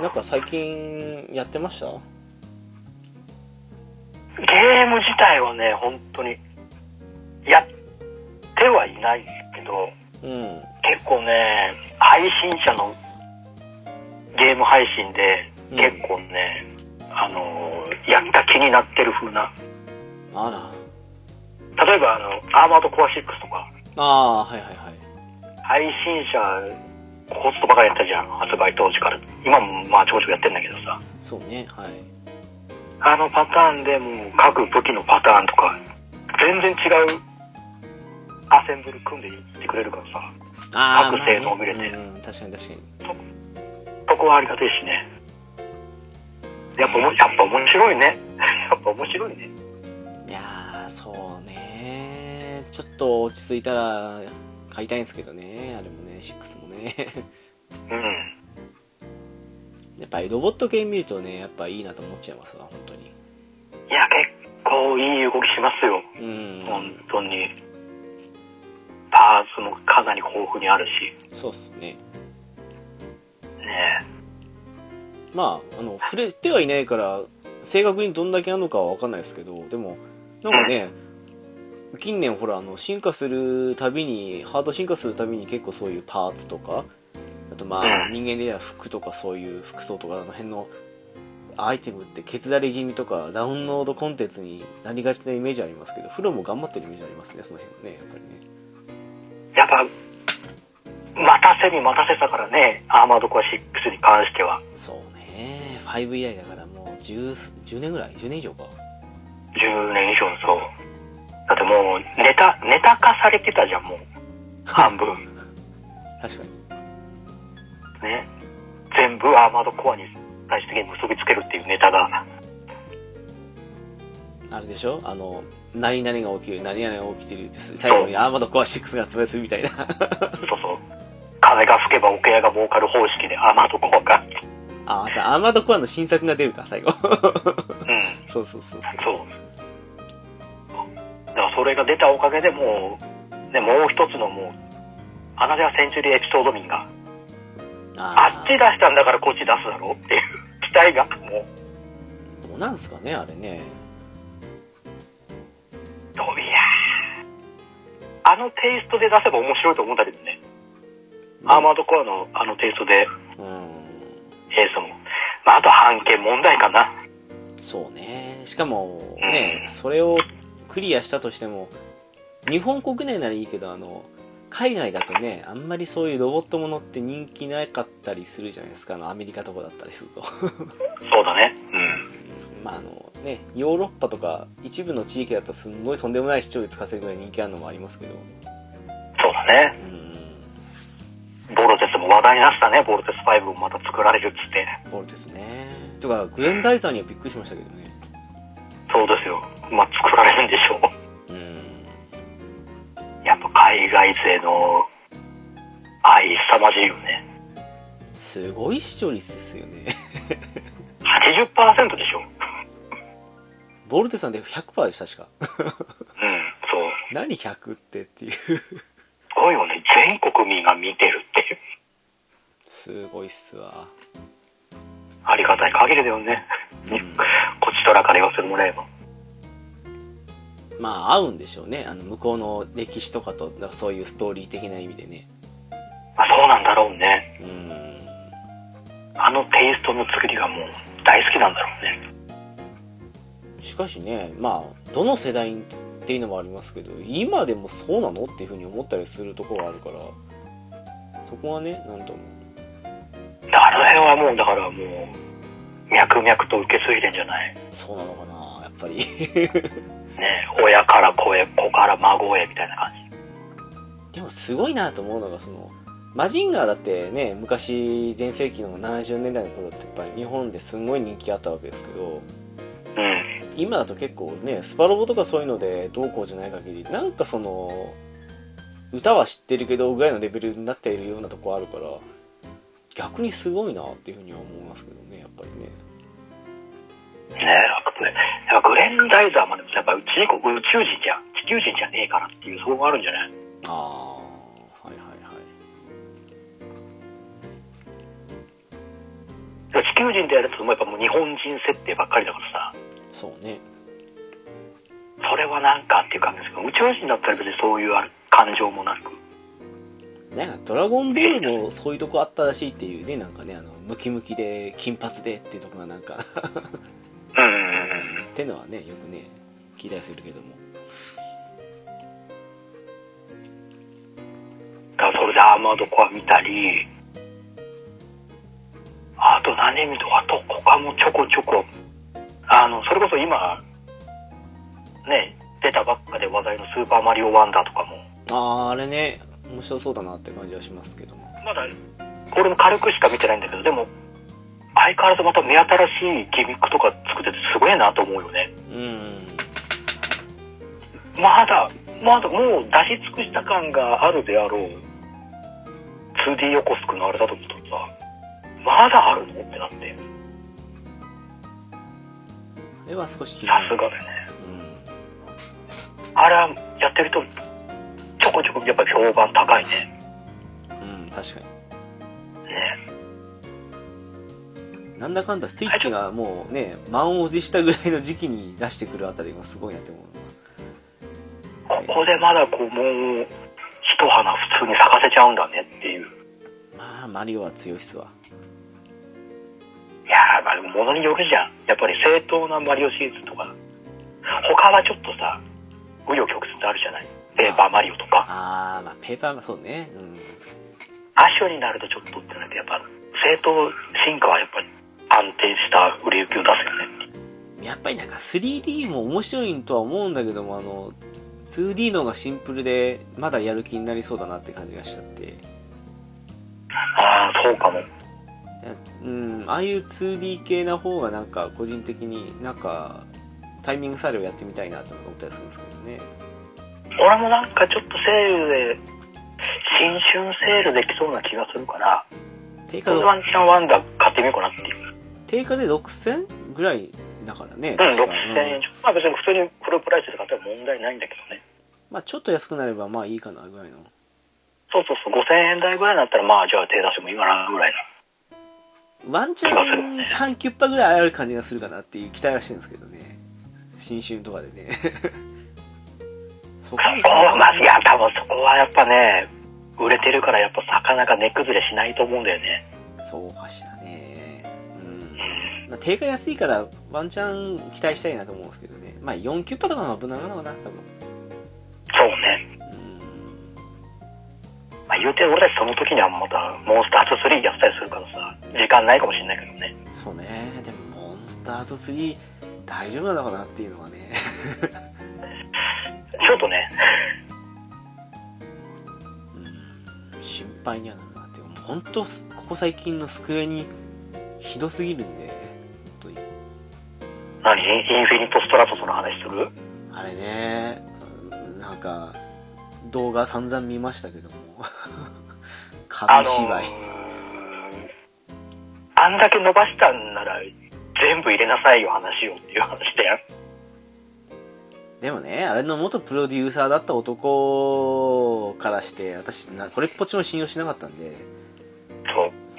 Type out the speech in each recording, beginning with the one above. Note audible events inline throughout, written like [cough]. なんか最近やってましたゲーム自体はね、本当に、やってはいないけど、うん。結構ね、配信者のゲーム配信で、うん結構ね、あのー、やった気になってる風な。あら。例えば、あの、アーマードコア6とか、ああー、はいはいはい。配信者、ホストばかりやったじゃん、発売当時から。今もまあちょこちょこやってんだけどさ。そうね、はい。あのパターンでもう各武器のパターンとか、全然違うアセンブル組んでいってくれるからさ、あー各性能を見れてまあねうん、確かに確かに。そこはありがたいしね。やっぱおも、やっぱ面白いね。 [laughs] やっぱ面白いね。いやー、そうね。ちょっと落ち着いたら買いたいんですけどね。あれもね、6もね。 [laughs] うん。やっぱりロボット系見るとね、やっぱいいなと思っちゃいますわ、本当に。いや、結構いい動きしますよ。うん本。当に。パーツもかなり豊富にあるし。そうっすね。ねまあ、あの、触れてはいないから、正確にどんだけあるのかはわかんないですけど、でも、なんかね、近年ほら、あの、進化するたびに、ハード進化するたびに結構そういうパーツとか、あとまあ、うん人間で言えば服とかそういう服装とか、あの辺のアイテムって、削られ気味とか、ダウンロードコンテンツになりがちなイメージありますけど、フロも頑張ってるイメージありますね、その辺はね、やっぱりね。やっぱ、待たせに待たせたからね、アーマードコア6に関しては。そうね、5以来だからもう10す、10年ぐらい ?10 年以上か。 10年以上そう。だってもう、ネタ、ネタ化されてたじゃん、もう。半分。確かに。ね。全部アーマードコアに最終的に結びつけるっていうネタが。あれでしょあの、何々が起きる、何々が起きてるって、最後にアーマードコア6が発売するみたいな。 [laughs] そうそう。風が吹けば桶屋が儲かる方式でアーマードコアが。ああ、さ、アーマードコアの新作が出るか、最後。うん。 [laughs] そうそうそうそう。そう。だからそれが出たおかげでもう、ね、もう一つのもう、アナジャーセンチュリーエピソード民が、ああっち出したんだからこっち出すだろうっていう期待が、もう、あ、どうなんすかね、あれね。どういやーあのテイストで出せば面白いと思うんだけどね。アーマードコアのあのテイストで、うん。エースも。まあ、あと半径問題かな。そうね。しかも、ね、それをクリアしたとしても、日本国内ならいいけど、あの、海外だとね、あんまりそういうロボットものって人気なかったりするじゃないですか。あの、アメリカとかだったりすると。そうだね。うん。まああのね、ヨーロッパとか一部の地域だとすんごいとんでもない視聴率稼ぐぐらい人気あるのもありますけど、そうだね。うん、ボルテスも話題になってたね。ボルテス5もまた作られるっつって。ボルテスね。とか、グレンダイザーにはびっくりしましたけどね。そうですよ。まあ、作られるんでしょう。 [laughs] うん、やっぱ海外勢の愛凄まじいよね。すごい視聴率ですよね。 [laughs] 80%でしょ。ボルテスなんて100%でした、確か。うん、そう。何100ってっていう。すごいよね。全国民が見てるっていう。すごいっすわ。ありがたい限りだよね。うんこちとらから言わせてもらえば。まあ合うんでしょうねあの向こうの歴史とかとなんかそういうストーリー的な意味でねまあそうなんだろうね。うんあのテイストの作りがもう大好きなんだろうね。しかしねまあどの世代っていうのもありますけど今でもそうなのっていうふうに思ったりするところはあるからそこはねなんともあの辺はもうだからもう、脈々と受け継いでんじゃないそうなのかなやっぱり [laughs] ね親から子へ、子から孫へみたいな感でじ。もすごいなと思うのがそのマジンガーだってね昔全盛期の70年代の頃ってやっぱり日本ですごい人気あったわけですけどうん。今だと結構ねスパロボとかそういうのでどうこうじゃない限りなんかその歌は知ってるけどぐらいのレベルになっているようなとこあるから逆にすごいなっていうふうには思いますけどねやっぱりねねやっぱグレンダイザーまでもやっぱ宇宙人宇宙人じゃ、地球人じゃねえからっていう、そこがあるんじゃないああはいはいはい地球人でやるともうやっぱもう日本人設定ばっかりだからさ。そうねそれはなんかっていう感じですけど宇宙人だったら別にそういうある感情もなくなんかドラゴンボールもそういうとこあったらしいっていうねなんかねあのムキムキで金髪でっていうとこがなんか [laughs] うんうんってのはねよくね聞いたりするけどもだからそれでアーマードコア見たりあと何見とあと他もちょこちょこあのそれこそ今ね出たばっかで話題の「スーパーマリオワンダー」とかもあああれね面白そうだなって感じはしますけどもまだこれも軽くしか見てないんだけどでも相変わらずまた目新しいギミックとか作っててすごいなと思うよねうんまだ、まだもう出し尽くした感があるであろう。2D 横須賀のあれだと思ったらさ、まだあるのってなって。あれは少し気になさするがだよね。うんあれはやってると、ちょこちょこやっぱ評判高いね。うん確かね。になんだかんだスイッチがもうね満を持したぐらいの時期に出してくるあたりがすごいなって思うここでまだこう、もう、一花普通に咲かせちゃうんだねっていう。まあマリオは強いっすわいやー、まあでも物によるじゃん。やっぱり正当なマリオシリーズとか。他はちょっとさ、紆余曲折あるじゃない。ペーパーマリオとか。ああまあペーパーがそうねうん亜種になるとちょっとってなるとやっぱ正当進化はやっぱり安定した売れ行きを出すよねやっぱりなんか 3D も面白いとは思うんだけどもあの 2D の方がシンプルでまだやる気になりそうだなって感じがしちゃってああそうかもうんああいう 2D 系な方がなんか個人的になんかタイミングさえあればやってみたいなって思ったりするんですけどね俺もなんかちょっとセールで新春セールできそうな気がするから定価これワンチャンワンダー買ってみようかなっていううん定価で6000ぐらいだからね確か6000円ちょまあ別に普通にフルプライスで買ったら問題ないんだけどねまあちょっと安くなればまあいいかなぐらいのそうそうそう5000円台ぐらいになったらまあじゃあ手出してもいいかなぐらいワンチャン3キュッパぐらいある感じがするかなっていう期待はしてるんですけどね新春とかでね [laughs] そこなそこはまあいや多分そこはやっぱね売れてるからやっぱ魚が値崩れしないと思うんだよねそうかしらねうんうんまあ定価安いからワンチャン期待したいなと思うんですけどねまあ4キュッパとかの方が無難なのかな多分そうねまあ、言うて俺たちその時にはまたモンスターズ3やったりするからさ時間ないかもしれないけどねうんそうねでもモンスターズ3大丈夫なのかなっていうのはねちょっとねうん心配にはなるなってもう本当すここ最近のスクエニひどすぎるんで本当に何インフィニットストラトスの話するあれねうんなんか動画散々見ましたけども [laughs] 紙芝居、ーあんだけ伸ばしたんなら全部入れなさいよ話をっていう話だよでもねあれの元プロデューサーだった男からして私なこれっぽっちも信用しなかったんでそ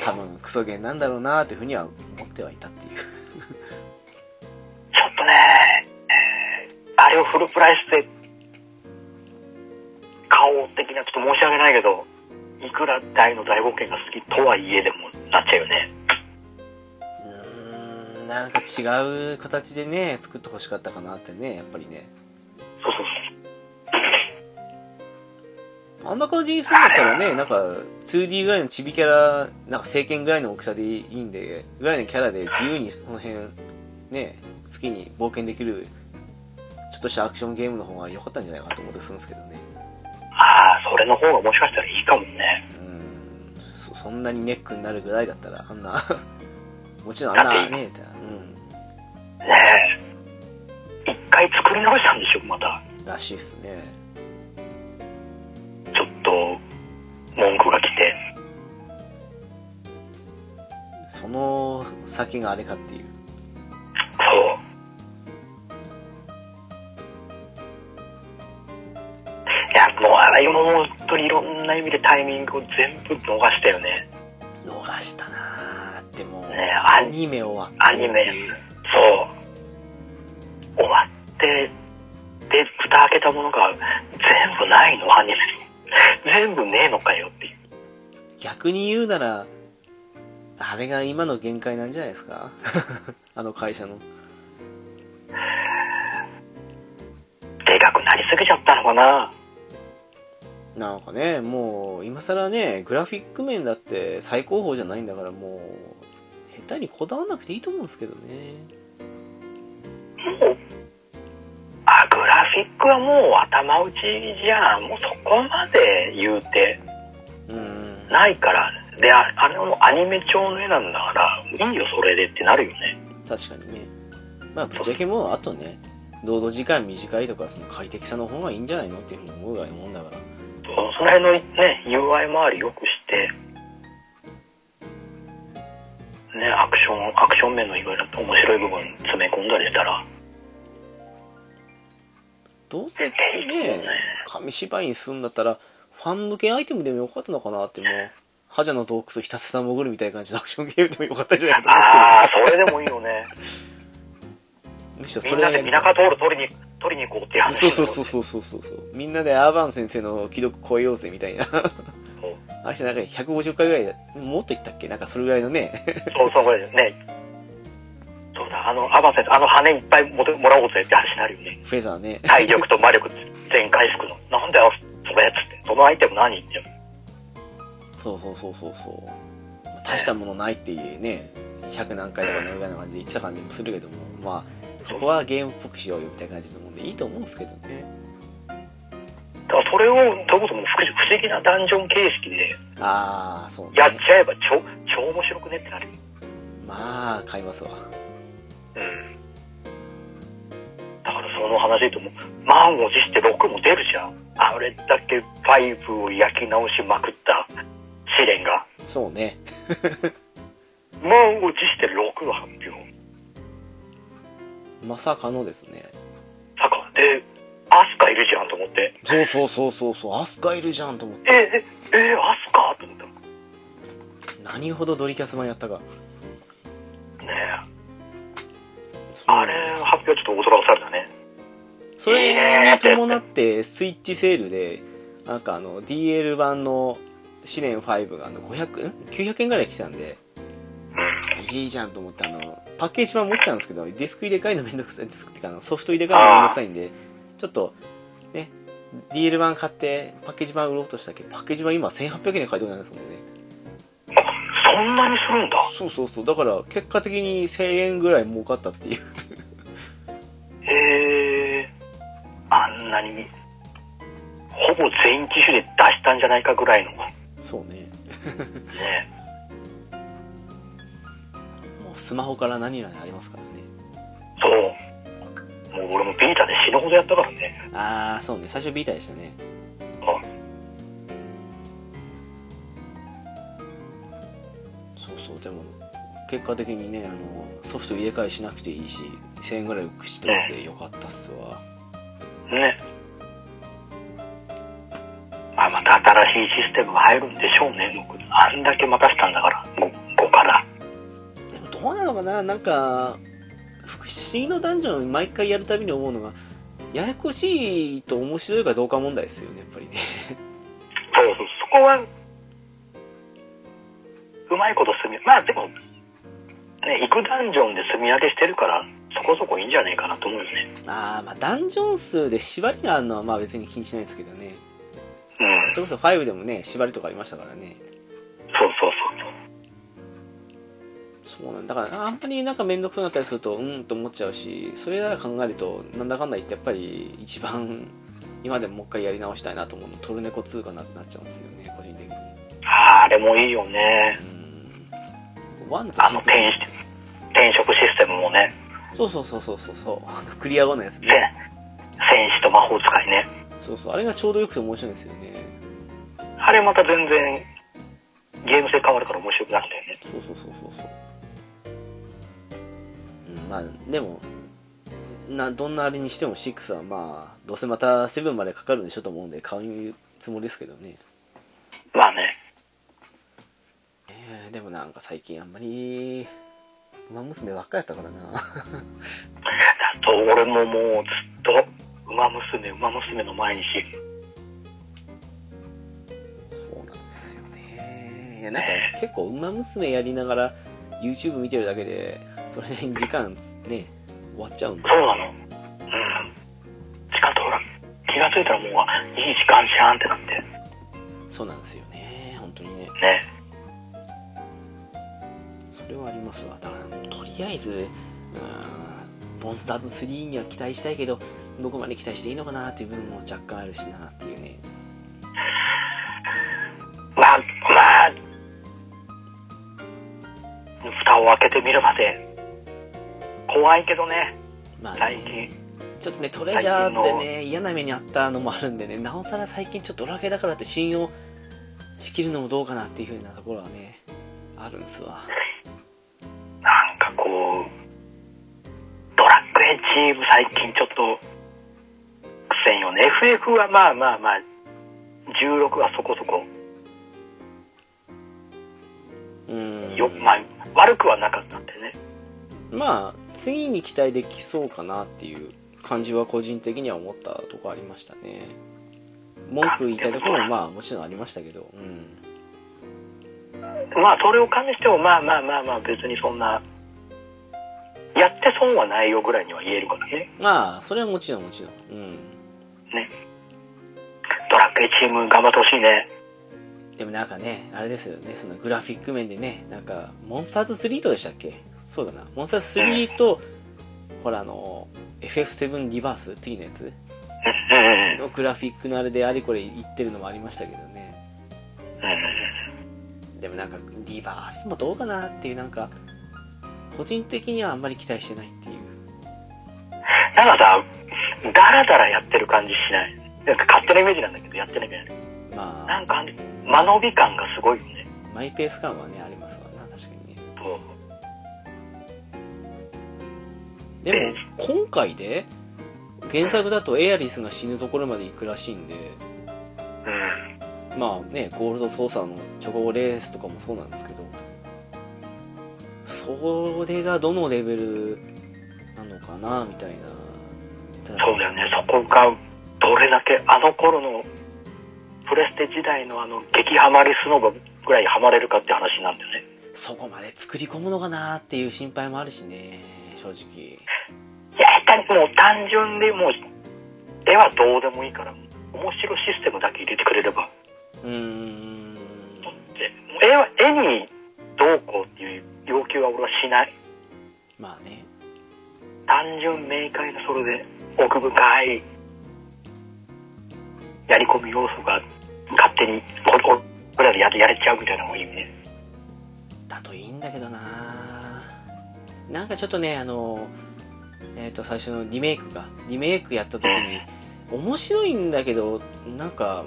う多分クソゲーなんだろうなーっていうふうには思ってはいたっていうちょっとね、えーあれをフルプライスで買おう的な、ちょっと申し訳ないけど、いくら大の大冒険が好きとはいえでもなっちゃうよね。うーんなんか違う形でね作ってほしかったかなってねやっぱりねそうそうそう。あんな感じにするんだったらねなんか 2D ぐらいのチビキャラなんか聖剣ぐらいの大きさでいいんでぐらいのキャラで自由にその辺ね好きに冒険できるちょっとしたアクションゲームの方が良かったんじゃないかなと思ってするんですけどねああ、それの方がもしかしたらいいかもね。うーんそそんなにネックになるぐらいだったらあんな [laughs] もちろんあんなねねえ。一回作り直したんでしょ、また。うんらしいっすねちょっと、文句が来て。その先があれかっていうそう。いや、もうあらゆるもの本当にいろんな意味でタイミングを全部逃したよね。逃したなあってもう、ねアニメ終わってアニメそう。終わって、で、蓋開けたものが全部ないの、アニメに。全部ねえのかよっていう。逆に言うならあれが今の限界なんじゃないですか [laughs] あの会社のでかくなりすぎちゃったのかな。なんかねもう今更ねグラフィック面だって最高峰じゃないんだからもう下手にこだわらなくていいと思うんですけどねもう、あ、グラフィックはもう頭打ちじゃん。もうそこまで言うて。うーんないからでああれはもうアニメ調の絵なんだからいいよそれでってなるよね確かにねまあぶっちゃけもうあとね労働時間短いとかその快適さの方がいいんじゃないのっていうふうに思うぐらいのもんだからそその辺のね UI 周りよくしてねアクションアクション面のいろいろと面白い部分詰め込んだりしたらどうせね紙芝居にするんだったらファン向けアイテムでもよかったのかなってもう覇者の洞窟ひたすら潜るみたいな感じのアクションゲームでもよかったんじゃないかと思ああそれでもいいよねうんですけみどむしろんなそれで田舎通る取りに取りに行こうっていう話そうそうそうそうそうそうそうみんなでアーバン先生の既読超えようぜみたいなそうあれじゃなんか150回ぐらいだもっといったっけなんかそれぐらいのね [laughs] そうそうこれねそうだあのアバン先生あの羽いっぱいもてもらおうぜって話になるよねフェザーね体力と魔力全回復の。なんだよ、それっつって。そのアイテム何って。そうそうそうそうそう大したものないっていうね100何回とかねぐらいな感じで言ってた感じもするけどもまあそこはゲームっぽくしようよみたいな感じのもんでいいと思うんですけどねだからそれを、それこそもう不不思議なダンジョン形式でああそうねやっちゃえば超、超面白くねってなる。まあ買いますわうん。だからその話で言うともう、満を持して6も出るじゃん。あれだけ5を焼き直しまくった試練が、そうね満を持して6の発表。まさかのですねさか、で、アスカいるじゃんと思って。そうそうそうそうそうアスカいるじゃんと思ってえ、え、え、アスカと思った。何ほどドリキャスマンやったかねえ。そうなあんれ、です発表ちょっと驚かされたね。それに伴ってスイッチセールでなんかあの DL 版の試練5があの500ん900円ぐらい来たんでいいじゃんと思ってあのパッケージ版持ってたんですけどディスク入れ替えのめんどくさいディスクっていうかあのソフト入れ替えのめんどくさいんでちょっとね DL 版買ってパッケージ版売ろうとしたけどパッケージ版今1800円で買い取れないですもんねそんなにするんだ。そうそうそうだから結果的に1000円ぐらい儲かったっていうへえ。あんなに、ほぼ全機種で出したんじゃないかぐらいの。ねそうねもうスマホから何々ありますからねそう。もう俺もビータで死ぬほどやったからね。ああそうね最初ビータでしたねあそうそうでも結果的にねあのソフト入れ替えしなくていいし1000円ぐらい口取れてよかったっすわね。まあ、また新1ステップ入るんでしょうね、僕あんだけ任せたんだから、5, 5から。でもどうなのかななんか、不思議のダンジョン毎回やるたびに思うのが、ややこしいと面白いかどうか問題ですよね、やっぱりね。そうそう、そこは、うまいこと住み、まあでも、ね、行くダンジョンで住み分けしてるから、そこそこいいんじゃねえかなと思うよね。 [laughs] あーまあダンジョン数で縛りがあるのはまあ別に気にしないですけどね。うん。それこそ5でもね、縛りとかありましたからね。そうそうそうそう。そうなんだだから、あんまりなんか面倒くさくなったりすると、うーんと思っちゃうし、それら考えると、なんだかんだ言ってやっぱり一番、今でももう一回やり直したいなと思うの、トルネコ2かなってなっちゃうんですよね、個人的に。あーあれもいいよね。うん。ワンとシあのンプル転し転職システムもね、そう [laughs] そうそうそうそうそう。あのクリア後のやつ戦ね。戦士と魔法使いね。そうそう。あれがちょうどよくて面白いんですよね。あれまた全然、ゲーム性変わるから面白くなくてね。そうそうそうそうそう。うん、まあ、でも、な、どんなあれにしても6はまあ、どうせまた7までかかるんでしょと思うんで、買うつもりですけどね。まあね。えーでもなんか最近あんまり、馬娘ばっかりやったからな。だと俺ももうずっと、馬娘、馬娘の毎日。そうなんですよね。いや、なんか結構、馬娘やりながら、YouTube 見てるだけで、それなりに時間つね、終わっちゃうんで。そうなの。うん。しかと気がついたらもう、あいい時間じゃんってなって。そうなんですよね。本当にね。ね。それはありますわだからとりあえずうーんモンスターズ3には期待したいけどどこまで期待していいのかなっていう部分も若干あるしなっていうねまあ、まあ、蓋を開けてみるまで、怖いけどね、まあ最ね近。ちょっとねトレジャーズでね嫌な目にあったのもあるんでねなおさら最近ちょっとドラケだからって信用しきるのもどうかなっていうふうなところはねあるんですわなんかこう、ドラッグエチーム最近ちょっと苦戦よね。FF はまあまあまあ、16はそこそこ、うーんよまあ、悪くはなかったんでね。まあ次に期待できそうかなっていう感じは個人的には思ったとこありましたね文句言いたいところもまあもちろんありましたけどうんまあそれを加味してもまあまあまあまあ別にそんな、やって損はないよぐらいには言えるからね。まあそれはもちろんもちろんうんドラッグエチーム頑張ってほしいね。でもなんかねあれですよねそのグラフィック面でねなんかモンスターズ3とでしたっけそうだなモンスターズ3とほらあの FF7 リバース次のやつうんうんのグラフィックのあれであれこれ言ってるのもありましたけどねでもなんかリバースもどうかなっていうなんか個人的にはあんまり期待してないっていうなんかさ、ダラダラやってる感じしない。なんか勝手なイメージなんだけど、やってないみたいまな。なあんか、間延び感がすごいよね。マイペース感はねありますわな確かにねそうでも今回で原作だとエアリスが死ぬところまで行くらしいんでうん。まあねゴールドソーサーのチョコレースとかもそうなんですけどそれがどのレベルなのかなみたいなたそうだよね。そこが、どれだけ、あの頃の、プレステ時代のあの、激ハマりスノボぐらいハマれるかって話なんだよね。そこまで作り込むのかなっていう心配もあるしね正直いや、下手にもう単純でもう、絵はどうでもいいから、面白システムだけ入れてくれれば。うーんでもう絵は、絵にどうこうっていう要求は俺はしない。まあね単純明快なそれで奥深いやり込み要素が勝手におお俺らでやれやれちゃうみたいなのもいいねだといいんだけどななんかちょっとねあのえっ、と最初のリメイクかリメイクやった時に面白いんだけどなんか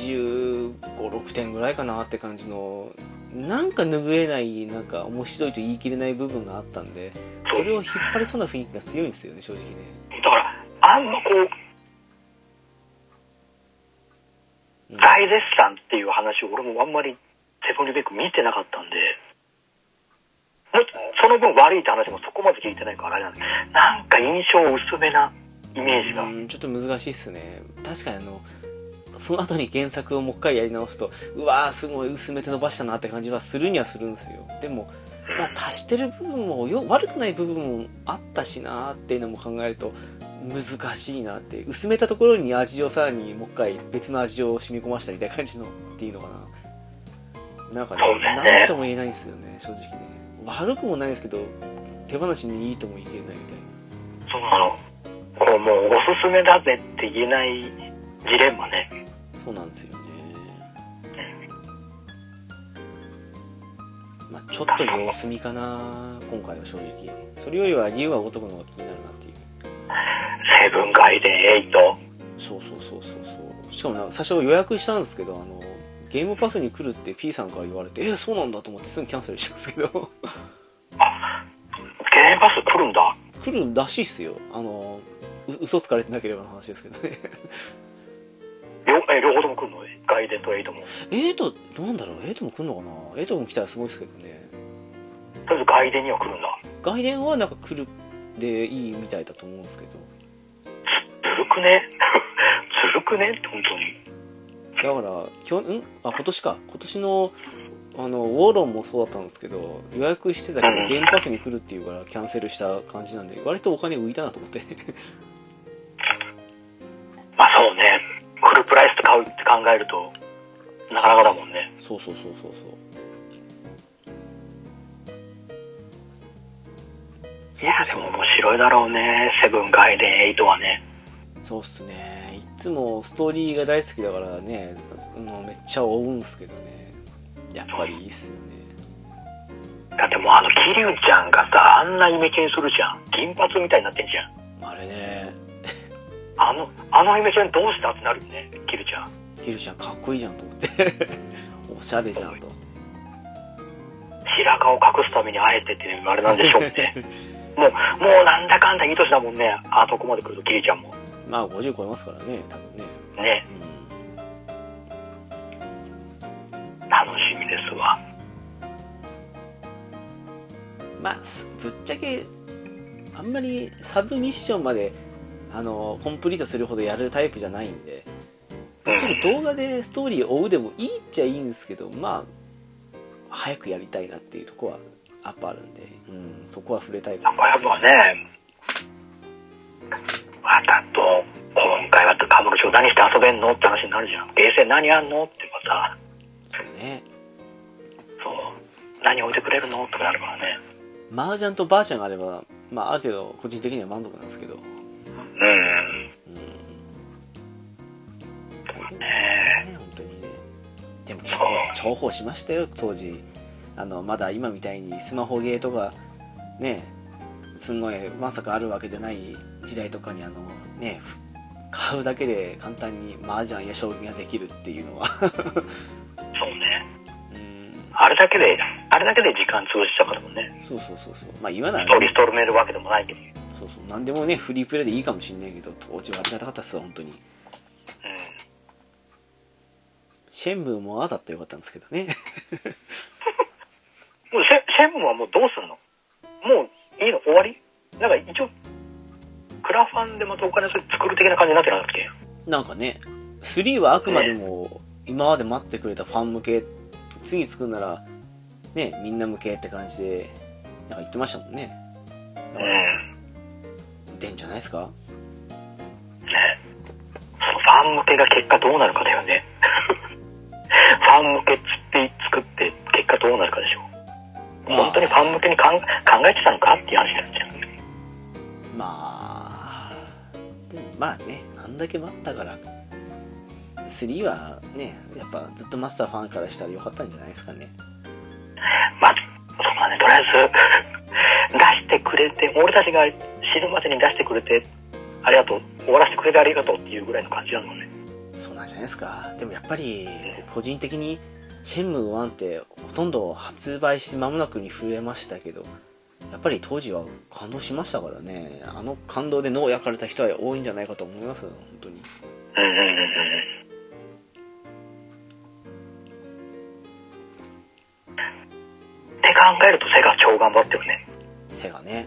856点ぐらいかなって感じのなんか拭えないなんか面白いと言い切れない部分があったんでそれを引っ張りそうな雰囲気が強いんですよね正直ねだからあんまこううん大絶賛っていう話を俺もあんまりセブンリベック見てなかったんで、もうその分悪いって話もそこまで聞いてないからあれなんで、なんか印象薄めなイメージが。うんちょっと難しいっすね確かにあのその後に原作をもう一回やり直すとうわーすごい薄めて伸ばしたなって感じはするにはするんですよでも、まあ、足してる部分もよ悪くない部分もあったしなーっていうのも考えると難しいなって薄めたところに味をさらにもう一回別の味を染み込ましたみたいな感じのっていうのかななんかねそうだ何、ねなんとも言えないんですよね正直ね悪くもないですけど手放しにいいとも言えないみたいなそうなの。こうもうおすすめだぜって言えないジレンマね。そうなんですよね。まあ、ちょっと様子見かな、今回は正直。それよりは理由が如くのが気になるなっていう。セブンガイデン8。そうそうそうそうそう。しかもなんか最初予約したんですけど、あの、ゲームパスに来るって P さんから言われて、えーそうなんだと思ってすぐキャンセルしたんですけど、 [laughs] ゲームパス来るんだ。来るらしいっすよ。あの、う嘘つかれてなければの話ですけどね。 [laughs] 両え両方とも来るのガイデンとエイトも。とえーと、どうなんだろうえーとも来るのかなえーとも来たらすごいですけどね。りあえずガイデンには来るんだ。外伝はなんか来るでいいみたいだと思うんですけど。ずるくね [laughs] ずるくね本当に。だから去んあ今年か今年のあのウォーロンもそうだったんですけど予約してたけうどんゲームパスに来るっていうからキャンセルした感じなんで割とお金浮いたなと思ってまあそうね。フルプライスで買うって考えると、なかなかだもんね。 [laughs] そうそうそうそうそういや、でも面白いだろうね。セブン、ガイデン、エイトはね。そうっすねいつもストーリーが大好きだからねあのめっちゃ追うんすけどねやっぱりいいっすよねだってもうあの、キリュウちゃんがさ、あんなイメチェンするじゃん。銀髪みたいになってんじゃん。あれねあの、あのイメチェンどうしたってなるよね。キリュウちゃん。ヒルちゃんかっこいいじゃんと思って [laughs] おしゃれじゃんと思って白髪を隠すためにあえてっていうのあれなんでしょう [laughs] ね。もう、もうなんだかんだいい年だもんね。あそこまで来るとキリュウちゃんも。まあ50超えますからね多分ねね。うん楽しみですわ。まあ、すぶっちゃけ、あんまりサブミッションまで、あの、コンプリートするほどやるタイプじゃないんで、ぶっちゃけ動画でストーリーを追うでもいいっちゃいいんですけど、まあ、早くやりたいなっていうとこは、やっぱあるんで、うん、そこは触れたいかやっぱやっぱね、またと、今回はカムロ町何して遊べんのって話になるじゃん。ゲーセン何やんのってまた、そうね。そう、何置いてくれるのってなるからね。麻雀とバーチャンがあれば、まあ、ある程度、個人的には満足なんですけど、うん。うん。ねね本当にねでも結構重宝しましたよ当時あのまだ今みたいにスマホゲーとかねすんごいまさかあるわけでない時代とかにあのねふ買うだけで簡単に麻雀や将棋ができるっていうのはえそうね。うんあれだけで、あれだけで時間潰したからもね、そうそうそうそうまあ言わなスいトーリーストールめるわけでもないけど。うん。そうそう何でもねフリープレイでいいかもしんないけど当時はありがたかったっすわ本当にシェンブーもああだったらよかったんですけどねもうシェシェンムーはもうどうすんのもういいの終わりなんか一応、クラファンでまたお金それ作る的な感じになってなかったっけなんかね、3はあくまでも、今まで待ってくれたファン向け、次作るなら、ね、みんな向けって感じで、なんか言ってましたもんね。だから、ん。出んじゃないですかね、そのファン向けが結果どうなるかだよね [laughs] ファン向けっつって作って結果どうなるかでしょまあ本当にファン向けにかん考えてたのかっていう話になっちゃうまあ、でもまあね、あんだけ待ったから、3はね、やっぱずっとマスターファンからしたらよかったんじゃないですかね。まあそうだねとりあえず [laughs] 出してくれて俺たちが死ぬまでに出してくれてありがとう終わらせてくれてありがとうっていうぐらいの感じなのねそうなんじゃないですか。でもやっぱり、個人的に、シェンムー1ってほとんど発売して間もなくに増えましたけど、やっぱり当時は感動しましたからね、あの感動で脳を焼かれた人は多いんじゃないかと思いますよ、本当に。うんうんうんうんて考えるとセガ超頑張ってるね。セガね。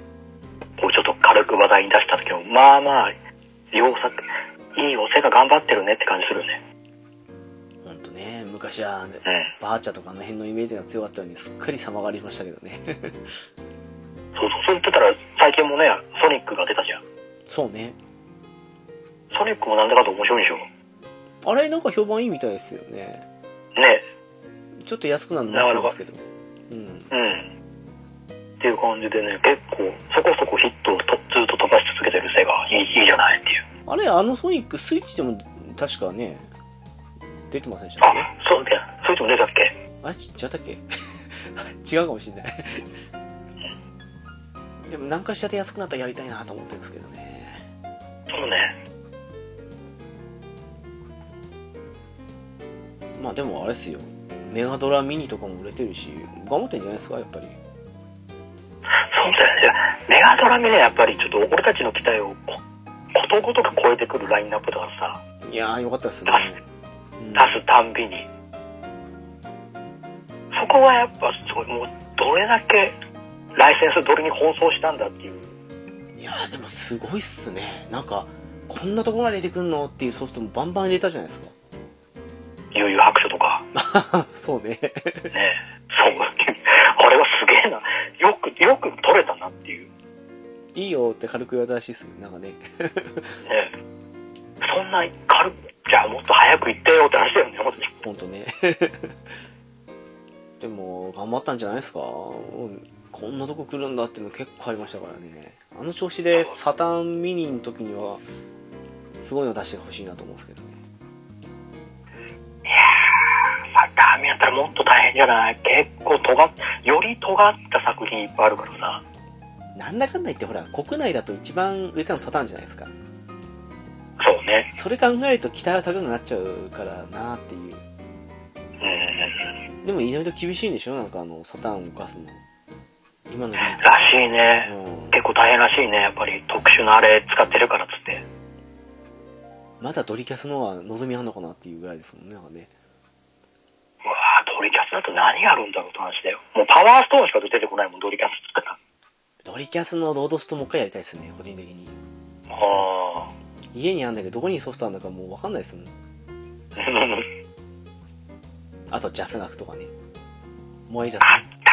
こうちょっと軽く話題に出した時も、まあまあ、良作、いいおセガ頑張ってるねって感じするね。ほんとね、昔は、うん。バーチャとかあの辺のイメージが強かったのに、すっかり様変わりしましたけどね。 [laughs] そうそう、それ言ってたら最近もね、ソニックが出たじゃん。そうね。ソニックもなんだかと面白いでしょ。あれ、なんか評判いいみたいですよね。ね。ちょっと安くなるのもあったんですけど。うん。うん。っていう感じでね、結構、そこそこヒットをとずっと飛ばし続けてるセガ、いいいいじゃないっていう。あれ、あのソニック、スイッチでも、確かね、出てませんでしたあっけ、そうだよ。それとも出たっけあれ、ち違ったっけ [laughs] 違うかもしれない。 [laughs] でも、何かしらで安くなったらやりたいなと思ってるんですけどね。そうね。まあ、でも、あれですよ。メガドラミニとかも売れてるし、頑張ってんじゃないですか、やっぱり。そうだよね。メガドラミね、やっぱりちょっと俺たちの期待をこことごとく超えてくるラインナップだからさ、いやー、よかったですね。うん出すたんびに。そこはやっぱすごい、もうどれだけライセンス取りに奔走したんだっていう。いやーでもすごいっすねなんかこんなとこまで入れてくんのっていうソフトもバンバン入れたじゃないです悠々白書とか、か [laughs] そうねね、そう、あれはすげえな、よく、よく取れたなっていう、いいよって軽く言われたらしいっすよなんかねね、そんな軽く、じゃあもっと早く行ってよって話だよね、本当にほんとね [laughs] でも頑張ったんじゃないですかうんこんなとこ来るんだっていうの結構ありましたからねあの調子でサターンミニの時にはすごいの出してほしいなと思うんですけどねまあ、ダメやったらもっと大変じゃない結構尖っ、より尖った作品いっぱいあるからさ。なんだかんだ言ってほら国内だと一番売れたのサターンじゃないですかそうね。それ考えると期待が高くなっちゃうからなっていううん。でもいろいろ厳しいんでしょなんかあのサターンを動かすの今の技術らしいね。うん結構大変らしいね。やっぱり特殊なあれ使ってるからっつって。まだドリキャスのは望みあんのかなっていうぐらいですもんねなんかねうわぁ、ドリキャスだと何やるんだろうって話だよ。もうパワーストーンしか出てこないもん、ドリキャスっつったら。ドリキャスのロードストもう一回やりたいですね個人的にああ。家にあんだけどどこにソフトあるのかもう分かんないですもんうんあとジャス学とかね萌えジャ [laughs] あった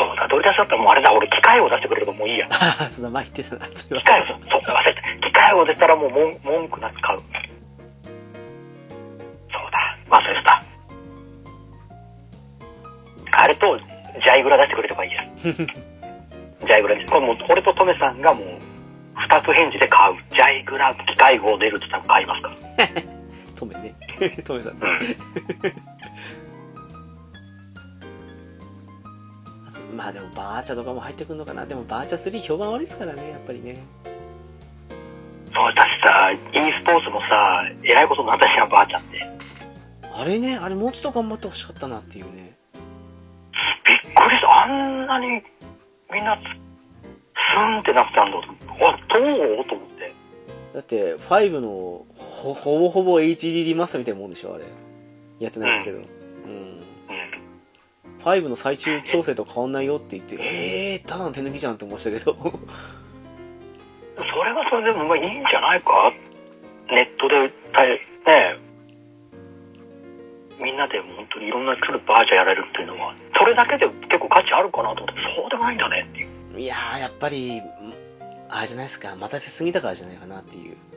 わ。そうだ、ドリキャスだったらもうあれだ、俺機械を出してくれればもういいや。ス [laughs] ああそうだ前言ってたなそれ機は械を、そうだ、忘れてた。機械を出たらもう文文句なく買う。そうだ、忘れてた。あれと、ジャイグラ出してくれればいいや。ジャイグラに。これもう、俺とトメさんがもう、二つ返事で買う。ジャイグラ、機械号出るって言ったら買いますから。トメね [laughs] トメさんねあとまあでもバーチャとかも入ってくるのかなでもバーチャ3評判悪いですからねやっぱりねそう、だしさ、e スポーツもさ、えらいことになったしな、ばあちゃんって。あれねあれもうちょっと頑張ってほしかったなっていうねびっくりした。あんなに、みんな、スンってなってたんだと思って。わ、どうと思って。だって5のほほぼほぼ HD リマスターみたいなもんでしょあれやってないですけどうんうん。 5の最終調整と変わんないよって言ってえー、ただの手抜きじゃんって思いましたけどそれはそれでもまあいいんじゃないかネットで訴えねみんなで本当にいろんな人でバージャーやれるっていうのはそれだけで結構価値あるかなと思ってそうでもないんだねっていういやーやっぱりんあれじゃないですか待たせすぎたからじゃないかなっていうそっ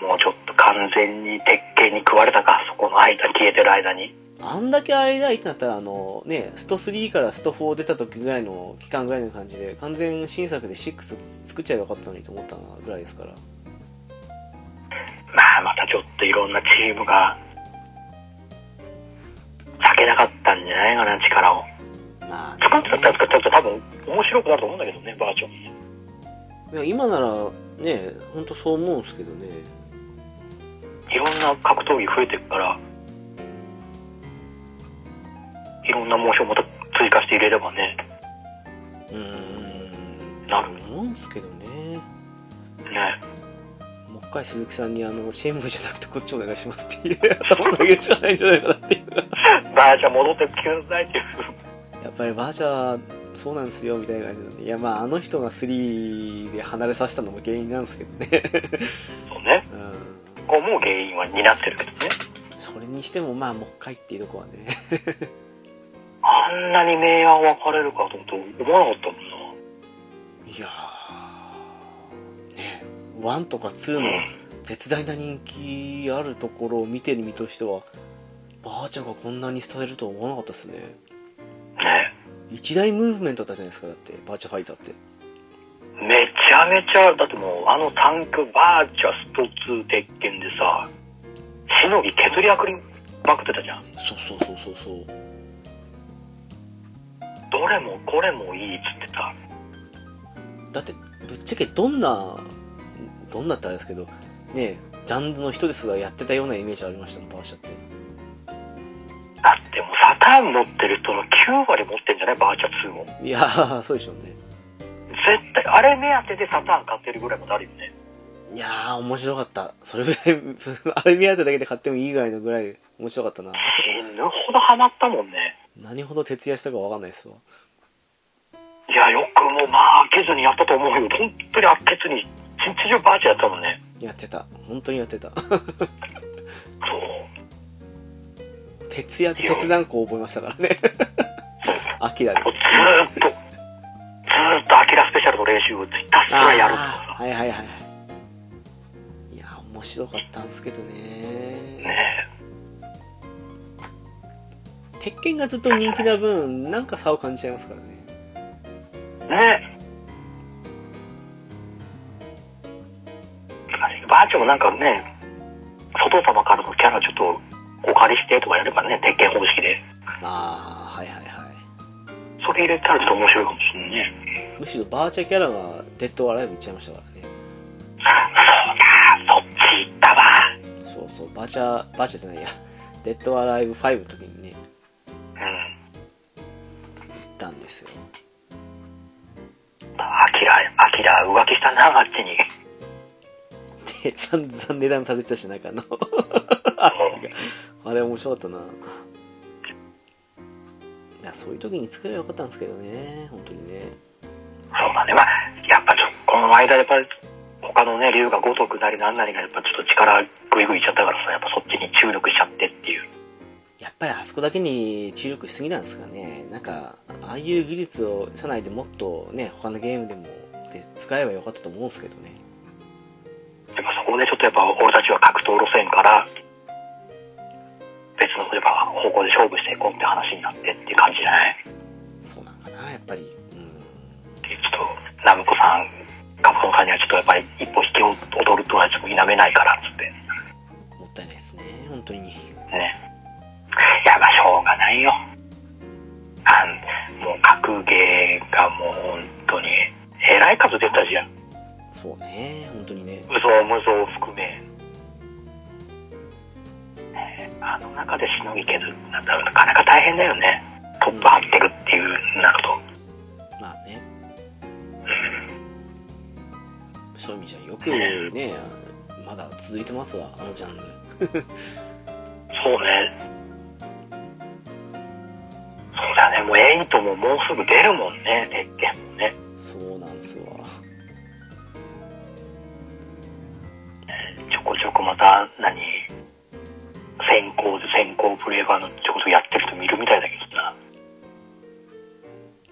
かもうちょっと完全に鉄拳に食われたかそこの間消えてる間にあんだけ間空いてなったらあのねスト3からスト4出た時ぐらいの期間ぐらいの感じで完全新作で6作っちゃえばよかったのにと思ったなぐらいですからまあまたちょっといろんなチームが避けなかったんじゃないかな力をまあね、作ってたら作ってたら多分面白くなると思うんだけどねバージョンいや今ならね本当そう思うんですけどねいろんな格闘技増えていくから、いろんなモーションもまた追加して入れればね、うーんなる思うんですけどねね、もう一回鈴木さんにあのシェイムじゃなくてこっちお願いしますっていう頭下げるしかないんじゃないかなっていうバああ、じゃあ戻ってきなさいっていう。やっぱりバーチャーそうなんですよみたいな感じなんでいやまああの人が3で離れさせたのも原因なんですけどね、そうね。うん、こうも原因は担ってるけどね。それにしてもまあもう一回っていうとこはねあんなに明暗分かれるかと思って思わなかったもんな。いやーね1とか2の絶大な人気あるところを見てる身としてはバーチャーがこんなに伝えるとは思わなかったですねね。一大ムーブメントだったじゃないですかだってバーチャーファイターってめちゃめちゃ、だってもうあのタンクバーチャスト2鉄拳でさ、しのぎ削りあくりまくってたじゃん。そうそうそうそうそうどれもこれもいいっつってた。だってぶっちゃけどんなどんなってあれですけどねジャンルの人ですがやってたようなイメージありましたもんバーシャってだってもうサターン持ってる人の9割持ってんじゃないバーチャ2も。いやーそうでしょうね絶対、あれ目当てでサターン買ってるぐらいまであるよね。いやー面白かったそれぐらい [laughs] あれ見当てだけで買ってもいいぐらいのぐらい面白かったな死ぬほどハマったもんね。何ほど徹夜したかわかんないですわいや、よくもまあ、開けずにやったと思うよ。本当に開けずに、一日中バーチャやったもんね。やってた本当にやってたそう。徹夜と決断校覚えましたからね [laughs] アキラでもうずーっと、ずーっとアキラスペシャルの練習をひたすらやるとあかーはいはいはいはいいやー面白かったんですけどねさ。ね鉄拳がずっと人気な分なんか差を感じちゃいますからねえ。ねえ。バーチャもなんかね、外様からのキャラちょっとお借りしてとかやればね、鉄拳方式で。ああはいはいはそれ入れたらちょっと面白いかもしれないね。いむしろバーチャキャラがデッドオアライブいっちゃいましたからねそうだー、そっち行ったわ。そうそうバーチャバーチャじゃないやデッドオアライブ5の時にねうん。行ったんですよアキラ、アキラ浮気したな、あっち [laughs] に。で散々値段されてたし中のあれがあれ面白かったないやそういう時に作ればよかったんですけどね本当にねそうだね。まあ、やっぱちょっとこの間、やっぱり他のね、竜がごとくなりなんなりが、やっぱちょっと力ぐいぐいいっちゃったからさ、やっぱそっちに注力しちゃってっていう。やっぱりあそこだけに注力しすぎなんですかねなんかああいう技術を社内でもっとね他のゲームでもで使えばよかったと思うんですけどねやっぱそこでちょっとやっぱ俺たちは格闘路線から、別のやっぱ方向で勝負していこうって話になってっていう感じじゃないそうなんかなやっぱりうんちょっと、ナムコさん、カプコンさんにはちょっとやっぱり一歩引きを踊るとはちょっと否めないからっつって。もったいないですね本当にね。いや、まあ、しょうがないよ。あん、もう、格ゲーがもう、本当に、えらい数出たじゃん。そうね本当にね無造無造含め。ねあの中でしのぎ削るなんだろうなかなか大変だよね。トップ張ってるっていうなると。まあねそういう意味じゃよくねまだ続いてますわあのジャンルそうね。そうだね。もう、エイトももうすぐ出るもんね、鉄拳もね。そうなんですわちょこちょこまた何先行で先行プレイバーのちょこちょこやってる人見るみたいだけどさ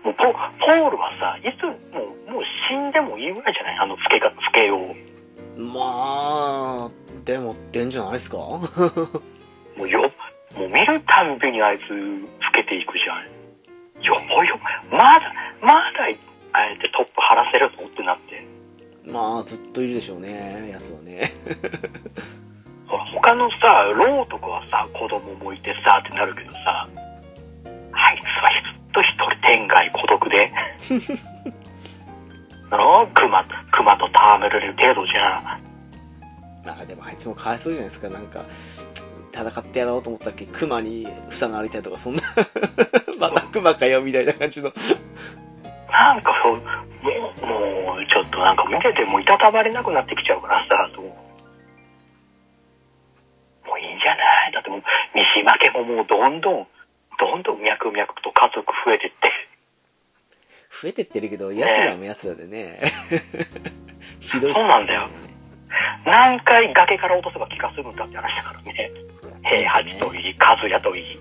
もうポポールはさいつもうもう死んでもいいぐらいじゃないあのつけがつけようまあでも出んじゃないですか [laughs] もうよもう見るたんびにあいつつけていくじゃんよぼよまだまだあえてトップ張らせるぞってなってまあずっといるでしょうねやつはねほら他のさローとかはさ子供もいてさってなるけどさあいつはずっと一人天涯孤独であの熊熊と戯れる程度じゃんまあでもあいつもかわいそうじゃないですかなんか戦ってやろうと思ったっけクマに塞がれたりとかそんな [laughs] またクマかよみたいな感じのなんかそうもうもうちょっとなんか見ててもいたたまれなくなってきちゃうからさともういいんじゃないだってもう三島家ももうどんどんどんどん脈々と家族増えてって、増えてってるけど、やつだもやつだで [laughs] ね。ひどいっすねそうなんだよ。何回崖から落とせば気が済むんだって話だからね。平八といい、和也といい。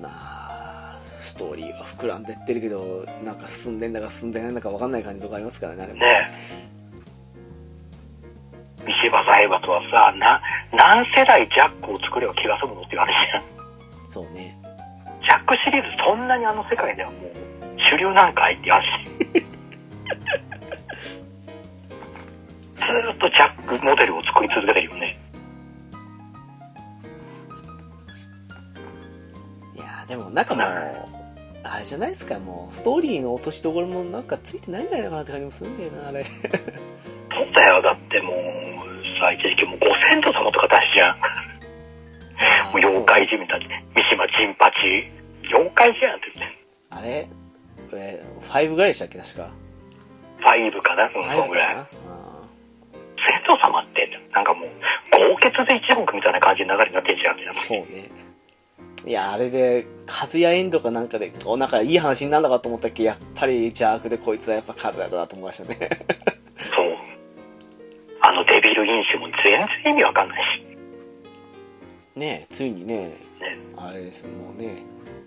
まあ、ストーリーは膨らんでってるけど、なんか進んでんだか進んでないんだか分かんない感じとかありますからね、あれも。ねえ。見せ場財閥はさ、な、何世代ジャックを作れば気が済むのっていう話じゃん。そうね。ジャックシリーズそんなにあの世界ではもう主流なんかいって話。ずーっとジャックモデルを作り続けてるよね。いやーでもなんかもう、あれじゃないですか、もう、ストーリーの落としどころもなんかついてないんじゃないかなって感じもするんだよな、あれ。そうだよ、だってもう、最低級もうご先祖様とか出しじゃん。もう妖怪人みたいに、三島陣八。妖怪じゃんって言って。あれえー、5ぐらいでしたっけ、確か。ファイブかな、うん、その5ぐらい。かな。先祖様って、なんかもう、豪傑で一目みたいな感じの流れになってんじゃん。うんそうね。いや、あれで、カズヤエンドかなんかで、お、なんかいい話になるのかと思ったっけ、やっぱり邪悪でこいつはやっぱカズヤだなと思いましたね。そう。あのデビル飲酒も全然意味わかんないし。 [laughs] ねえついにねねあれですもうね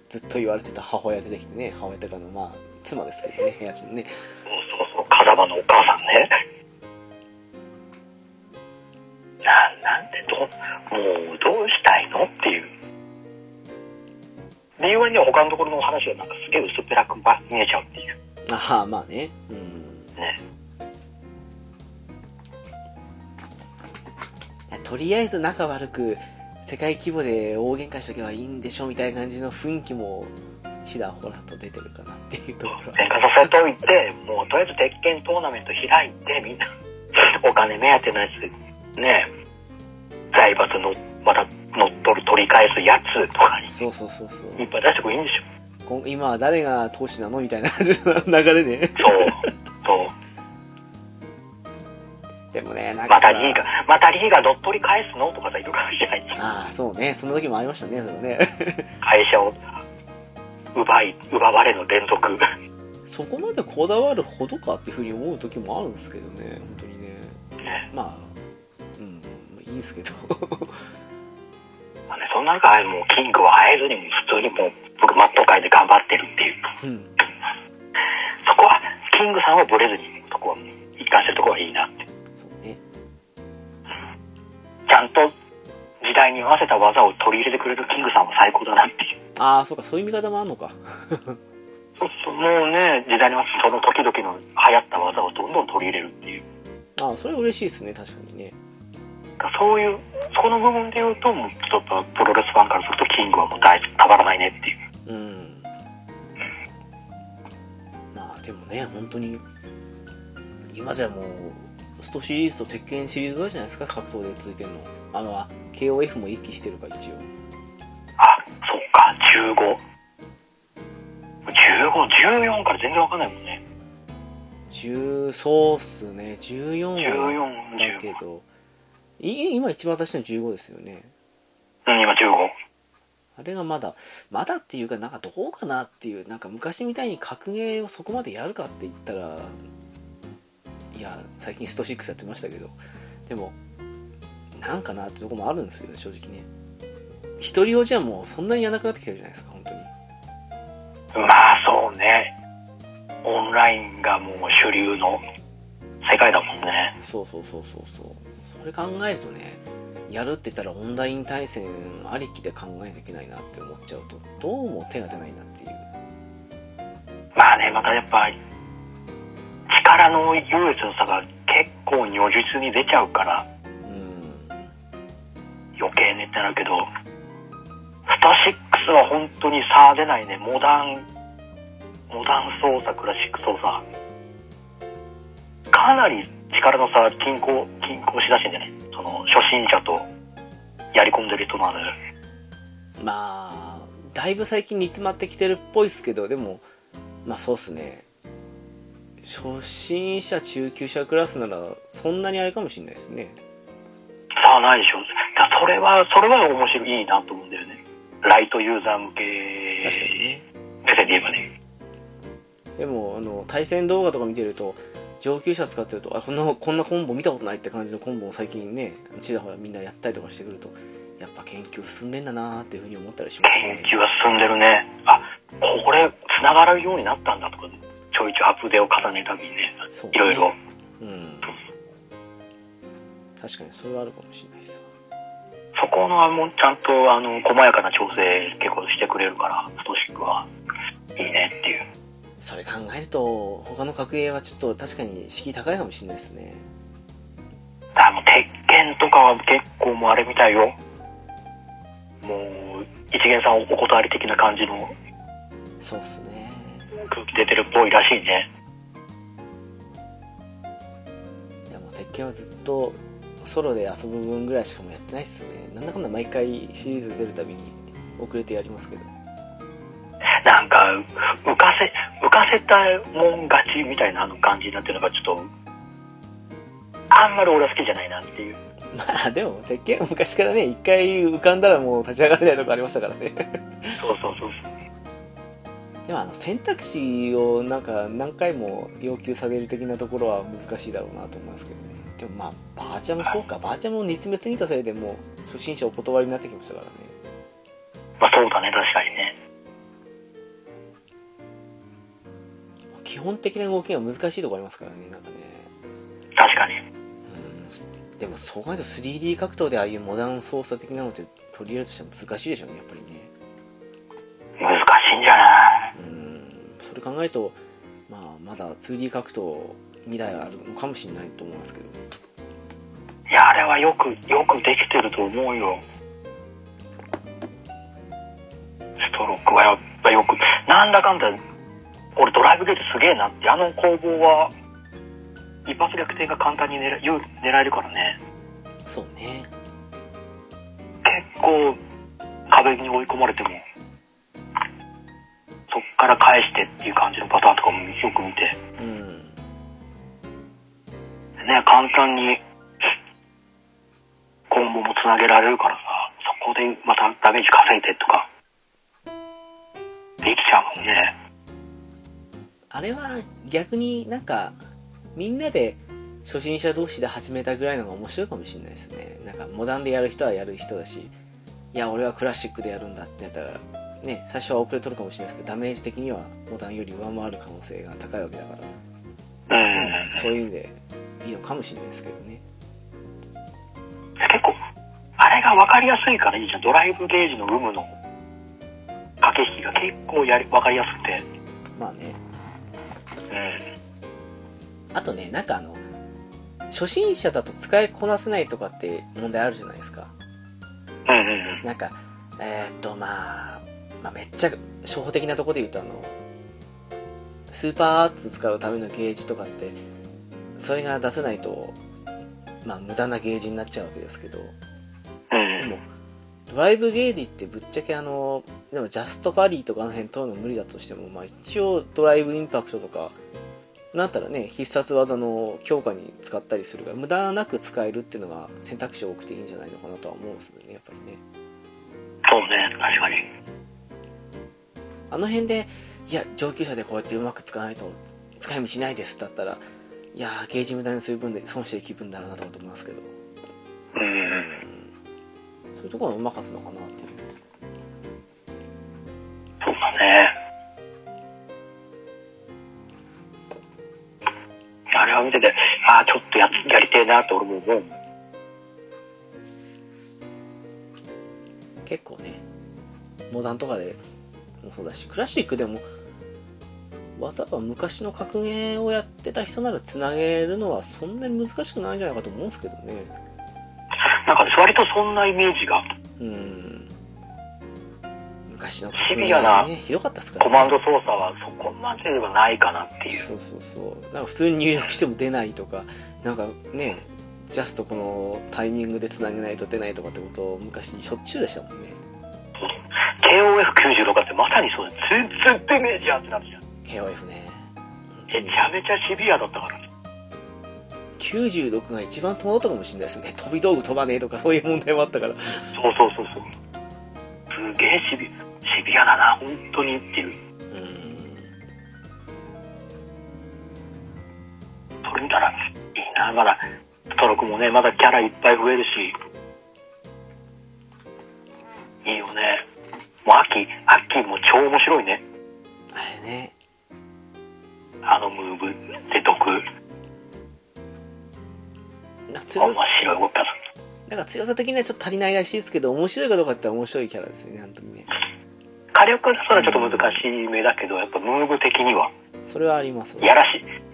ずっと言われてた母親出てきてね母親とかのまあ妻ですけどね部屋中のねそうそうそう、風間のお母さんね。な、なんでど、もうどうしたいのっていう。理由はね、他のところの話はなんかすげえ薄っぺらく見えちゃうっていう。ああまあねうんね。とりあえず仲悪く世界規模で大喧嘩しとけばいいんでしょみたいな感じの雰囲気もちらほらと出てるかなっていうところ喧嘩させといて、もうとりあえず鉄拳トーナメント開いて、みんな、 [laughs] お金目当てのやつ、ね財閥の、また乗っ取る、取り返すやつとかに、そうそうそうそういっぱい出してこいいんでしこん今は誰が投資なのみたいな感じの流れねょ。そう。そう。 [laughs] でもねなんかまたリーが、またリーが乗っ取り返すのとかさ、いるかもしれない。ああそうねそんな時もありましたねそれね [laughs] 会社を奪い、奪われの連続。 [laughs] そこまでこだわるほどかっていうふうに思う時もあるんですけどね本当にねねまあうんいいんですけどまあねそんな中、もうキングは会えずに、普通にもう、僕、マット界で頑張ってるっていう。うんそこは、キングさんはブレずに、そこは、一貫してるとこはいいなって。そうねちゃんと、時代に合わせた技を取り入れてくれるキングさんは最高だなっていう。ああそうかそういう見方もあるのかそうそう、もうね、時代に合わせて、その時々の流行った技をどんどん取り入れるっていう。ああそれは嬉しいですね確かにねそういう、そこの部分で言うと、もうちょっとプロレスファンからすると、キングはもう大事、たまらないねっていうう。んまあでもね本当に今じゃもうストシリーズと鉄拳シリーズぐらいじゃないですか格闘で続いてるのあのあ KOF も一気してるか一応あ、そっか、15。15、14から全然わかんないもんね。 10そうっすね14は14、だけ15。どい今一番私の15ですよねうん、今15。あれがまだまだっていうかなんかどうかなっていうなんか昔みたいに格ゲーをそこまでやるかって言ったらいや最近スト6やってましたけどでもなんかなってとこもあるんですよね正直ね一人用じゃもうそんなにやらなくなってきてるじゃないですか本当にまあ、そうね。オンラインがもう主流の世界だもんね。そうそうそうそうそうそれ考えるとねやるって言ったらオンライン対戦ありきで考えなきゃいけないなって思っちゃうとどうも手が出ないなっていうまあね、またやっぱ、力の優劣の差が結構如実に出ちゃうから、うん余計ねってなるけど、スタ6は本当に差出ないね。モダン、モダン操作、クラシック操作。かなり力の差、均衡、均衡しだしてんだよね。その、初心者と、やり込んでる人なんだよ。まあだいぶ最近煮詰まってきてるっぽいっすけどでもまあそうっすね初心者中級者クラスならそんなにあれかもしれないですね差ああ、ないでしょ。だそれは、それは面白い、いいなと思うんだよね。ライトユーザー向け確かにね。目線で言えばね。でもあの対戦動画とか見てると上級者使ってるとあこんなこんなコンボ見たことないって感じのコンボを最近ねちらほらみんなやったりとかしてくるとやっぱ研究進んでんだなーっていうふうに思ったりしますね研究が進んでるね。あ、これ、繋がるようになったんだとか、ちょいちょいアップデートを重ねるたびにね、そういろいろ。うん確かにそれはあるかもしれないですわそこのはもうちゃんと、あの、細やかな調整結構してくれるから、ストシックは、いいねっていう。それ考えると他の格ゲーはちょっと確かに敷居高いかもしれないですねだからもう、鉄拳とかは結構もうあれみたいよ。もう、一元さんお断り的な感じのそうっすね空気出てるっぽいらしいね。いやもう鉄拳はずっとソロで遊ぶ分ぐらいしかもうやってないっすねなんだかんだ毎回シリーズ出るたびに遅れてやりますけど [laughs] なんか、浮かせ、浮かせたもん勝ちみたいなあの感じになってるのがちょっと、あんまり俺は好きじゃないなっていう。まあでも鉄拳は昔からね一回浮かんだらもう立ち上がれないとかありましたからねそうそうそう。でもあの選択肢をなんか何回も要求される的なところは難しいだろうなと思いますけどねでもまあバーチャもそうかバーチャも煮詰めすぎたせいでもう初心者お断りになってきましたからねまあそうだね、確かにね。基本的な動きが難しいところありますからねなんかね確かに。うんでもそう考えると 3D 格闘でああいうモダン操作的なのって取り入れるとしては難しいでしょうねやっぱりね難しいんじゃなうんそれ考えると、まあ、まだ 2D 格闘2台あるのかもしれないと思いますけどいいや、あれはよく、よくできてると思うよ。ストロークはやっぱよく、なんだかんだ、俺ドライブゲートすげえなって、あの攻防は、一発逆転が簡単に狙えよ狙えるからね。そうね結構壁に追い込まれてもそっから返してっていう感じのパターンとかもよく見てうんね簡単にコンボもつなげられるからさそこでまたダメージ稼いでとかできちゃうもんねあれは逆になんかみんなで初心者同士で始めたぐらいのが面白いかもしれないですねなんかモダンでやる人はやる人だしいや俺はクラシックでやるんだってやったらね最初は遅れとるかもしれないですけどダメージ的にはモダンより上回る可能性が高いわけだからうんそういうんでいいのかもしれないですけどね結構あれが分かりやすいからいいじゃんドライブゲージの有無の駆け引きが結構やり分かりやすくてまあねうんあとねなんかあの初心者だと使いこなせないとかって問題あるじゃないですかうんうんうんなんかえーっとまあ、まあめっちゃ初歩的なとこで言うとあのスーパーアーツ使うためのゲージとかってそれが出せないとまあ無駄なゲージになっちゃうわけですけどうんでもドライブゲージってぶっちゃけあのでもジャストバリーとかあの辺取るの無理だとしても、まあ、一応ドライブインパクトとかなったらね必殺技の強化に使ったりするから無駄なく使えるっていうのが選択肢多くていいんじゃないのかなとは思うんですよねやっぱりねそうね確かにあの辺で、いや、上級者でこうやってうまく使わないと、使い道ないですだったら、いやー、ゲージ無駄にする分で損してる気分だろうなと思いますけど、うんうんそういうところがうまかったのかなっていう。そうだね。あれを見てて、ああ、ちょっとややりてえなと俺も思うもん。結構ね、モダンとかでもそうだし、クラシックでも、わざわざ昔の格ゲーをやってた人ならつなげるのはそんなに難しくないんじゃないかと思うんですけどね。なんか割とそんなイメージが、うん。昔のシ格ゲビーアはなね、ひどかったですからコね。マンド操作はそこまではないかなっていう。そうそうそうなんか普通に入力しても出ないとかなんかねジャストこのタイミングでつなげないと出ないとかってことを昔にしょっちゅうでしたもんね KOF96 だってまさにそうだよ全然ダメージアってなるじゃん。 KOF ねめちゃめちゃシビアだったから。急96が一番戸惑ったかもしれないですね飛び道具飛ばねえとかそういう問題もあったからそうそうそうそう。すげえシビシビアだな、本当にっていう。うんそれ見たら、いいな、まだ、トロクもね、まだキャラいっぱい増えるし、いいよね。もう秋、秋も超面白いね。あれねあのムーブ、で毒、夏面の白い動き方。なんか強さ的にはちょっと足りないらしいですけど、面白いかどうかって言ったら面白いキャラですよね、本当にね。火力だったらちょっと難しい目だけど、やっぱムーブ的には、それはありますやらし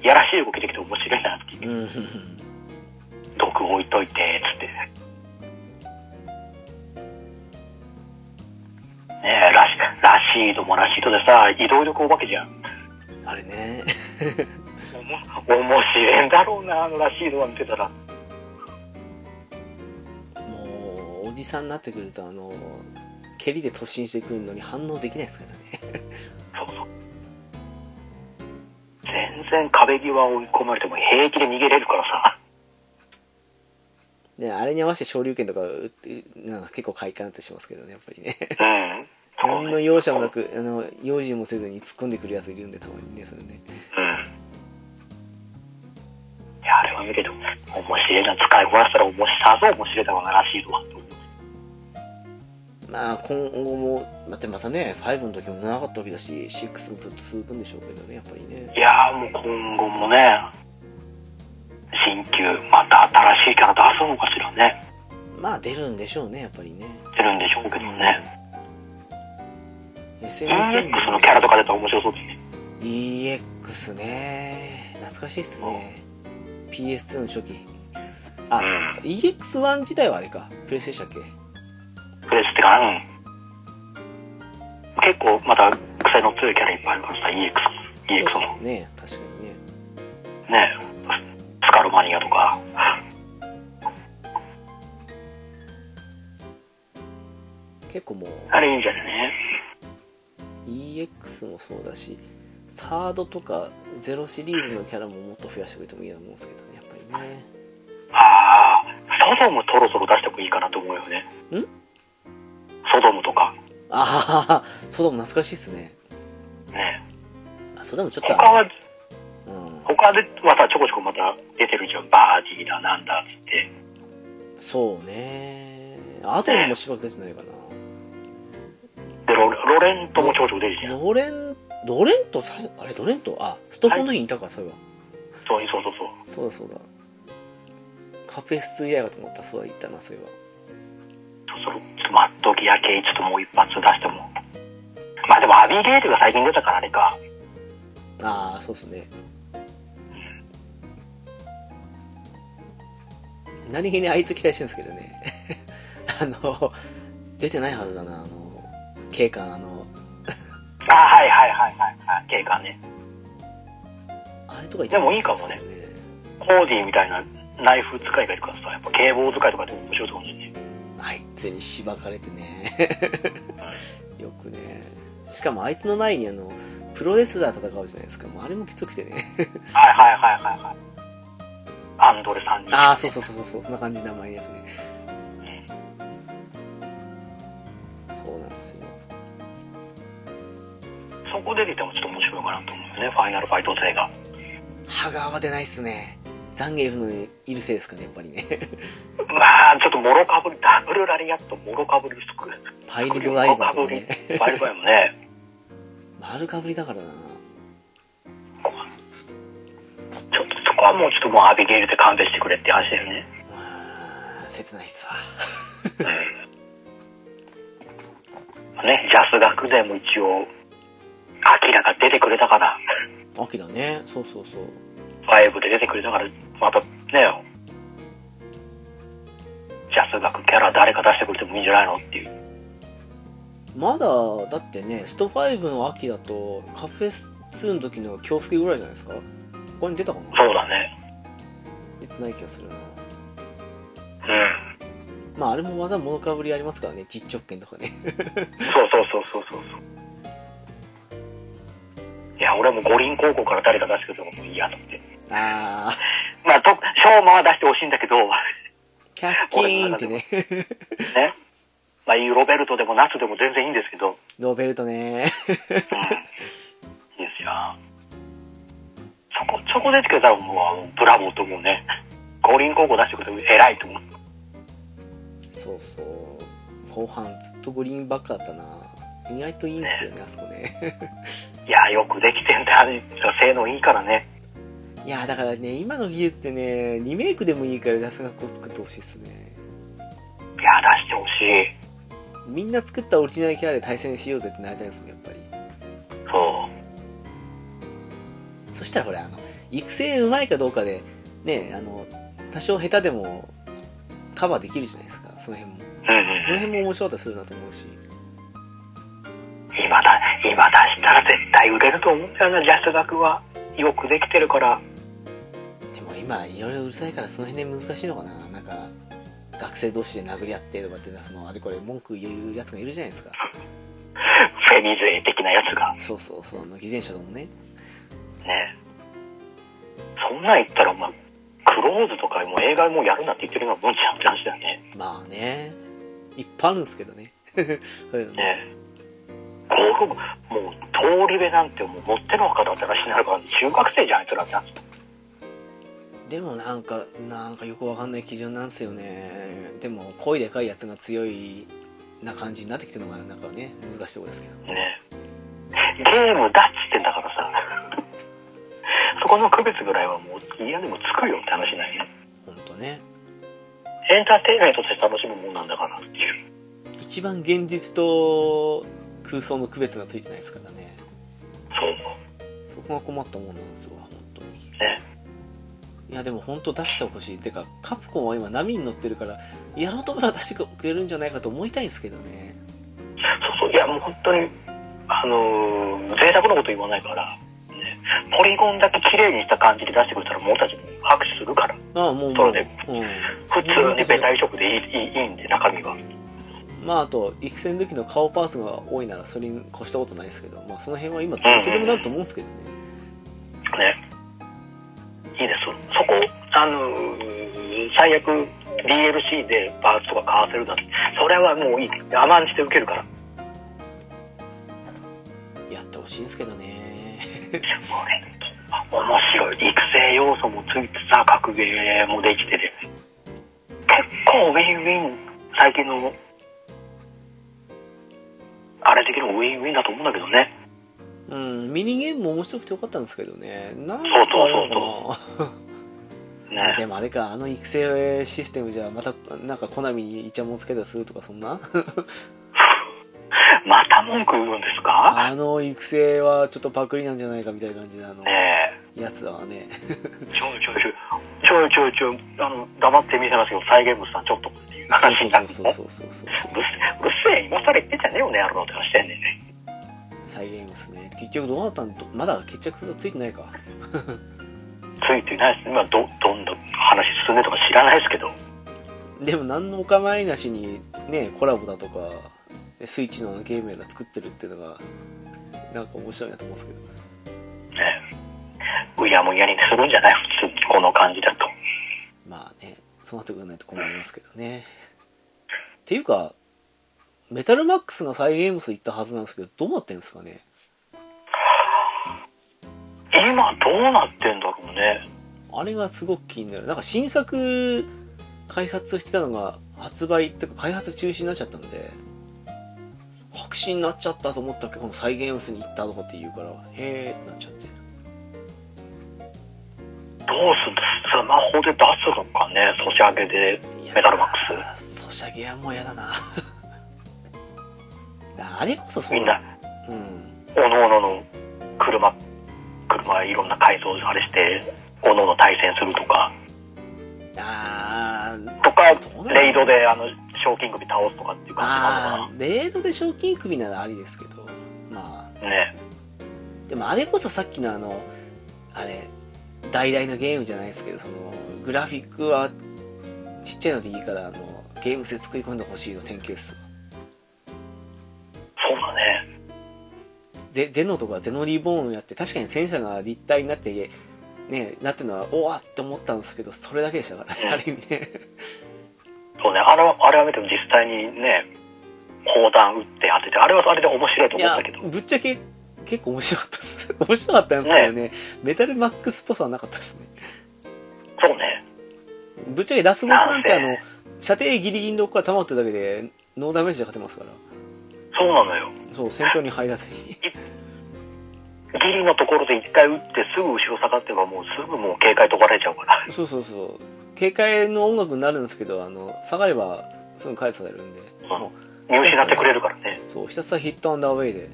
い、やらしい動きできて面白いなっていう。うん。毒置いといて、つって。ねえ、ラシ、ラシードもラシードでさ、移動力お化けじゃん。あれね。おも面白いんだろうな、あのラシードは見てたら。もう、おじさんになってくると、あの、蹴りで突進してくるのに反応できないですからね。 [laughs] そうそう。全然壁際追い込まれても平気で逃げれるからさ。で、あれに合わせて昇竜拳とか打って、なんか結構快感だってしますけどね、やっぱりね。 [laughs] うん。そう何の容赦もなく、あの、用心もせずに突っ込んでくるやついるんで、たまにね、それね。うん。いや、あれは見てて、面白いな、使いこなしたら面白いさぞ面白いだろうな、ラシードは。まあ、今後も、だってまたね、5の時も長かったわけだし、6もずっと続くんでしょうけどね、やっぱりね。いやーもう今後もね、新旧、また新しいキャラ出すのかしらね。まあ、出るんでしょうね、やっぱりね。出るんでしょうけどね。 SNK も EX のキャラとか出たら面白そうですね。 EX ね懐かしいっすね PS2 の初期あ EX1 自体はあれかプレスでしたっけプレスってかな、うん。結構また癖の強いキャラいっぱいあるからさ、EX。EX そうっも。すね確かにねねスカルマニアとか。結構もうあれいいんじゃないね。 EX もそうだしサードとかゼロシリーズのキャラももっと増やしてくれてもいいなと思うんですけどねやっぱりねあー、ソドムそろそろ出してもいいかなと思うよね。んソドムとか。ああソダム懐かしいっすねねあソダムちょっと他は、うん、他でまたちょこちょこまた出てるじゃん。バーディーだなんだっつって。そうねアトムもしばらく出てないかなでロロレントもちょこちょこ出るじゃん。ロレン、ロレントさあれ、ロレントあ、ストコンの日にいたか、そういえば。そうそうそうそう。そうだそうだ。カペス2以来かと思った、そうだ、言ったな、そういえそろちょっとマットギア系ちょっともう一発出しても。まあでもアビゲイルが最近出たからあれか。ば。ああ、そうっすね。何気にあいつ期待してるんですけどね。 [laughs] あの、出てないはずだな、あの、警官、あの、あはいはいはいはいはい。警官ね。あれとか言ってでもいいかもねコーディみたいなナイフ使いがいるからさ、やっぱ警棒使いとかでも面白いと思うんだよね。あいつにしばかれてねよくねしかもあいつの前にあのプロレスラー戦うじゃないですかもうあれもきつくてねはいはいはいはいはい。アンドレさんに。ああそうそうそうそうそうそんな感じの名前ですねそうなんですよそこで出てもちょっと面白いかなと思うよね。ファイナルファイト勢が。歯がは出ないっすねザンゲーフのいるせいですかねやっぱりねまあちょっともろかぶり、ダブルラリアットもろかぶりしとく。パイルドライバーとかもろかねぶり。ファイルドライバーもね。丸かぶりだからなちょっとそこはもうちょっともうアビゲイルで勘弁してくれって話だよね。うーん切ないっすわね、ジャス学でも一応、アキラが出てくれたから、秋だねそうそうそう5で出てくれたから、またね、ジャス学キャラ誰か出してくれてもいいんじゃないのっていう。まだだってねスト5の秋だとカフェス2の時の京介ぐらいじゃないですか他に出たかなそうだね。出てない気がするなうまああれも技物かぶりありますからね実直拳とかねん。そうそうそうそうそうそう。いや、俺も五輪高校から誰か出してくれてもいいやと思って。ああまあ、と、昌磨は出してほしいんだけど、 [laughs] キャッキーンってね。ね。まあいいロベルトでもナスでも全然いいんですけど、 [laughs] ノーベルトね。うん。いいですよ。そこ、そこでつけたらもう、ブラボーと思うね。五輪高校出してくれて偉いと思う。そうそう。後半ずっと五輪ばっかだったな。意外といいんすよね、あそこね。いや、よくできてんだ。性能いいからね。いや、だからね、今の技術でね、リメイクでもいいから出す学校作ってほしいっすね。いや、出してほしい。みんな作ったオリジナルキャラで対戦しようぜってなりたいですもん、やっぱり。そう。そしたらほら、あの、育成うまいかどうかで、ね、あの、多少下手でもカバーできるじゃないですか、その辺も。うんうそのん。辺も面白かったりするなと思うし。今だ、今出したら絶対売れると思うんだよな、ジャス学は。よくできてるから。でも今、いろいろうるさいからその辺で難しいのかな。なんか、学生同士で殴り合ってとかって、あの、あれこれ文句言うやつもいるじゃないですか。フェミ勢的なやつが。そうそうそう、あの、偽善者ともね。ね。そんなん言ったら、お前、クローズとかもう映画もうやるなって言ってるようなもんじゃんって話だよね。まあね、いっぱいあるんですけどね。 [laughs] そういうのね。ねゴルフもう通り部なんてもう持ってのほかだったらしになるから中学生じゃんあいつらってなでもなんか、なんかよくわかんない基準なんですよね。でも、声でかいやつが強いな感じになってきてるのが、なんかね、難しいところですけど。ねゲームだっつってんだからさ [laughs] そこの区別ぐらいはもう嫌でもつくよって話ないねほんとね。エンターテインメントとして楽しむもんなんだからっていう一番現実と空想の区別がついてないですからね。そうそこが困ったもんなんですわ、本当に。ねいや、でも本当出してほしい。てか、カプコンは今波に乗ってるから、やろうと思えば出してくれるんじゃないかと思いたいですけどね。そうそういやもう本当にあのー贅沢なこと言わないから、ね、ポリゴンだけ綺麗にした感じで出してくれたらもう俺たちも拍手するからああ、もう、そもううね、うん。普通にベタ移植でいいいいいいんで中身がまあ、あと、育成の時の顔パーツが多いなら、それに越したことないですけど、まあ、その辺は今、どうとでもなると思うんですけどね。ね。いいです。そこ、あのー、最悪 DLC でパーツとか買わせるだって、それはもういい。甘んじて受けるから。やってほしいんですけどね。これ、面白い。育成要素もついてさ、格ゲーもできてて。結構ウィンウィン、最近の、あれ的にもウィンウィンだと思うんだけどね。うん、ミニゲームも面白くてよかったんですけどね。なんかそうそうそうそう。ね。でもあれか、あの育成システムじゃ、また、なんか、コナミにイチャモンつけたりするとか、そんなまた文句言うんですかあの育成はちょっとパクリなんじゃないかみたいな感じで、あの、ねえ。やつだわね。ちょいちょいちょいちょいちょいちょいあの黙って見せますけど再現物さんちょっとっていうそう話そになうるそうのそうそうそう。うるせうるせえ今更言ってんじゃねえよねやろうって話してんねんね再現ですね。結局どうなったんと、まだ決着がついてないか。ついてないです今どどんどん話進んでとか知らないですけどでも何のお構いなしに、ね、コラボだとか、スイッチのゲームやら作ってるっていうのが、なんか面白いなと思うんですけど。うやむやにするんじゃない普通この感じだとまあね、そうなってくれないと困りますけどね。っていうか、メタルマックスがサイ・ゲームス行ったはずなんですけど、どうなってんですかね今どうなってんだろうねあれがすごく気になる。なんか新作開発してたのが発売っていうか開発中止になっちゃったんで、白紙になっちゃったと思ったけど、この再現物に行ったとかって言うから、へーってなっちゃって。どうすんだスマホで出すのかねソシャゲでいやーメタルマッソシャゲはもうやだな。 [laughs] あれこそそみんうなだ。うん。おのおのの車車いろんな改造あれしておのおの対戦するとかあー、とかどうなのレイドであの賞金首倒すとかっていう感じなのああ、レードで賞金首ならありですけど、まかなねあ、でもあれこそさっきのあの、あれ、大々のゲームじゃないですけど、その、グラフィックはちっちゃいのでいいから、あの、ゲーム性作り込んでほしいの典型っす。そうだねゼゼノとかゼノリボーンやって、確かに戦車が立体になって、ねなってるのはおわって思ったんですけどそれだけでしたからね、うんある意味ねそうねあれはあれは見ても実際にね砲弾撃って当ててあれはあれで面白いとい思っやたけどぶっちゃけ結構面白かったっす [laughs] 面白かったんですけどねメタルマックスっぽさはなかったですねそうねぶっちゃけラスボスなんてあなんので射程ギリギリのとこから弾打ってるだけでノーダメージで勝てますからそうなのよそう戦闘に入らず [laughs] にギリのところで一回撃ってすぐ後ろ下がってばもうすぐもう警戒解かれちゃう [laughs] からそうそうそう警戒の音楽になるんですけどあの下がればすぐ返されるんで、んも見失ってくれるからねうそうひたすらヒットアンダーウェイで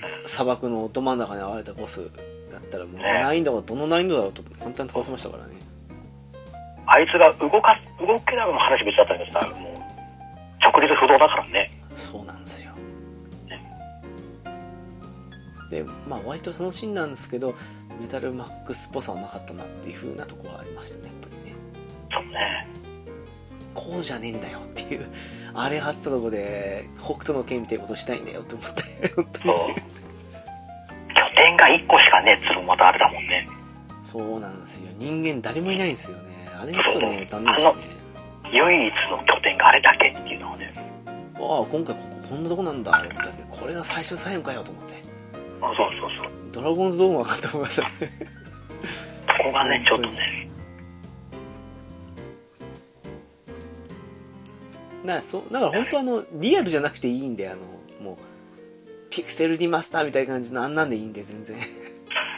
さ砂漠のど真ん中に現れたボスだったらもうね難易度がどの難易度だろうと簡単に倒せましたからねあいつが動かす動けなくも話別だったんだけどさもう直立不動だからねそうなんですよでまあ割と楽しんだんですけどメタルマックスっぽさはなかったなっていう風なとこはありましたねやっぱりねそうねこうじゃねえんだよっていうあれ張ってたとこで北斗の剣みたいなことしたいんだよって思ったよ本当に [laughs] そう拠点が1個しかねえっつうのもまたあれだもんねそうなんですよ人間誰もいないんですよねあれがちょっとね残念でしあたのね唯一の拠点があれだけっていうのはねああ今回こここんなとこなんだみたいなこれが最初最後かよと思ってあそうそうそうドラゴンズドームはかと思いました [laughs] ねそこがねちょっとねなそうだから本当あのリアルじゃなくていいんであのもうピクセルリマスターみたいな感じのあんなんでいいんで全然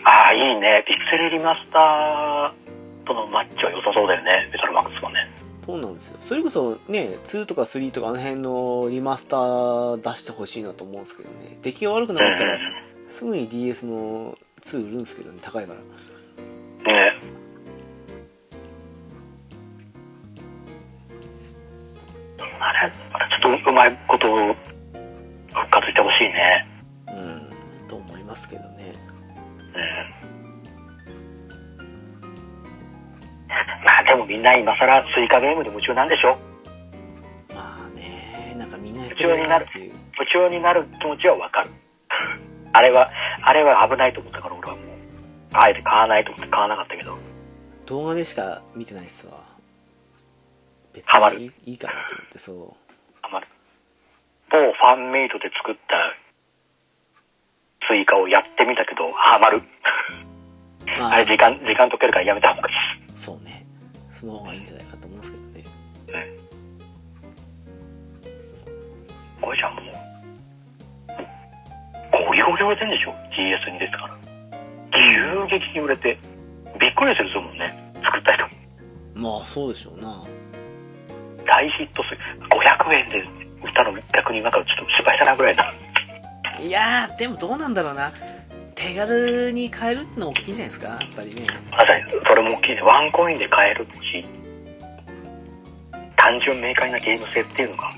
ああいいねピクセルリマスターとのマッチは良さそうだよねメタルマックスはねそうなんですよそれこそね2とか3とかあの辺のリマスター出してほしいなと思うんですけどね出来が悪くなかったらすぐに DS の2売るんですけどね高いからうんねあれあれちょっとうまいこと復活してほしいねうんと思いますけどねまあでもみんな今更スイカゲームで夢中なんでしょまあねなんかみんなやってるなっていう夢中になる気持ちはわかる [laughs] あれはあれは危ないと思ったから俺はもうあえて買わないと思って買わなかったけど動画でしか見てないっすわ別ハマにるいいいいかなと思ってそあまり某ファンメイトで作ったスイカをやってみたけどハマるうまああれ時間時間解けるからやめた方がいいそうねその方がいいんじゃないかと思うんですけどねこれじゃもうゴリゴリ売れてんでしょ GS にですから急激に売れてびっくりするぞもんね作った人まあそうでしょうな大ヒット数500円で売ったの逆になんかちょっと失敗したなぐらいないやーでもどうなんだろうな手軽に買えるってのは大きいんじゃないですかやっぱりねまさにそれも大きいねワンコインで買えるし単純明快なゲーム性っていうのが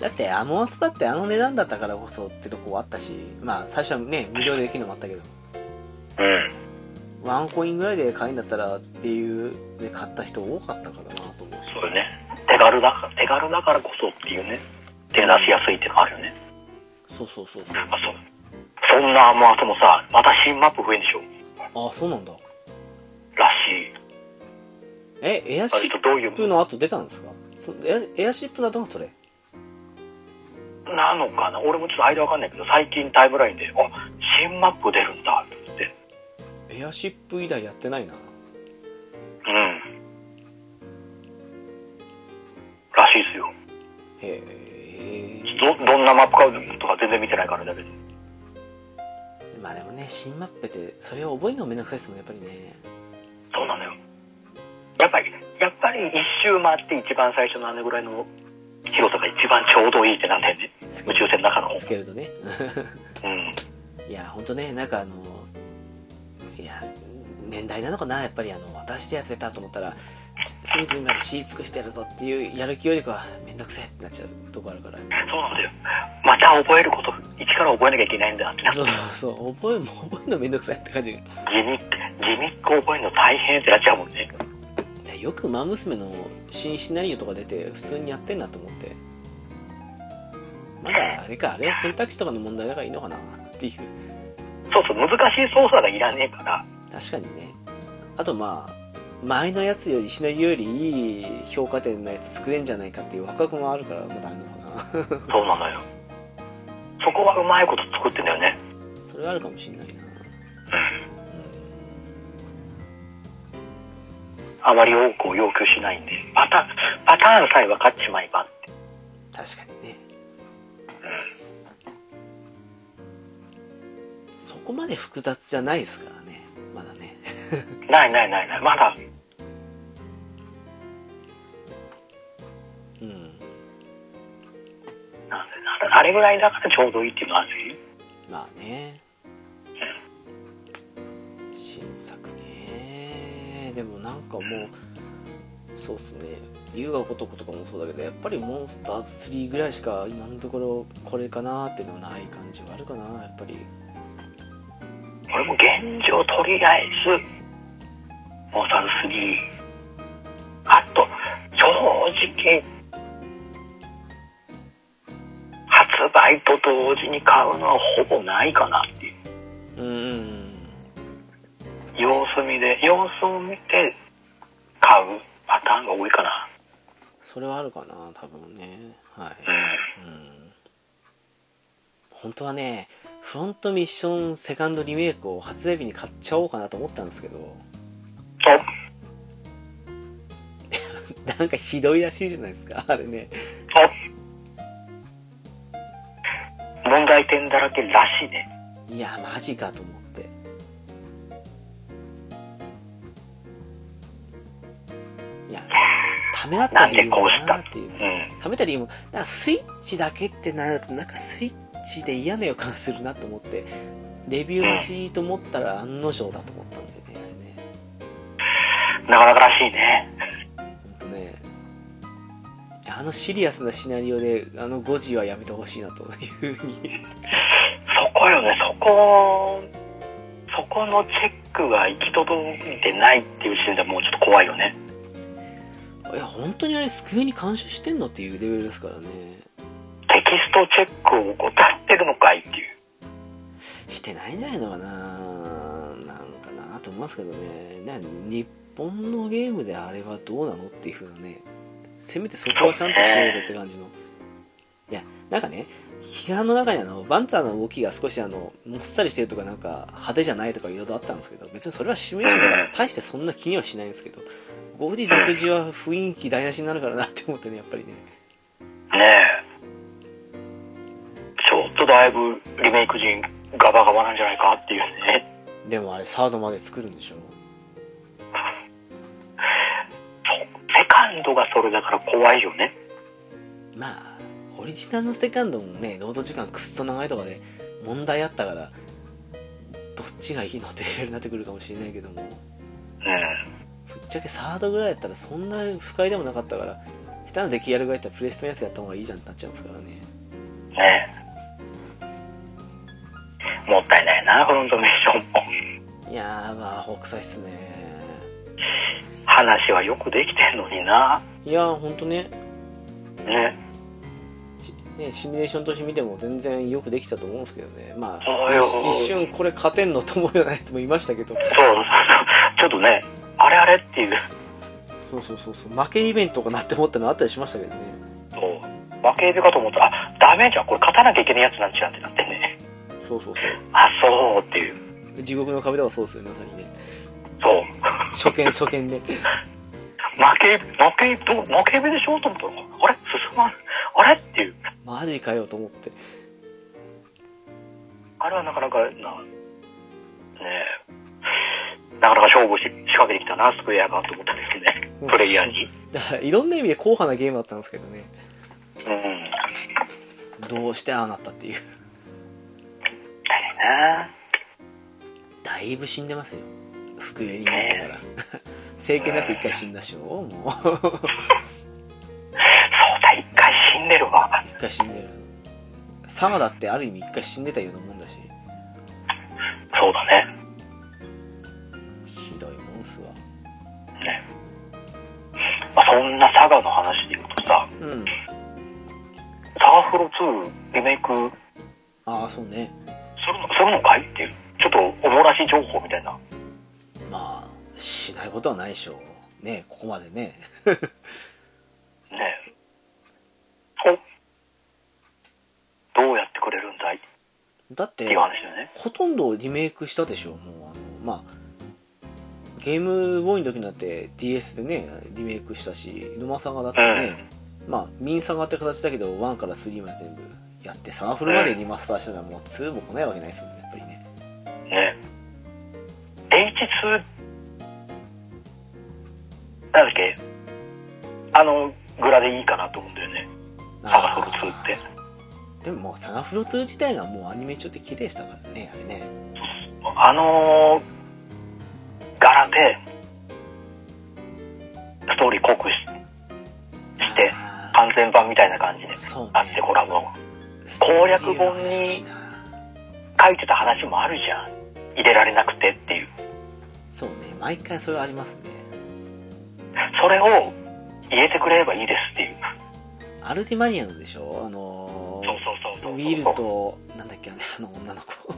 だってアモアスだってあの値段だったからこそってとこはあったしまあ最初はね無料でできるのもあったけどうんワンコインぐらいで買えんだったらっていうで買った人多かったからなと思うしそうよね手軽だから手軽だからこそっていうね手出しやすいっていうのがあるよねそうそうそうそうあそうそんなアモアスもさまた新マップ増えんでしょあそうなんだらしいえエアあシれッとどういうプの後出たんですかそエアエアシップの後がそれなのかな俺もちょっと間わかんないけど最近タイムラインで「あ新マップ出るんだ」ってエアシップ以来やってないなうんらしいですよへえどどんなマップかとか全然見てないからだけどまあでもね新マップってそれを覚えるのもめんどくさいですもんねやっぱりねそうなのよやっぱりやっぱり一周回って一番最初のあのぐらいの広さが一番ちょうどいいってなんだよねスケ宇ル宙船の中のスケルとねうんいやほんとねなんかあのいや年代なのかなやっぱりあの私で痩せたと思ったら隅々まで知り尽くしてやるぞっていうやる気よりかはめんどくせえってなっちゃうとこあるからそうなんだよまた覚えること一から覚えなきゃいけないんだってなそうそうそう覚えも覚えるのめんどくさいって感じギミックギミック覚えるの大変ってなっちゃうもんねでよく「マ娘」の新シナリオとか出て普通にやってんなと思ってまだあれかあれは選択肢とかの問題だからいいのかなっていうそうそう難しい操作がいらねえから確かにねあとまあ前のやつよりシナリオよりいい評価点のやつ作れんじゃないかっていう若くもあるからまあダメなのかな [laughs] そうなのよそこはうまいこと作ってんだよねそれはあるかもしんないなあまり多くを要求しないんでパタパターンさえ分かっちまえばって確かにねそこまで複雑じゃないですからねまだねないないないないまだうんなんでなんだあれぐらいだからちょうどいいっていうのはあるしまあね新作ねでもなんかもうそうっすね優雅ことことかもそうだけどやっぱりモンスターズ3ぐらいしか今のところこれかなーっていうのはない感じはあるかなやっぱり俺も現状とりあえずモンスターズ3あと正直発売と同時に買うのはほぼないかなっていううーん様子見で様子を見て買うパターンが多いかなそれはあるかな多分ねはいうんうん本当はねフロントミッションセカンドリメイクを発売日に買っちゃおうかなと思ったんですけどとなんかひどいらしいじゃないですかあれねと問題点だらけらしいねいやマジかと思っていやためらった理由もなっていううんためた理由もなんかスイッチだけってなるとなんかスイッチで嫌な予感するなと思ってレビュー待ちと思ったら案の定だと思ったんでねあれねなかなからしいねほんとねあのシリアスなシナリオであの5時はやめてほしいなというふうにそこよねそこそこのチェックが行き届いてないっていう時点でもうちょっと怖いよねいや本当にあれ救いに監視してんのっていうレベルですからねテキストチェックを怠ってるのかいっていうしてないんじゃないのかななんかなと思いますけどねな日本のゲームであれはどうなのっていうふうなねせめてそこはちゃんとしようぜって感じのいやなんかね批判の中にあのバンツァーの動きが少しあのもっさりしてるとかなんか派手じゃないとかいろいろあったんですけど別にそれはシミュレーションだから大してそんな気にはしないんですけど5時脱字は雰囲気台無しになるからなって思ってねやっぱりねねえちょっとだいぶリメイク陣ガバガバなんじゃないかっていうねでもあれサードまで作るんでしょそうセカンドがそれだから怖いよねまあオリジナルのセカンドもね労働時間くっそ長いとかで問題あったからどっちがいいのってレベルになってくるかもしれないけどもうんぶっちゃけサードぐらいやったらそんな不快でもなかったから下手な出来やるぐらいやったらプレステのやつやった方がいいじゃんってなっちゃうんですからねねえもったいないなフロントミッションもいやーまあ北斎っすね話はよくできてんのにないやーほんとねねしねシミュレーションとして見ても全然よくできたと思うんですけどねまそあうよ一瞬これ勝てんのと思うようなやつもいましたけどそうそうそうちょっとねあれあれっていうそうそうそうそう負けイベントかなって思ったのあったりしましたけどねそう負け指かと思ったらあダメじゃんこれ勝たなきゃいけないやつなんじゃんってなってねそうそうそうあそうっていう地獄の壁とかそうですよねまさにねそ初う [laughs] 見初見で負け負けどう負け指でしょと思ったらあれ進まんあれっていうマジかよと思ってあれはなかなかなねえなかなか勝負し仕掛けてきたなスクエアがと思ったんですねプレイヤーにだからいろんな意味で硬派なゲームだったんですけどねうんだよねどうしてああなったっていうだいぶ死んでますよ救いになって [laughs] から政権だって一回死んだしょもうそうだ一回死んでるわ一回死んでるサマだってある意味一回死んでたようなもんだしそうだねひどいもんっすわねまあ、そんな佐賀の話でいうとさうん「サーフロ2リメイクああそうねするのするのかい?」っていうちとおもらし情報みたいなまあしないことはないでしょうねここまでねねえおどうやってくれるんだいっだってていう話だよねほとんどリメイクしたでしょもうあのまあゲームボーイの時になって DS でねリメイクしたし沼サガだってね、まあミンサガって形だけど1から3まで全部やってサガフルまでリマスターしたらもう2も来ないわけないですもんねやっぱりねね H2 なんだっけあのグラでいいかなと思うんだよねサガフル2ってあーでももうサガフル2自体がもうアニメ調で綺麗でしたからねあれねあの柄でストーリー濃くししてあー完全版みたいな感じでそうねあってコラボ攻略本にストーリーがな書いてた話もあるじゃん入れられなくてっていうそうね毎回それはありますねそれを入れてくれればいいですっていうアルティマニアのでしょあのーそうそうそうそうウィルと、なんだっけ、 [laughs] あの女の [laughs] 子。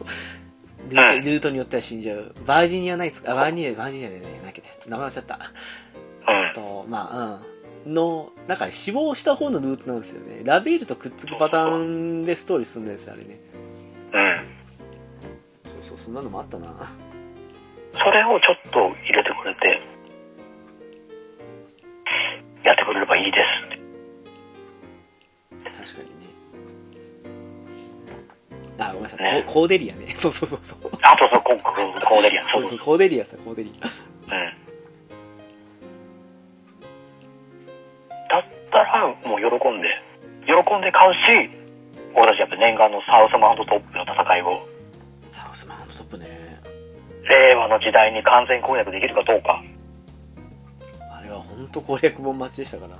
ルートルートによっては死んじゃう。バージニアナイツか、あバージニア、バージニアでね、なんだっけ、名前忘れちゃった。うんと、まあ、うん。の、なんかね死亡した方のルートなんですよね。ラベールとくっつくパターンでストーリー進んでるんですよ、あれね。うんそうそう、そんなのもあ [laughs] ったな。それをちょっと入れてくれてやってくれればいいですって確かにね。あ、ごめんなさい、ココーデリアね。 [laughs] そうそうそうそう。あとそうコココーデリアンそそううそ、そううコーデリアさ、コーデリア。うんだったらもう喜んで喜んで買うし俺たちやっぱ念願のサウスマウントトップの戦いをサウスマウントトップね。令和の時代に完全攻略できるかどうかあれは本当攻略本待ちでしたから。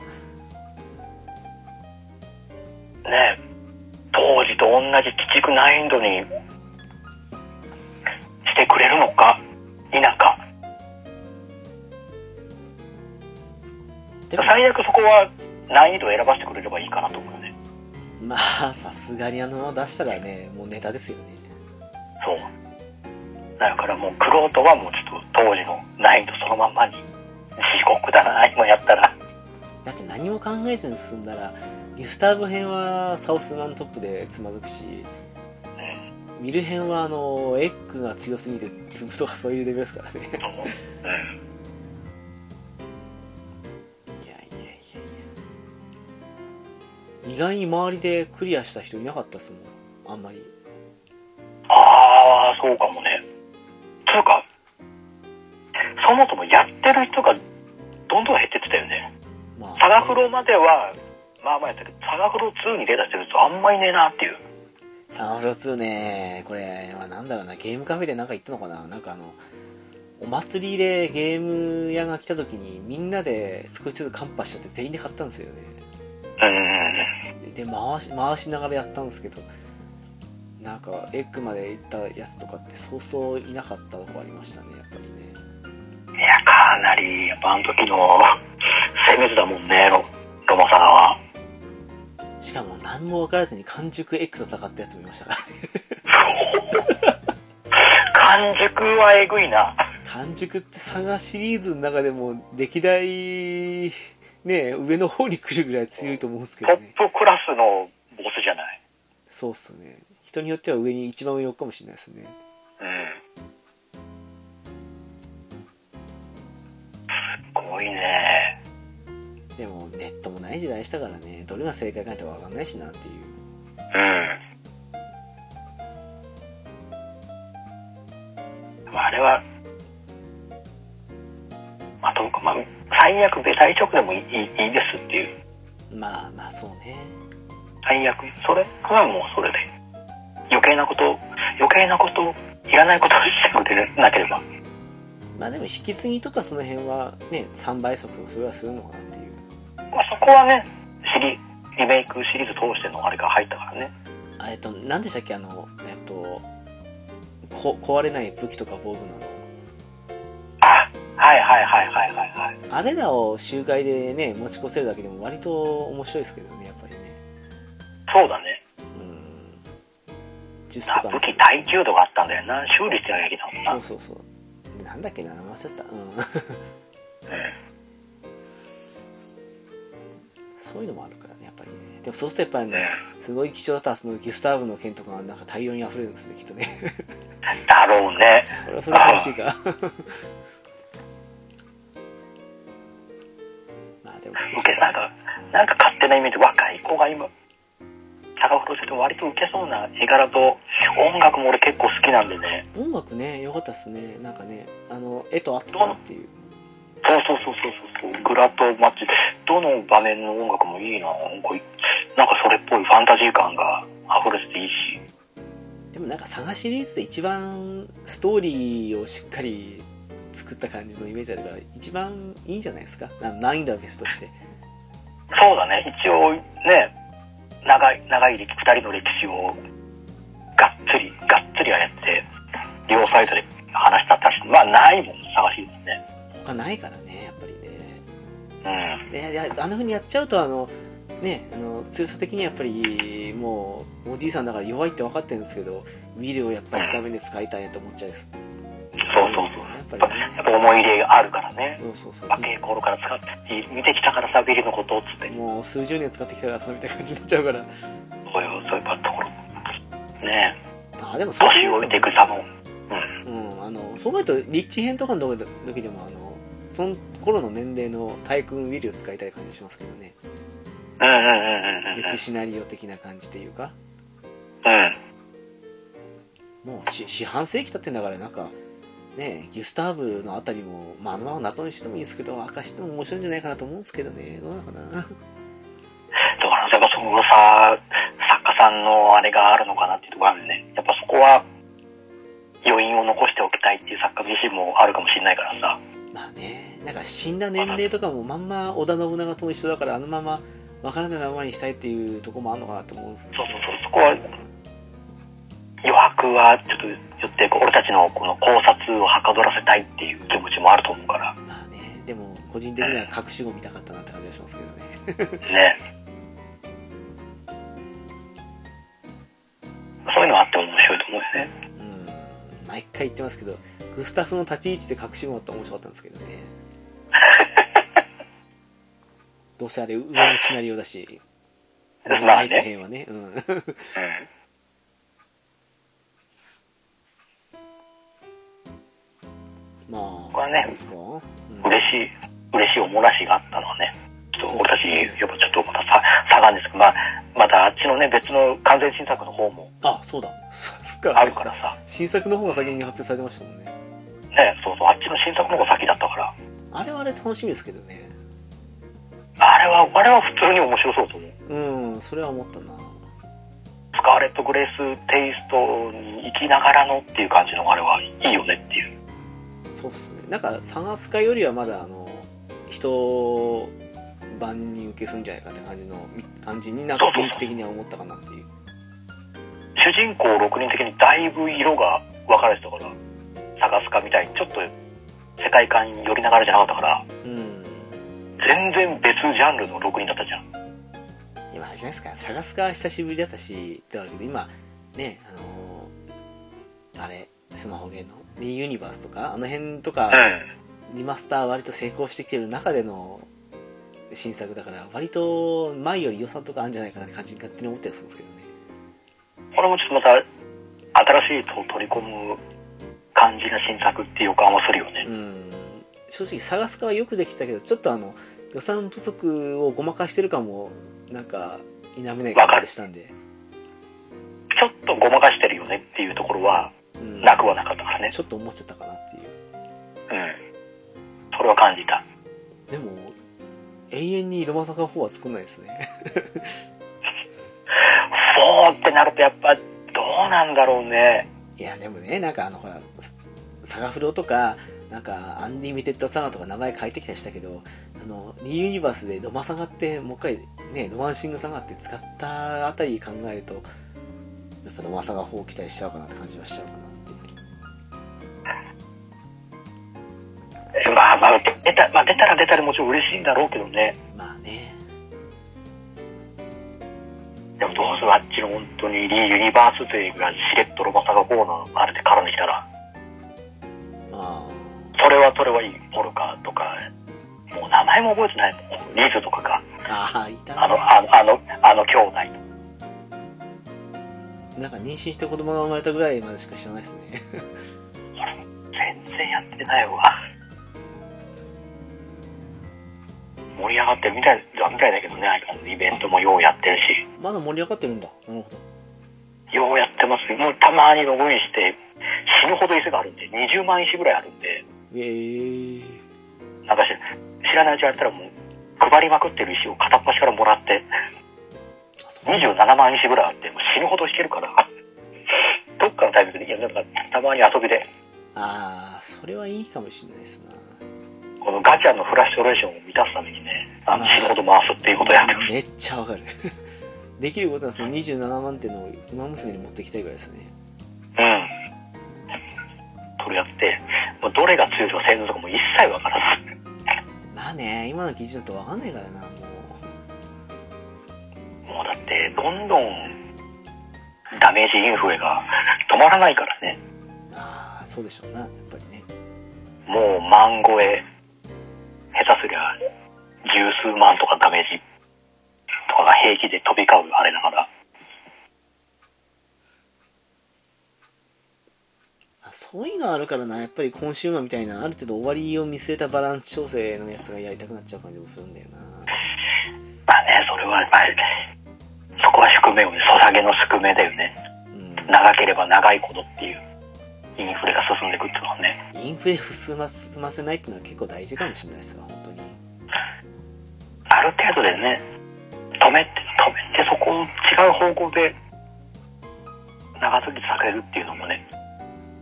ねえ当時と同じ鬼畜難易度にしてくれるのか否かでも最悪そこは難易度を選ばせてくれればいいかなと思うよねまあさすがにあのまま出したらねもうネタですよねそうだからもうクロートはもうちょっと当時の難易度そのまんまに地獄だな今やったらだって何も考えずに進んだらギスターブ編はサウスマントップでつまずくしうんミル編はあのエッグが強すぎて積むとかそういうレベルですからねいやそううんいやいやいや意外に周りでクリアした人いなかったっすもんあんまりああそうかもねつうかそもそもやってる人がどんどん減ってってたよねまあサガフロまではまあまあやったけどサガフロ2に出たしてる人あんまいねえなっていうサガフロ2ねこれはなんだろうなゲームカフェでなんか言ったのかななんかあのお祭りでゲーム屋が来た時にみんなで少しずつカンパしちゃって全員で買ったんですよねうんうんで回し回しながらやったんですけどなんかエッグまで行ったやつとかってそうそういなかったとこありましたねやっぱりねうんいやかなりやっぱあの時の [laughs] 攻めずだもんねロロマサガはしかも何も分からずに完熟エッグと戦ったやつもいましたからね [laughs] 完熟はえぐいな完熟ってサガシリーズの中でも歴代ね上の方に来るぐらい強いと思うんですけトどッねプクラスのボスじゃないそうっすね人によっては上に一番上に置くかもしれないですねうんすごいねでもネットもない時代でしたからねどれが正解かなんて分かんないしなっていううんまああれはまあどうかまあ最悪ベタ一直でもいいいいいいですっていうまあまあそうね最悪それはもうそれで余計なこと余計なこといらないことをしてくれなければまあでも引き継ぎとかその辺はね3倍速とかそれはするのかなっていうまあ、そこはねシリリメイクシリーズ通してのあれが入ったからねあえっと何でしたっけあのえっとこ壊れない武器とか防具なのあはいはいはいはいはいはいあれらを集会でね持ち越せるだけでも割と面白いですけどねやっぱりねそうだねうん術とかな武の器耐久度があったんだよな修理してなきゃいけないもんなそうそうそうでなんだっけな忘れちゃったうんそういうのもあるからねやっぱりねでもそうするとやっぱりねすごい貴重だったそのギュスターブの剣とかがなんか大量に溢れるんですねきっとねだろうね [laughs] それはそれで悲しいから [laughs] まあでも受けなんかなんか勝手なイメージ若い子が今高黒先生も割と受けそうな絵柄と音楽も俺結構好きなんでね音楽ね良かったっすねなんかねあの絵と合ってたなっていうそうそうそうそうそうそうグラとマッチどの場面の音楽もいいななんかなんかそれっぽいファンタジー感が溢れてていいしでもなんか佐賀シリーズで一番ストーリーをしっかり作った感じのイメージあるから一番いいんじゃないですかあの難易度は別としてそうだね一応ね長い長い歴2人の歴史をがっつりがっつりはやって両サイドで話したったりまあないもん探しですね他ないからねやっぱりねうんでいやあんな風にやっちゃうとあのねあの強さ的にはやっぱりもうおじいさんだから弱いって分かってるんですけどミルをやっぱり下目に使いたいと思っちゃうんですそうそうですそうよねやっぱやっぱりやねっぱ思い入れがあるからねそうそうそう若い頃から使って見てきたからさビリのことをつってもう数十年使ってきたからさみたいな感じになっちゃうからそういうそういうところねえ [laughs] あでもそう考え年た老らいていく様もうん、あのそう考えるとリッチ編とかの時でもあのその頃の年齢のタイ君ウィリを使いたい感じしますけどねうんうんうんうんうんうん別シナリオ的な感じというかもうし四半世紀経ってんだからなんかねギュスターブのあたりも、まあ、あのまま謎にしてもいいですけど明かしても面白いんじゃないかなと思うんですけどねどうなのかな [laughs] だからやっぱそのさ作家さんのあれがあるのかなっていうところあるねやっぱそこは余韻を残しておきたいっていう作家自身もあるかもしれないからさまあねなんか死んだ年齢とかもまんま織田信長と一緒だからあのままわからないままにしたいっていうとこもあるのかなと思うんですけそどうそうそうそこは余白はちょっとよって俺たちのこの考察をはかどらせたいっていう気持ちもあると思うからまあねでも個人的には隠し子見たかったなって感じがしますけどねねそういうのはあっても面白いと思うよねうん毎回言ってますけどグスタフの立ち位置で隠しもあったら面白かったんです [laughs] けどねどうせあれ上のシナリオだしまあナイツね、編はね、 [laughs] うん、まあこれはねどうですか、うんうん、嬉しい嬉しいおもらしがあったのはねちょっと俺たちやっぱちょっとまたさ差があるんですけど、まあ、またあっちのね別の完全新作の方もあそうだそそっかあるからさ、新作の方が先に発表されてましたもんねね、そうそうあっちの新作の方が先だったからあれはあれ楽しみですけどねあれはあれは普通に面白そうと思ううんそれは思ったなスカーレット・グレーステイストに行きながらのっていう感じのあれはいいよねっていうそうっすねなんかサガスカよりはまだあの人万人受けするんじゃないかって感じのみ感じになんか雰囲気的には思ったかなっていう主人公6人的にだいぶ色が分かれてたから探すかみたいにちょっと世界観に寄りながらじゃなかったからうん全然別ジャンルの6人だったじゃん今あれじゃないですかサガスカは久しぶりだったしってあるけど今ねあのーあれスマホゲーの「ニューユニバース」とかあの辺とか、リマスター割と成功してきてる中での新作だから割と前より予算とかあるんじゃないかなって感じに勝手に思ったりするんですけどねこれもちょっとまた新しいと取り込む感じの新作っていう予感はするよねうん正直探すかはよくできたけどちょっとあの予算不足をごまかしてる感もなんか否めない感じがしたんで、ちょっとごまかしてるよねっていうところはうん、なくはなかったからねちょっと思っちゃったかなっていううんそれは感じたでも永遠にロマサカ4は作んないですね [laughs] そうってなるとやっぱどうなんだろうねいやでもねなんかあのほらササガフロとかなんかアンディミテッドサガとか名前変えてきたりしたけどあのニューユニバースでロマサガってもう一回ねロマンシングサガって使ったあたり考えるとやっぱロマサガ4期待しちゃうかなって感じはしちゃうかなっていうまあまあ出た,、まあ、出たら出たらもちろん嬉しいんだろうけどねまあねでもどうするあっちの本当にリユニバース勢がしれっとロバサガ4のあれで絡んできたら、あそれはそれはいい、ポルカとか、もう名前も覚えてない、リズとかか、ーあーいたねあの、あの、あの、あの兄弟なんか妊娠して子供が生まれたぐらいまでしか知らないですね [laughs] 全然やってないわ。盛り上がってるみたいだみたいだけどね、あのイベントもようやってるし、まだ盛り上がってるんだなるほようやってます。もうたまにログインして、死ぬほど石があるんで、20万石ぐらいあるんで、どええなんかし知らないうちやったらもう、配りまくってる石を片っ端からもらって、あそう27万石ぐらいあって、もう死ぬほどしてるから、どっかのタイミングで、いや、なんか、たまに遊びで、ああそれはいいかもしれないですなこのガチャのフラッシュオレーションを満たすためにね、あの死ぬほど回すっていうことをやってます。めっちゃわかる [laughs] できることなんですよ27万っていうのを馬娘に持ってきたいぐらいですねうん。それやって、もうどれが強いとか性能とかも一切わからず、まあね今の記事だとわかんないからなももうだって、どんどん、ダメージインフレが止まらないからね、うああそうでしょうなやっぱりねもう万超え、下手すりゃ、十数万とかダメージとかが平気で飛び交うあれだから、あそういうのあるからなやっぱりコンシューマーみたいなある程度終わりを見据えたバランス調整のやつがやりたくなっちゃう感じもするんだよなまあね、それは、まあ、そこは宿命よね、そさげの宿命だよね。うん長ければ長いほどっていう、インフレが進んでいくっていうのはね。インフレを進ま進ませないっていうのは結構大事かもしれないですわ本当にある程度でね、止めて、止めて、そこを違う方向で、長続きさせるっていうのもね、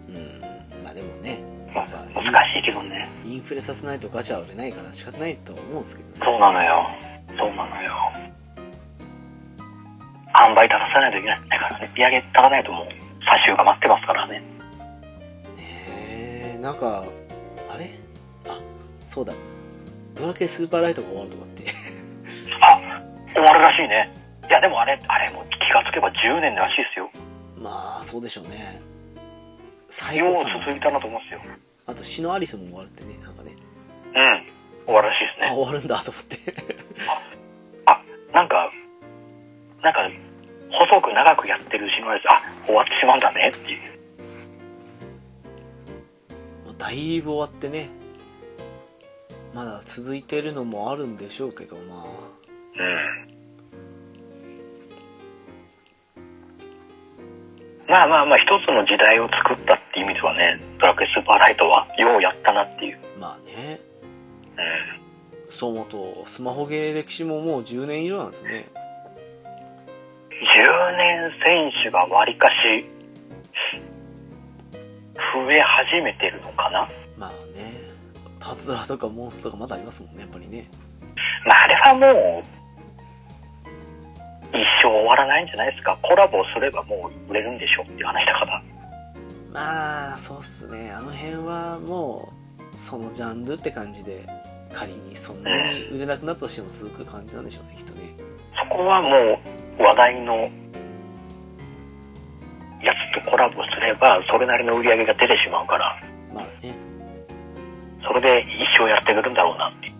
うんまあでもねやっぱ難しいけどね。インインフレさせないとガチャは売れないから仕方ないとは思うんですけどねそうなのよ。そうなのよ。販売立たせないといけないからね、利上げ立たないともう、差しが待ってますからね。ねえなんかあれあそうだドラケスーパーライトが終わるとかって [laughs] あ、終わるらしいね。いや、でもあれ、あれもう気がつけば10年らしいですよ。まあそうでしょうね最よう高さ続いたなと思うんですよ。あとシノアリソンも終わるってねなんかねうん。終わるらしいですあね。終わるんだと思って [laughs] あ、なんか、なんか、細く長くやってるうちのやつ、あ、終わってしまうんだねっていう。もうだいぶ終わってねまだ続いてるのもあるんでしょうけどまあうん。まあまあまあ、一つの時代を作ったって意味ではね、ドラクエスーパーライトは、ようやったなっていう。まあねうん。そう思うとスマホゲー歴史ももう10年以上なんですね10年選手がわりかし、増え始めてるのかなまあねパズドラとかモンストとかまだありますもんねやっぱりねまあ、あれはもう、一生終わらないんじゃないですか。コラボすればもう売れるんでしょっていう話だから。まあそうっすねあの辺はもうそのジャンルって感じで仮にそんなに売れなくなったとしても続く感じなんでしょうねきっとねそこはもう、話題のやつとコラボすれば、それなりの売り上げが出てしまうから、まあねそれで一生やってくるんだろうなっていう。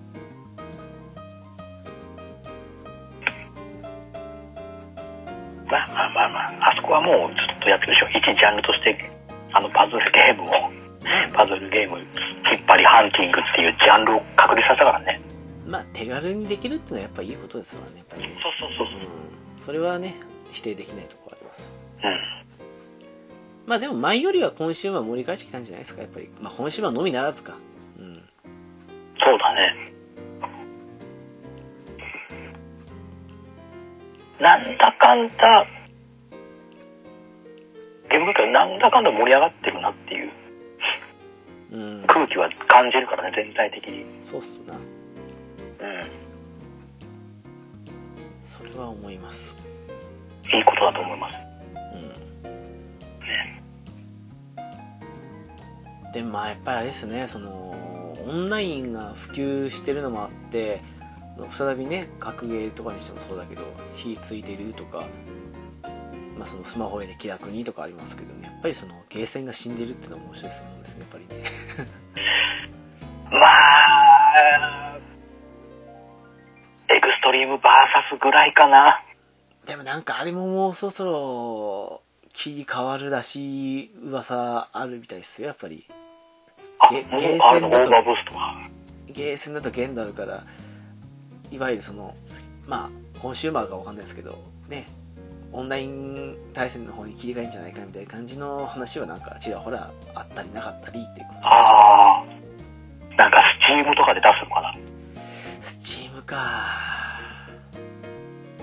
まあまあまあまあ、あそこはもうずっとやってるでしょ。一ジャンルとして、あのパズルゲームを。まあパズルゲーム引っ張りハンティングっていうジャンルを確立させたからねまあ手軽にできるっていうのはやっぱいいことですわねやっぱりねそうそうそううんそれはね否定できないところありますそううんまあでも前よりは今週は盛り返してきたんじゃないですかやっぱりまあ今週はのみならずかうんそうだねなんだかんだゲーム界なんだかんだ盛り上がってるなっていううん空気は感じるからね全体的にそうっすなうんそれは思いますいいことだと思いますうんでもまあやっぱりあれですねそのオンラインが普及してるのもあって再びね格ゲーとかにしてもそうだけど火ついてるとかあ、そのスマホで気楽にとかありますけどねやっぱりそのゲーセンが死んでるっていうのは面白いですもんですねやっぱりね [laughs] まあ、エクストリームバーサスぐらいかな。でもなんかあれももうそろそろ切り替わるらしい噂あるみたいですよやっぱりあ、ゲもうゲーあセるのンオだとーバーブーストは。ゲーセンだと限度あるからいわゆるそのまあコンシューマーかわかんないですけどねオンライン対戦の方に切り替えんじゃないかみたいな感じの話はなんかちらほらあったりなかったりっていうことああ、なんかスチームとかで出すのかな。ですスチームか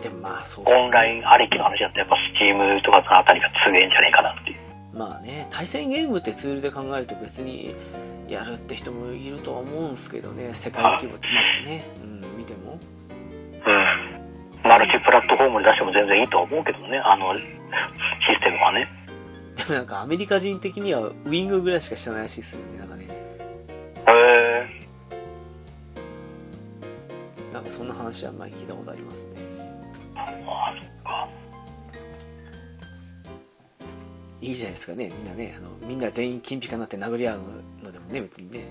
でもまあそうオンラインンありきの話だとやっぱスチームとかのあたりが強いんじゃねえかなっていう。まあね対戦ゲームってツールで考えると別にやるって人もいるとは思うんですけどね世界規模ってまあね、うん、見てもうん。マルチプラットフォームで出しても全然いいとは思うけどね、あの、システムはね。でもなんかアメリカ人的にはウィングぐらいしか知らないらしいですよねなんかねへえ。なんかそんな話は前聞いたことありますね。あそっかいいじゃないですかね、みんなね、あのみんな全員金ピカになって殴り合うのでもね、別にね、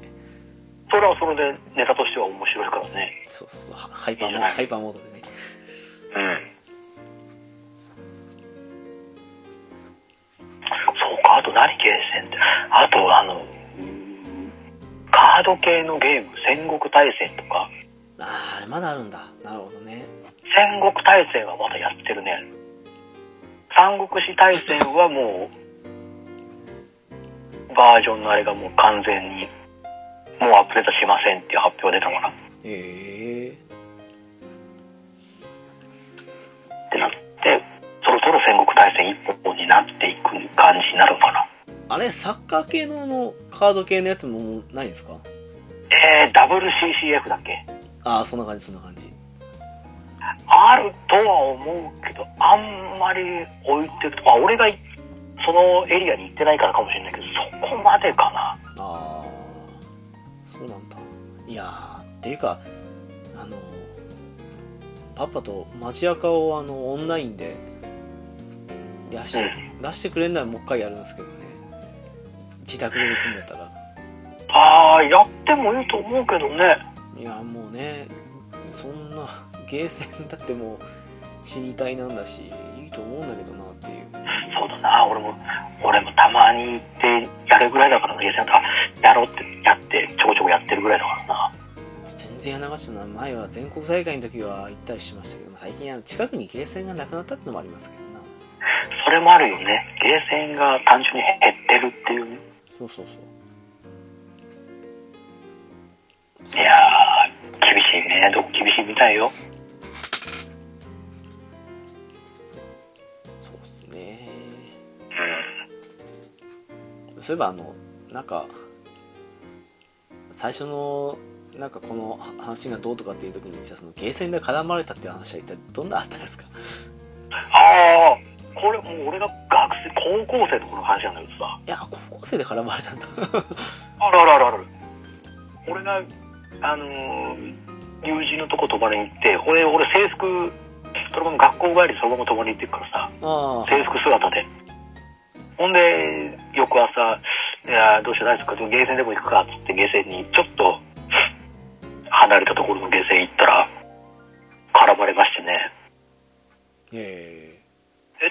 それはそれでネタとしては面白いからね。そうそうそう、ハハイパーモードいいじゃないハイパーモードでね。うん。そうか、あと何ゲーセンって。あと、あの、カード系のゲーム、戦国大戦とか、あーあれ、まだあるんだ、なるほどね。戦国大戦はまだやってるね三国志大戦はもうバージョンのあれがもう完全にもうアップデートしませんっていう発表出たからっえてなってそろそろ戦国大戦一本になっていく感じになるのかなー、あれ、サッカー系のあのカード系のやつももうないんですかえー、WCCF だっけああ、そんな感じ、そんな感じ。あるとは思うけどあんまり置いてくとあ俺がいそのエリアに行ってないからかもしれないけどそこまでかなああ、そうなんだ。いやー、っていうか、あの、パパと町アカをあのオンラインで出して、出してくれんならもう一回やるんですけどね。自宅でできるんだったら。ああやってもいいと思うけどねいや、もうね、そんな、ゲーセンだってもう死にたいなんだし、いいと思うんだけどなっていう。そうだな、俺も、俺もたまに行ってやるぐらいだからな、ゲーセンとか、やろうってやって、ちょこちょこやってるぐらいだからな。全然やらなかったな。前は全国大会の時は行ったりしましたけど、まあ最近は近くにゲーセンがなくなったってのもありますけどな。それもあるよね。ゲーセンが単純に減ってるっていうね。そうそうそう。いやー、厳しいね。どこ厳しいみたいよ。そうっすねうん。そういえばあのなんか最初のなんかこのは話がどうとかっていう時にじゃあそのゲーセンで絡まれたっていう話は一体どんなあったんですかあー、これもう俺が学生、高校生の頃の話なんだけどさ。いや高校生で絡まれたん [laughs] だあるあるあるある。俺が、あのー、友人のとこ泊まりに行って、俺、俺制服、そのまま学校帰りそのまま泊まりに行ってるからさ。あ制服姿で。ほんで、翌朝、いやーどうしようないですか、でもゲーセンでも行くかっつって、ゲーセンにちょっと離れたところのゲーセン行ったら、絡まれましてね、ええ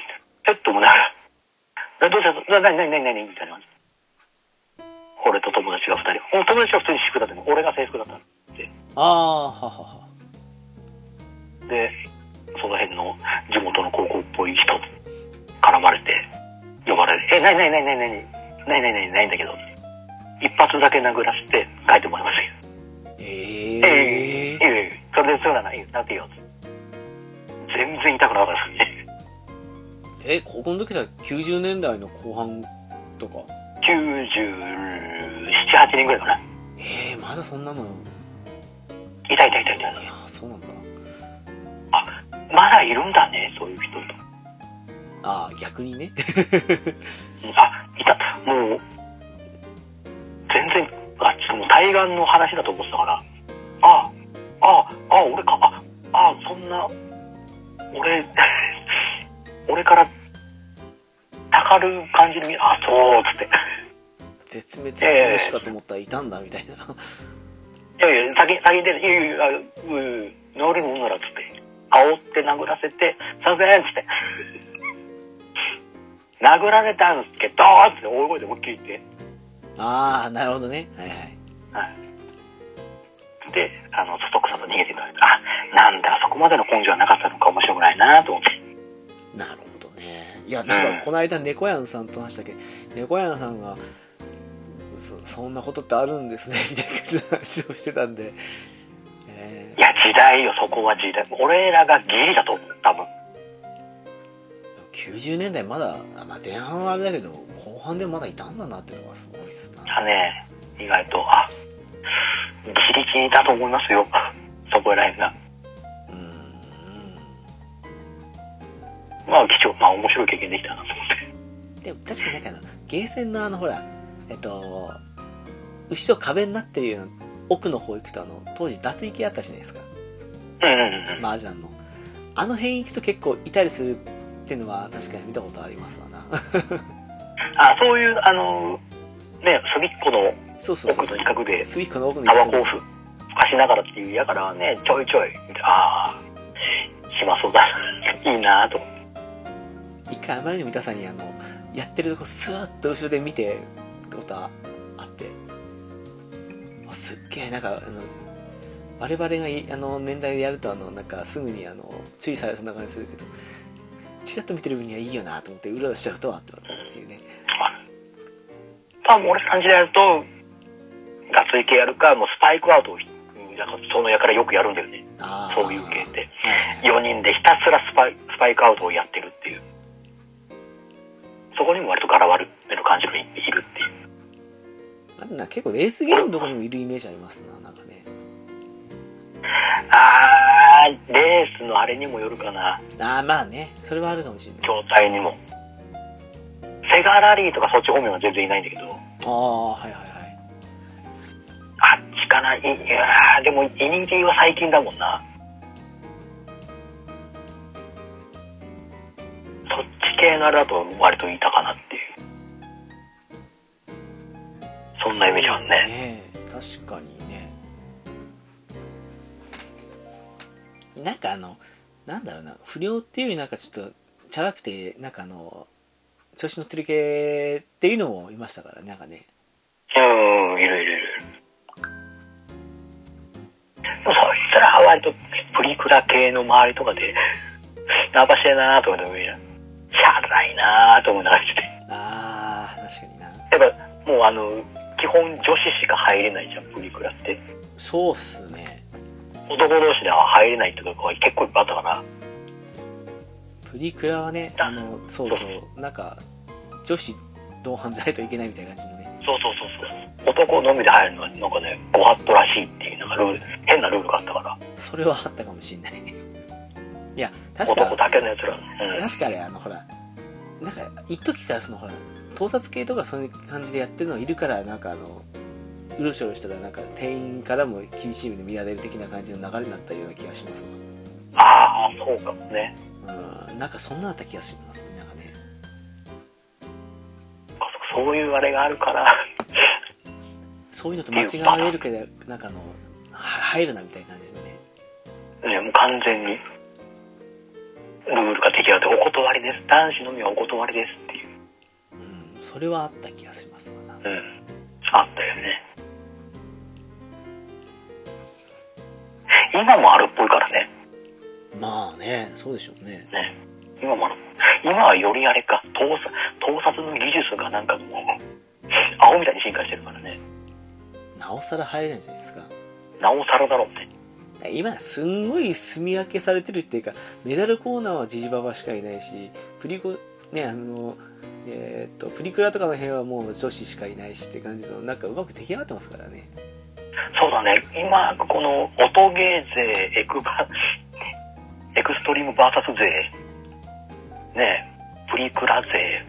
えっと思いながら、えどうしたな、なになになになにみたいな感じ。俺と友達が二人。お友達は普通に私服だったの。俺が制服だったの。えああはははで、その辺の地元の高校っぽい人、絡まれて、呼ばれて、え、ないないないないないないないないないないんだけど、一発だけ殴らして帰ってもらいましたえけど、えええいいよいいよそれでそうならいいよ、なっていいよ。全然痛くなかったですね。え高校の時じゃ90年代の後半とか97、8人ぐらいかな。ええまだそんなの痛い痛い痛い痛いい。やそうなんだまだいるんだね、そういう人と。ああ逆にね [laughs] あ、いた。もう、全然、あ、ちょっともう対岸の話だと思ってたから、あ、あ、あ、俺か、 [laughs] あ、あ、そんな、俺、俺から張る感じで見あそうっつって絶滅危惧種かと思ったらいたんだみたいないやいや、先、先に出て、いやいや、あうん、治るもんならっつって、煽って殴らせて、させんっつって。殴られたんですけど、っつって大声で思いっきり言って、ああなるほどねはいはいで、あの、そそくさと逃げていかれた。あ、なんだ、そこまでの根性はなかったのか面白くないなと思って。なるほどねいやなんかこの間猫やんさんと話したけど猫やんさんがそそそんなことってあるんですね [laughs] みたいな感じの話をしてたんで、えいや、時代よ、そこは時代。俺らがギリだと思う、多分。ー、90年代まだ、あまあ、前半はあれだけど後半でもまだいたんだなっていうのがすごいっすなだね、意外と、あ、ギリギリだと思いますよ。 [laughs] そこら辺が。うーんまあ、貴重、まあ、面白い経験できたなと思って。でも確かになんかあのゲーセンのあのほらえっと後ろ壁になってるような奥の方行くとあの当時脱衣系あったじゃないですかうんうんうんうん。麻雀のあの辺行くと結構いたりするっていうのは確かに見たことありますわ [laughs] なあそういうあのね隅っこのそうそうそう奥そのう近くでスイコの奥のタバ行コをふふかしながらっていうやからねちょいちょいああ暇そうだいいな [laughs] と一回あまりにも痛さにあのやってるとこスーッと後ろで見てってことはあってあすっげえなんかあの我々がいあの年代でやるとあのなんかすぐにあの注意されそうな感じするけどちらっと見てる分にはいいよなと思ってうろうろしちゃうとはってっていうね多分俺感じでやるとガツイ系やるかもうスパイクアウトをなんかそのやからよくやるんだよねあーそういう系ってはいはい4人でひたすらスパイスパイクアウトをやってるっていうそこにも割と柄割れる感じがいいるっていうあんな結構レースゲームとかにもいるイメージありますななんかねあーレースのあれにもよるかなああまあねそれはあるかもしれない筐体にも。セガラリーとかそっち方面は全然いないんだけど、ああはいはいはいあっちかな、いいやーでも、イニディは最近だもんな。そっち系のあれだと割といたかなっていう。そんなイメージあるね。ねえ確かにねなんかあのなんだろうな不良っていうよりなんかちょっとチャラくてなんかあの調子乗ってる系っていうのもいましたからねなんかねうん、いるいるいる。でもそいつらは割とプリクラ系の周りとかで、 [laughs] ナーバシやなーとかでもいいじゃん。チャラいなーと思いながら見てて。ああ確かになやっぱもうあの基本女子しか入れないじゃんプリクラってそうっすね男同士では入れないってとこが結構いっぱいあったからプリクラはねあのそうそうなんか女子同伴じゃないといけないみたいな感じのねそうそうそうそう男のみで入るのはなんかねご法度らしいっていうなんかルール変なルールがあったからそれはあったかもしんない [laughs] いや確か男だけのやつら、うん、確かあれあのほらなんか一時からそのほら盗撮系とかそういう感じでやってるのいるからなんかあのうろしょろしたらなんか店員からも厳しい目で見られる的な感じの流れになったような気がしますああそうかもねわうんなんかそんなだった気がしますねなんかねそういうあれがあるから [laughs] そういうのと間違われるけどなんかあのは入るなみたいな感じのねねもう完全にルールが出来上がってお断りです男子のみはお断りですっていううんそれはあった気がしますわなうんあったよね今もあるっぽいからねまあねそうでしょうねね今もある今はよりあれか盗撮盗撮の技術がなんかもう青みたいに進化してるからねなおさら入れないじゃないですかなおさらだろうね今すんごい住み分けされてるっていうかメダルコーナーはジジババしかいないしプリコねあのえーっとプリクラとかの辺はもう女子しかいないしって感じのなんかうまく出来上がってますからねそうだね今この音ゲー勢エクバエクストリーム VS 勢ねプリクラ勢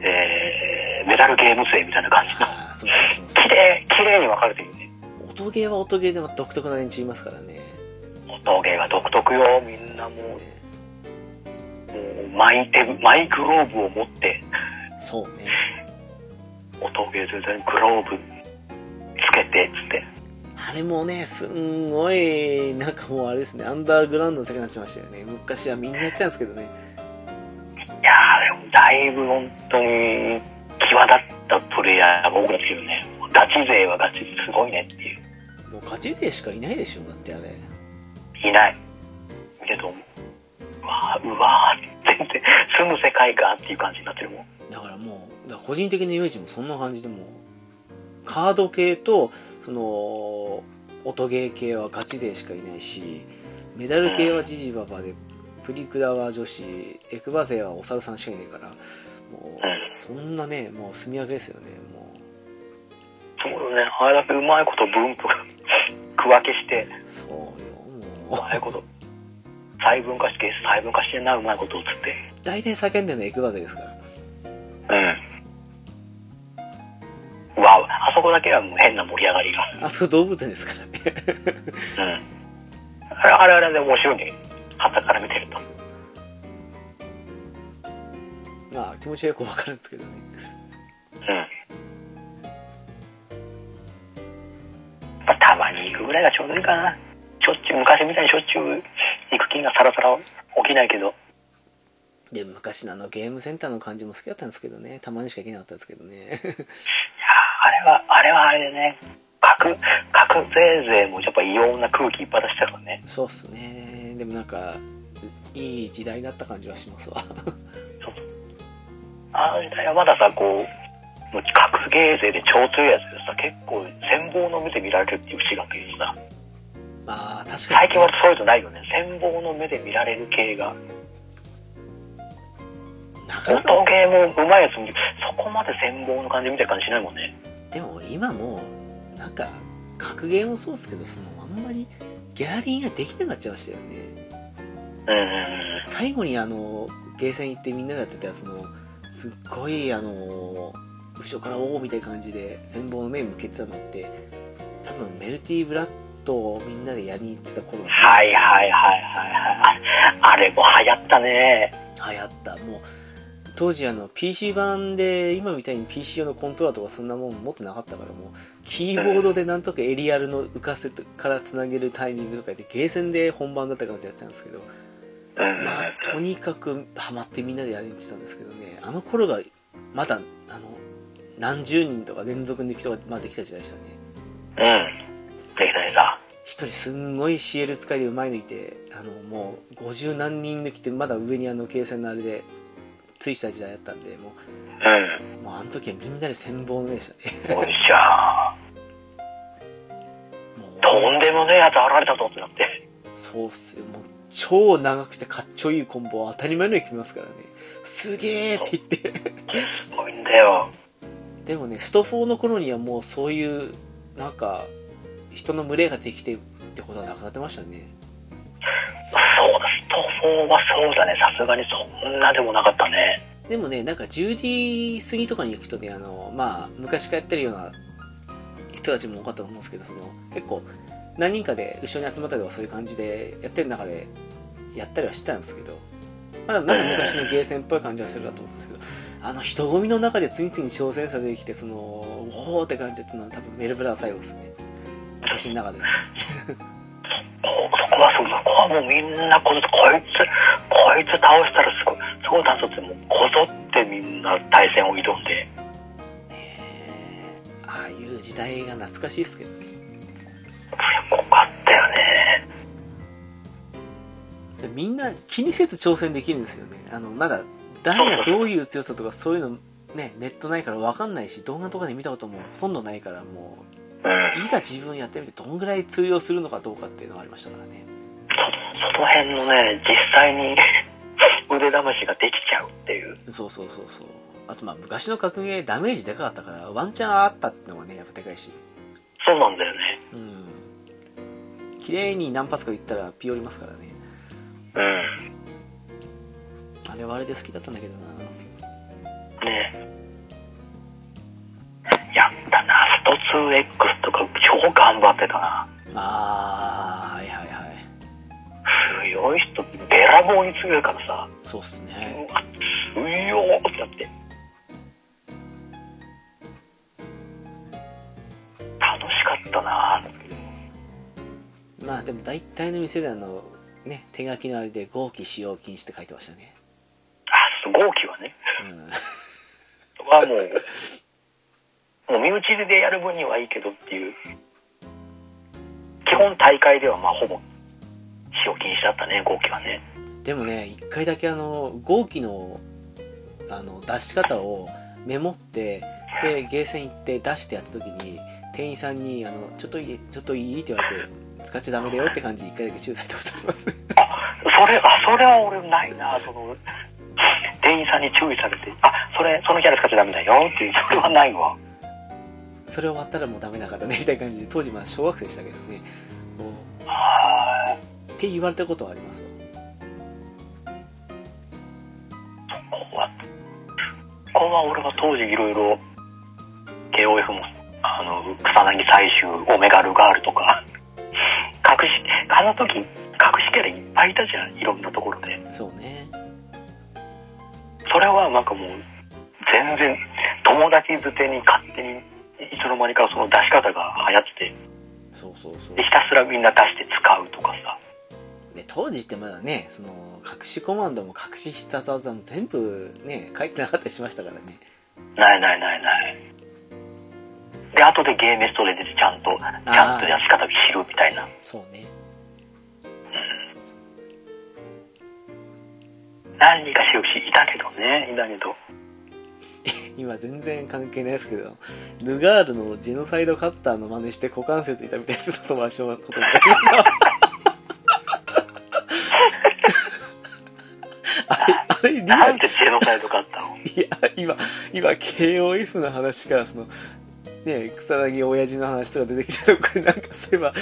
えーメダルゲーム勢みたいな感じのああそうそうそう綺麗綺麗に分かれてるねそう音ゲーは音ゲーでも独特な連中いますからね音芸が独特よみんなもそううっすねもう巻いて、マイグローブを持って、そうね。音ゲーズでグローブつけて、つって。あれもね、すんごい、なんかもうあれですね、アンダーグラウンドの世界になっちゃいましたよね。昔はみんなやってたんですけどね。いやー、でもだいぶ本当に際立ったプレイヤーが多いですよね。ガチ勢はガチすごいねっていう。もう勝ち勢しかいないでしょ、だってあれ。いない。けど、うわー、うわー、全然、住む世界かっていう感じになってるもん。だからもう、だから個人的なイメージもそんな感じでもう、カード系と、その、音ゲー系はガチ勢しかいないし、メダル系はジジババで、プリクラは女子、エクバ勢はお猿さんしかいないから、もうんう、そんなね、もう住み分けですよね、もう。そうよね、あれだけうまいこと分布、 [laughs] 区分けして、そうよ、うもう。まいこと、細分化して、細分化してんな、うまいことっつって。大体叫んでるのはエクバ勢ですから。うん。うわ、あそこだけはもう変な盛り上がりが。あそこ動物園ですからね。うん。あれあれあれで面白いね。旗から見てると。まあ、気持ちはよくわかるんですけどね。うん。まあ、たまに行くぐらいがちょうどいいかな。しょっちゅう、昔みたいにしょっちゅう行く気がさらさら起きないけど。で、昔のあのゲームセンターの感じも好きだったんですけどね。たまにしか行けなかったですけど [laughs] ね。あれは、あれはあれでね、核、核税税もやっぱ異様な空気いっぱい出してたからね。そうっすね。でもなんか、いい時代だった感じはしますわ。 [laughs] あの時代はまださ、こう、もう核税税で超強いやつでさ、結構、戦望の目で見られるっていう節があったけどさ、まあ、確か最に近。はそういうのないよね。戦望の目で見られる系が。なかなか、音ゲーもうまいやつも、そこまで戦望の感じみたいな感じしないもんね。でも今もう、なんか、格ゲーもそうっすけど、その、あんまり、ギャラリーができなくなっちゃいましたよね。うんうんうん。最後にあのゲーセン行ってみんなでやってたそのすっごいあの後ろから「おお」みたいな感じで戦望の目向けてたのって多分メルティーブラッドをみんなでやりに行ってた頃のはいはいはいはいはい。ああれも流行ったね。流行ったもう当時あの PC 版で今みたいに PC 用のコントローラーとかそんなもん持ってなかったからもうキーボードでなんとかエリアルの浮かせてからつなげるタイミングとかでゲーセンで本番だった感じでやってたんですけどうんうんうん。まあ、とにかくハマってみんなでやりに行ってたんですけどねあの頃がまだあの何十人とか連続抜きとか、まあ、できた時代でしたねうん。できないさ。一人すんごい CL 使いでうまいのいてあのもう50何人抜きってまだ上にあの計算のあれでついてた時代だったんでもうん。うもうあの時はみんなで戦望の目でしたねおいしゃもうー。とんでもねえやつ現れたぞってなって。そうっすよもう超長くてかっちょいいコンボを当たり前のように決めますからねすげーって言ってすごいんだよ。でもねスト4の頃にはもうそういうなんか人の群れができてってことはなくなってましたねそうだ、スト4はそうだね。さすがにそんなでもなかったね。でもねなんか10時過ぎとかに行くとねあのまあ昔からやってるような人たちも多かったと思うんですけどその結構何人かで後ろに集まったりとかそういう感じでやってる中でやったりはしてたんですけどまだまだ昔のゲーセンっぽい感じはするなと思ったんですけどあの人混みの中で次々挑戦者出てきてそのおおって感じだったのは多分メルブラは最後ですね私の中でそそこはそう、そこはもうみんなこ、こいつ、こいつ倒したらすごい、すごいなぞって、もうこぞってみんな対戦を挑んで。ねえああいう時代が懐かしいですけどねよかったよね。みんな気にせず挑戦できるんですよねあのまだ誰がどういう強さとかそういうのねネットないから分かんないし動画とかで見たこともほとんどないからもうん。ういざ自分やってみてどんぐらい通用するのかどうかっていうのがありましたからねその辺のね、実際に [laughs] 腕試しができちゃうっていう。そうそうそうそうあとまあ昔の格ゲーダメージでかかったからワンチャンあったってのがねやっぱでかいしそうなんだよね。うん綺麗に何発かいったらピヨりますからねうん。あれはあれで好きだったんだけどなねやったな、スト 2X とか超頑張ってたな。ああはいはいはい強い人、でべらぼうに詰めるからさ、そうっすうね。わ、ういよーってなって。楽しかったなぁ、だけど。まあでも大体の店であの、ね、手書きのあれで合気使用禁止って書いてましたね。あ、そう、号機はね、うん。はもう、もう [laughs] 身内でやる分にはいいけどっていう。基本大会ではまあほぼ使用禁止だったね、号機はね。でもね一回だけあの号機のあの出し方をメモってでゲーセン行って出してやった時に店員さんにあの「ちょっといいちょっといい?」って言われて「使っちゃダメだよ」って感じで一回だけ注されたことあります [laughs] ねそれ、あ、それは俺ないな、その、店員さんに注意されて、あ、それ、そのキャラ使っちゃダメだよっていう、それはないわ。それ終わったらもうダメだからねみたいな感じで当時まだ小学生でしたけどねもうはって言われたことはありますわい。そこは、ここは俺は当時いろいろ、KOF も、あの、草薙最終、オメガルガールとか、隠し、あの時、隠しキャラいっぱいいたじゃん、いろんなところで。そうねそれはなんかもう、全然、友達づてに勝手に、いつの間にかその出し方が流行ってて、そうそうそうでひたすらみんな出して使うとかさ、で当時ってまだねその隠しコマンドも隠し必殺技も全部ね書いてなかったりしましたからねないないないない。で、後でゲーメストで出てちゃんと、ちゃんとやり方を知るみたいな。そうね何人か知るし、いたけどね、いたけど。今全然関係ないですけど、ヌガールのジェノサイドカッターの真似して股関節痛みたいなやつとしことにし [laughs] ました。あれ、あれ、リアなルん、てジェノサイドかあっ [laughs] たのいや、今、今、KOF の話から、その、ね、草薙親父の話とか出てきたところになんか、そういえば、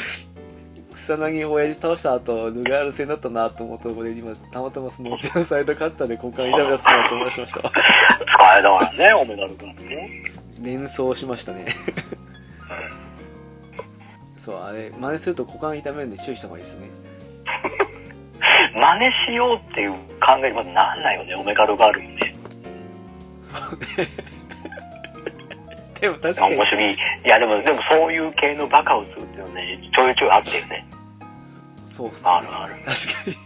草薙親父倒した後、ヌガール戦だったなと思ったところで、今、たまたまそのジェノサイドカッターで股間痛めたと話を思い出しました。使えだからね、オメガル君ね。連想しましたねそうあれ真似すると股間痛めるんで注意した方がいいですね真似しようっていう考えにまずなんないよね、オメガルガールにね。そうねでも確かに面白い。いや、でも、でもそういう系のバカをするっていうのね、ちょいちょいあったよね。そうっすねあるある。確かに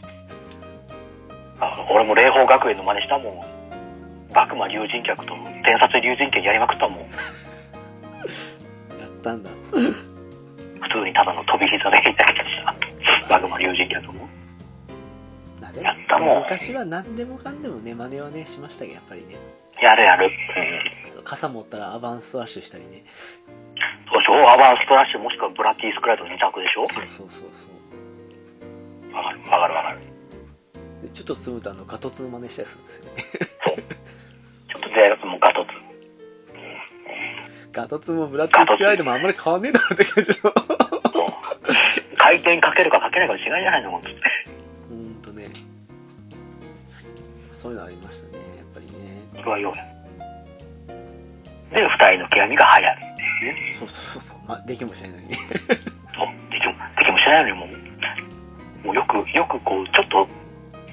あ俺も霊峰学園の真似したもん。バクマ竜神脚と天殺竜神剣やりまくったもん。やったんだ普通にただの飛び膝でいたけどさ、 [laughs] バグマ竜神脚も。まあでやったももん昔は何でもかんでもね真似はねしましたけどやっぱりねやるやる。うん。そう傘持ったらアバンストラッシュしたりねそうでしょアバンストラッシュもしくはブラッディスクライドの2択でしょそうそうそうそうわかるわかるわかる。でちょっと進むとあのガトツの真似したりするんですよね [laughs] ちょっとで、もうガト [laughs] ツ。ガトツもブラッディスクライドもあんまり変わんねえだろうって感じの [laughs] うん回転かけるかかけないかの違いじゃないのもん [laughs] つって。うーんとねそういうのありましたねやっぱりねそれはよで、二人の極みが流行る。そうそうそうそう、まあ、できもしないのにね [laughs] そう。できも、できもしないのにもう、もうよく、よくこう、ちょっと、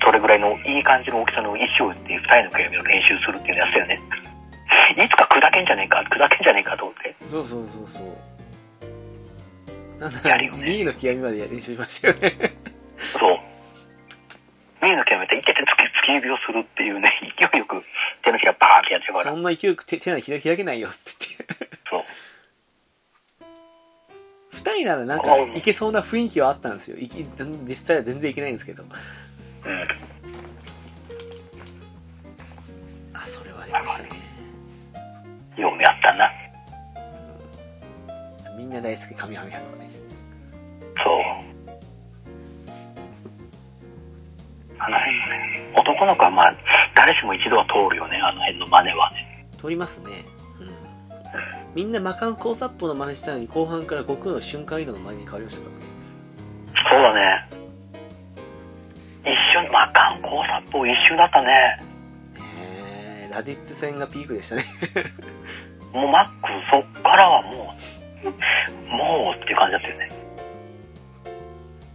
それぐらいのいい感じの大きさの衣装っていう二人の極みを練習するっていうのやつだよね。いつか砕けんじゃねえか、砕けんじゃねえかと思って。そうそうそうそうなんだやるよね2位の極みまで練習しましたよねそう。見えの極めて、いけて突き突き指をするっていうね、 [laughs] 勢いよく手のひらバーンってやっちゃうかそら。んな勢いよく手手なんて開けないよっつって [laughs] 言ってそう。二人ならなんかいけそうな雰囲気はあったんですよいき実際は全然いけないんですけどうん。あそれはありましたねようやったな。みんな大好き神ハミハとかねそう。あの辺のね、男の子はまあ、誰しも一度は通るよね、あの辺の真似はね。通りますねうんみんな魔漢高殺法の真似したのに後半から悟空の瞬間移動の真似に変わりましたからねそうだね。一瞬、まあ、観光殺法一瞬だったね。ねえラディッツ戦がピークでしたね [laughs] もうマックスそっからはもう、もうっていう感じだったよね。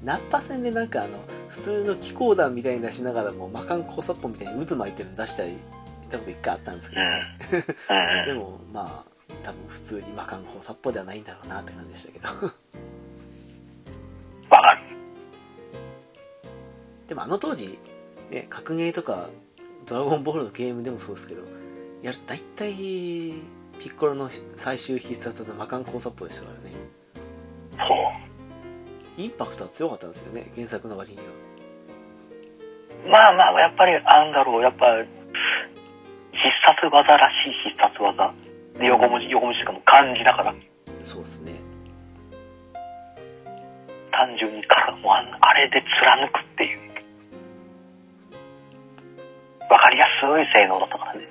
ナッパ戦でなんかあの普通の気候弾みたいに出しながらも魔漢交殺法みたいに渦巻いてるの出したりしたこと一回あったんですけう [laughs] ど、んねうんでもまあ多分普通に魔漢交殺法ではないんだろうなって感じでしたけどわかるでもあの当時、ね、格ゲーとかドラゴンボールのゲームでもそうですけどやると大体ピッコロの最終必殺技魔漢交殺法でしたからねそインパクトは強かったんですよね原作の割にはうまあまあやっぱりあんだろうやっぱ必殺技らしい必殺技で横文字横文字とかも漢字だからそうですね単純にからもうあんあれで貫くっていうわかりやすい性能だったからね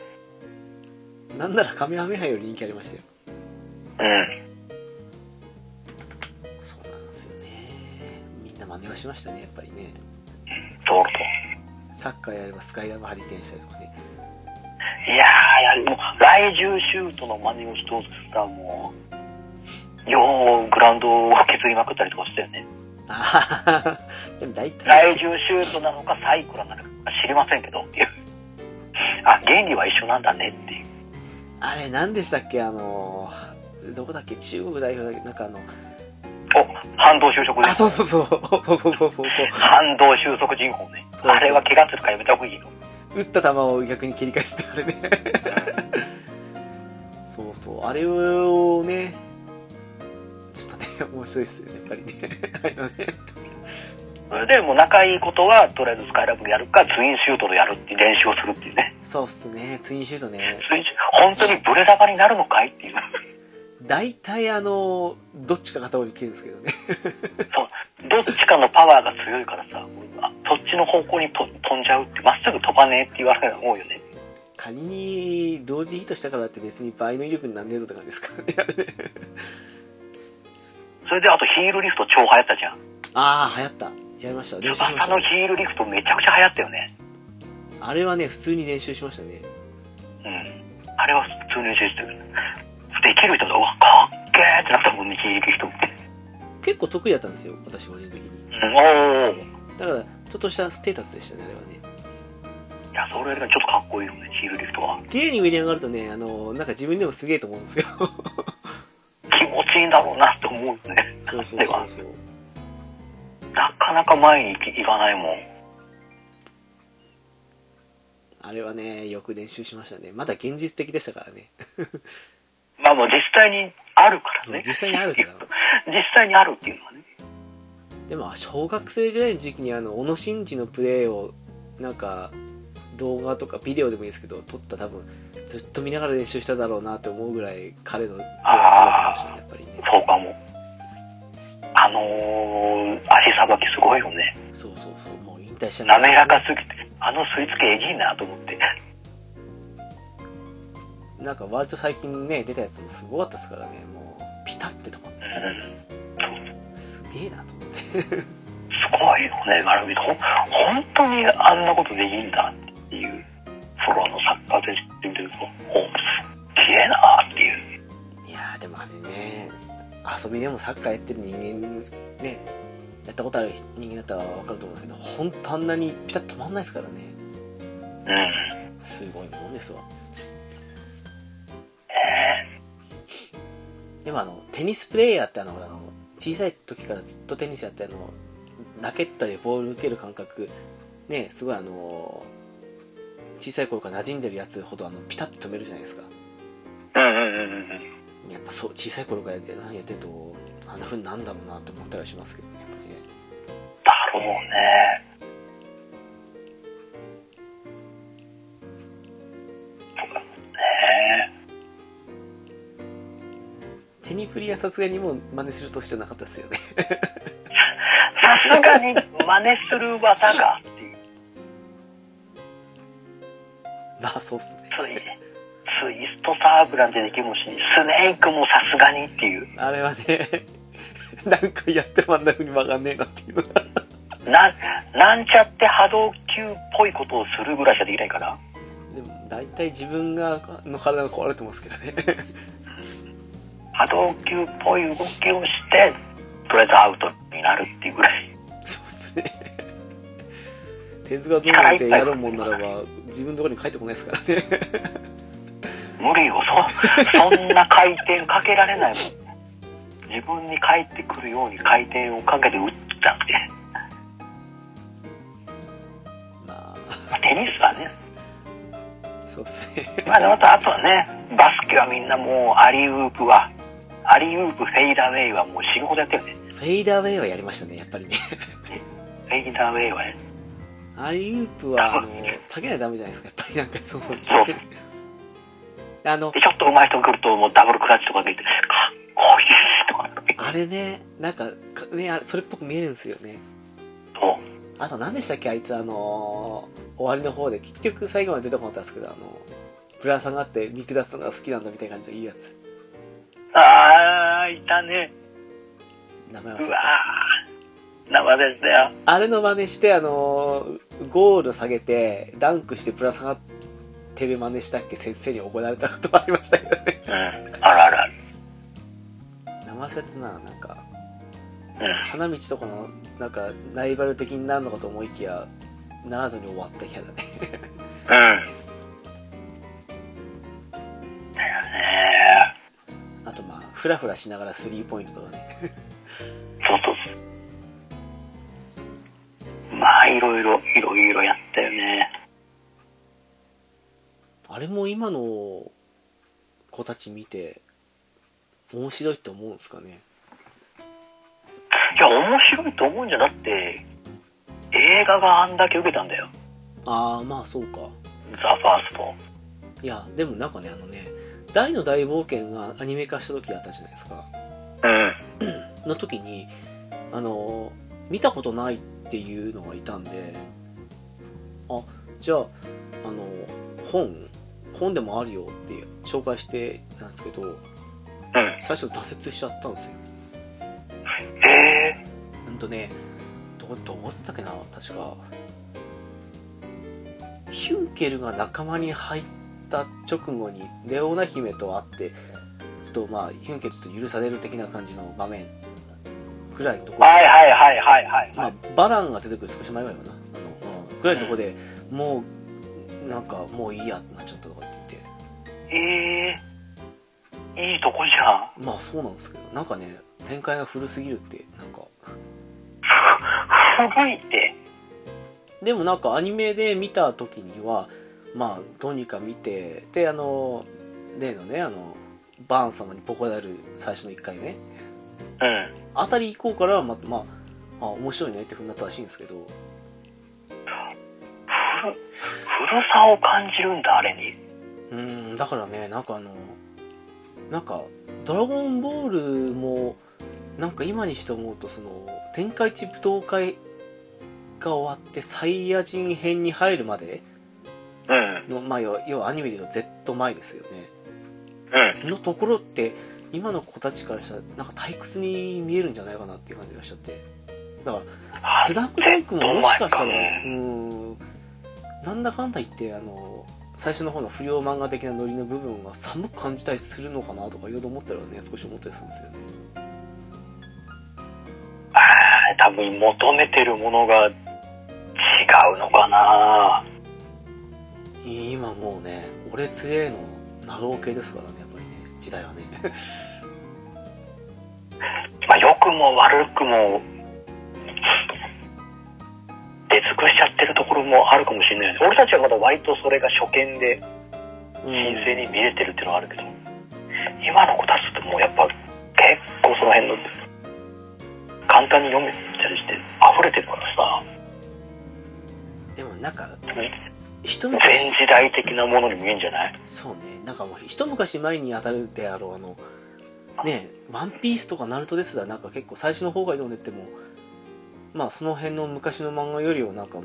なんならカメハメハより人気ありましたようんそうなんですよねみんな真似はしましたねやっぱりねそうそうサッカーやればスカイダムハリケーンしたりとかねいやーやはりもう来獣シュートの真似をしとったもうようグラウンドを削りまくったりとかしたよねああでも大体来獣シュートなのかサイクロンなのか知りませんけどっていうあ原理は一緒なんだねっていうあれ何でしたっけあのーどこだっけ中国代表だっけなんかあのお反動就職あ人そうそうそうそうそうそうそうそう反動収束人口ねそうそうあれは怪我するからやめた方がい [laughs] いの打った球を逆に蹴り返すってあれねそうそうあれをねちょっとね [laughs] 面白いっすよねやっぱりね [laughs] あれはねそれでもう仲いいことはとりあえずスカイラブやるかツインシュートでやるっていう練習をするっていうねそうっすねツインシュートねツインシュ本当にブレ玉になるのかいっていう大体あのどっちか片方に切るんですけどねどっちかのパワーが強いからさもうあそっちの方向にと飛んじゃうってまっすぐ飛ばねえって言われるの多いよね仮に同時ヒットしたからって別に倍の威力になんねえぞって感じですからねあれねそれであとヒールリフト超流行ったじゃんああ流行ったやりました練習しまし翼たのヒールリフトめちゃくちゃ流行ったよねあれはね普通に練習しましたねうんあれは普通の練習してるできる人がうわかっけーってなったもんねヒールリフトって、結構得意だったんですよ私個人的にうん、おおだからちょっとしたステータスでしたねあれはねいやそれがちょっとかっこいいよねヒールリフトは綺麗に上に上がるとねあのなんか自分でもすげえと思うんですよ気持ちいいんだろうなって思うよねそうそうそうそうなかなか前に行き行かないもんあれはねよく練習しましたねまだ現実的でしたからねまあもう実際にあるからね実際にあるから実際にあるっていうのはねでも小学生ぐらいの時期にあの小野伸二のプレーをなんか動画とかビデオでもいいですけど撮った多分ずっと見ながら練習しただろうなと思うぐらい彼のプレーはすごいと思いましたねやっぱそうかもあのー、足さばきすごいよねりねそうそうそうもう引退しちゃいました滑らかすぎてあの吸い付けえぎいなと思ってなんか割と最近ね出たやつもすごかったですからねもうピタって止まっうんてすげえなと思ってすごいよねあれ見てほ本当にあんなことでいいんだっていうソロのサッカー選手見てるとおすっげえなーっていういやーでもあれね遊びでもサッカーやってる人間ねやったことある人間だったら分かると思うんですけど本当あんなにピタッと止まんないですからねうんすごいもんですわでもあのテニスプレイヤーってあのほらあの小さい時からずっとテニスやってあのラケットでボール受ける感覚ねすごいあの小さい頃から馴染んでるやつほどあのピタッと止めるじゃないですかうんうんうんうんうんやっぱそう小さい頃からやってやってるとあんなふうになんだろうなって思ったりはしますけどねやっぱりねだろうね。そうかねテニプリはさすがにもう真似する年じゃなかったですよねさすがに真似する技がっていうま [laughs] あそうっすねついツイストサーブなんてできるもんしスネークもさすがにっていうあれはね [laughs] なんかやってもあんなふうに曲がんねえなっていうのがななんちゃって波動球っぽいことをするぐらいしかできないからでも大体自分がの体が壊れてますけど [laughs] ね波動球っぽい動きをしてとりあえずアウトになるっていうぐらい手塚ゾーンなんてやるもんならば自分のところに帰ってこないですからね [laughs] 無理よそそんな回転かけられないもん自分に返ってくるように回転をかけて打ったってまテニスはねあそうっすねまあでもあとあとはねバスケはみんなもうアリウープはアリウープフェイダーウェイはもう死ぬほどやってるねフェイダーウェイはやりましたねやっぱりねフェイダーウェイはねアリウープはあの下げないとダメじゃないですかやっぱりなんかそうそうそう [laughs] あのでちょっと上手い人が来るともうダブルクラッチとかできてかっこいいとかあれねなんかかねあれそれっぽく見えるんですよねそうあと何でしたっけあいつあのー終わりの方で結局最後まで出てこなかったんですけどあのぶら下がって見下すのが好きなんだみたいな感じのいいやつああいたね名前忘れうたわー生でしたよあれの真似して、あのーゴール下げて、ダンクしてぶら下がってる真似したっけ先生に怒られたことありましたけど [laughs] ね。うんあらあら名前忘れてな、なんか、うん花道とかの、なんか、ライバル的になるのかと思いきや、ならずに終わったキャラで。 [laughs] うんだよねあとまあ、フラフラしながらスリーポイントとかね。そうそうそうまあいろいろいろいろやったよねあれも今の子たち見て、面白いって思うんですかね。いや面白いと思うんじゃなくて映画があんだけ受けたんだよああ、まあそうか。 「ザ・ファーストいや、でもなんかね、あのね、大の大冒険がアニメ化した時あったじゃないですか。うんの時にあの見たことないっていうのがいたんであじゃああの本本でもあるよって紹介してなんですけどうん最初挫折しちゃったんですよえうんとねどどこだったっけな確かヒュンケルが仲間に入った直後にレオナ姫と会ってちょっとまあヒュンケルちょっと許される的な感じの場面ぐらいのとこー、ろではいはいはいはいはいまはあい、、バランが出てくる少し前ぐらいかな、あのうん、ぐらいのとこでもうなんかもういいやってなっちゃったとかって言ってえー、いいとこじゃんまあそうなんですけどなんかね展開が古すぎるってなんか古いってでもなんかアニメで見た時にはまあどうにか見てであの例のねあのバーン様にボコられる最初の1回ねうんあたり以降からはままああ面白いねってふうになったらしいんですけど古古さを感じるんだあれにうんだからねなんかあのなんか「ドラゴンボール」もなんか今にして思うとその天下一武道会が終わってサイヤ人編に入るまでうんの、まあ、要は要はアニメでいうと Z 前ですようんねのところって今の子たちからしたらなんか退屈に見えるんじゃないかなっていう感じがしちゃってだから「スラムダンクももしかしたどうなんらやうーんなんだかんだ言ってあの最初の方の不良漫画的なノリの部分が寒く感じたりするのかなとかいろいろ思ったらね少し思ったりするんですよねああ多分求めてるものが違うのかな今もうね「俺強え」のナロー系ですからねやっぱりね時代はねまあ良くも悪くも出尽くしちゃってるところもあるかもしれないね俺たちはまだ割とそれが初見で [laughs] うん新鮮に見れてるっていうのはあるけど、今の子たちってもうやっぱ結構その辺の簡単に読めたりして溢れてるからさでもなんかね一前昔時代的なものに見えんじゃないそうねなんかもう一昔前に当たるであろうあのねえ「ワンピースとか「ナルトですらなんか結構最初の方が読んでってもまあその辺の昔の漫画よりはなんかも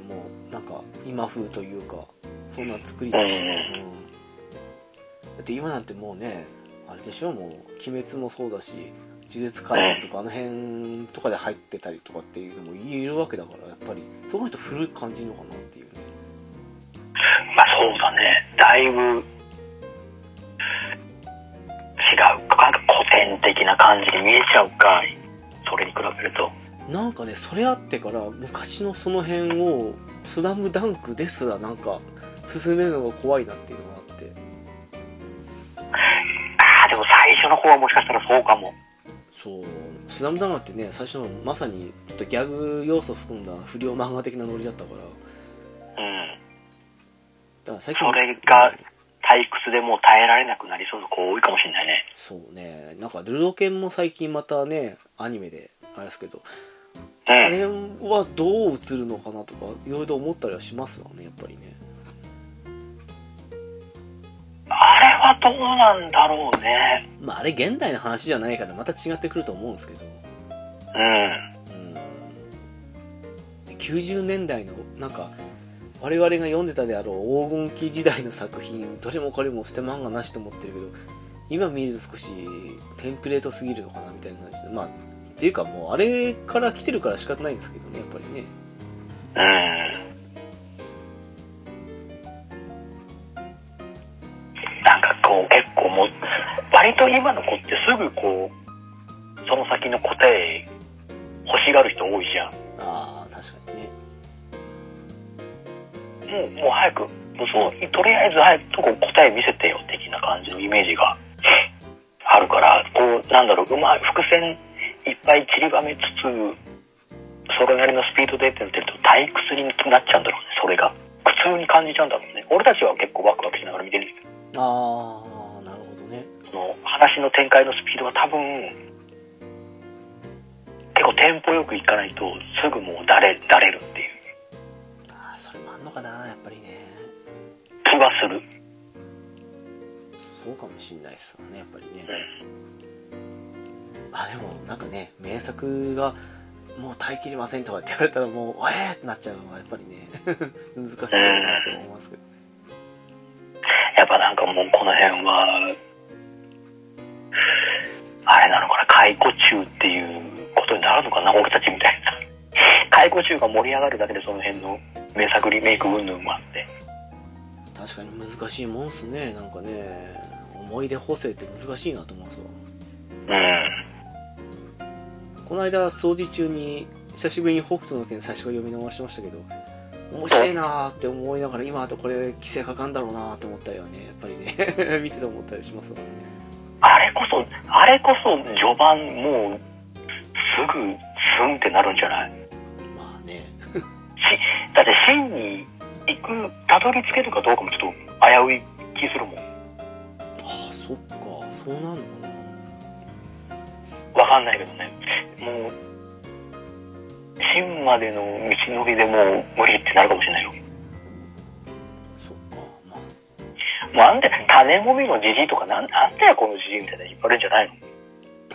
うなんか今風というかそんな作りだし、ううんんだって今なんてもうねあれでしょもう「鬼滅」もそうだし「呪術廻戦」とかあの辺とかで入ってたりとかっていうのも言えるわけだからやっぱりその人古い感じるのかなっていうねまあそうだねだいぶ違うなんか古典的な感じに見えちゃうかそれに比べるとなんかねそれあってから昔のその辺をスラムダンクですらなんか進めるのが怖いなっていうのがあってああ、でも最初の方はもしかしたらそうかも。そう「スラムダンクってね最初のまさにちょっとギャグ要素含んだ不良漫画的なノリだったからだうん。から最近それが退屈でもう耐えられなくなりそうな子多いかもしれないね。そうねなんかルロケンも最近またねアニメであれですけどうあん。れはどう映るのかなとかいろいろ思ったりはしますわねやっぱりねあれはどうなんだろうね。まああれ現代の話じゃないからまた違ってくると思うんですけどううん。ん90年代のなんか我々が読んでたであろう黄金期時代の作品どれもこれも捨て漫画なしと思ってるけど今見ると少しテンプレートすぎるのかなみたいな感じでまあっていうかもうあれから来てるから仕方ないんですけどねやっぱりねうん。なんかこう結構もう、割と今の子ってすぐこう、その先の答え欲しがる人多いじゃん。ああ確かにねもう、もう早く、もうそう、とりあえず早くこう答え見せてよ、的な感じのイメージがあるから、こう、なんだろう、うまい、伏線いっぱい散りばめつつ、それなりのスピードでってると退屈になっちゃうんだろうね、それが。苦痛に感じちゃうんだろうね。俺たちは結構ワクワクしながら見てるんですけああなるほどねど、その話の展開のスピードが多分、結構テンポよくいかないと、すぐもうだれ、だれるっていうああそれもあんのかなやっぱりね気はする。そうかもしんないっすよねやっぱりねあでもなんかね名作がもう耐えきれませんとかって言われたらもう [laughs] えーってなっちゃうのがやっぱりね [laughs] 難しいなと思いますけどやっぱなんかもうこの辺は、あれなのかな、解雇中っていうことになるのかな、俺たちみたいな。 [laughs] 解雇中が盛り上がるだけでその辺の名作リメイク云々もあって。確かに難しいもんっすねなんかね思い出補正って難しいなと思いますわうん。この間掃除中に久しぶりに北斗の拳最初から読み直してましたけど面白いなーって思いながら今あとこれ規制かかんだろうなーって思ったりはねやっぱりね [laughs] 見てて思ったりしますわねあれこそ、あれこそ序盤もう、すぐ、スンってなるんじゃないまあねだって真に行く、たどり着けるかどうかもちょっと危うい気するもあん。あそっかそうなるのかなわかんないけどね。もう、真までの道のりでもう無理ってなるかもしれないよ。そっかまあもうあんた、種もみのじじいとか、なん、なんだよこのじじいみたいな引っ張るんじゃないの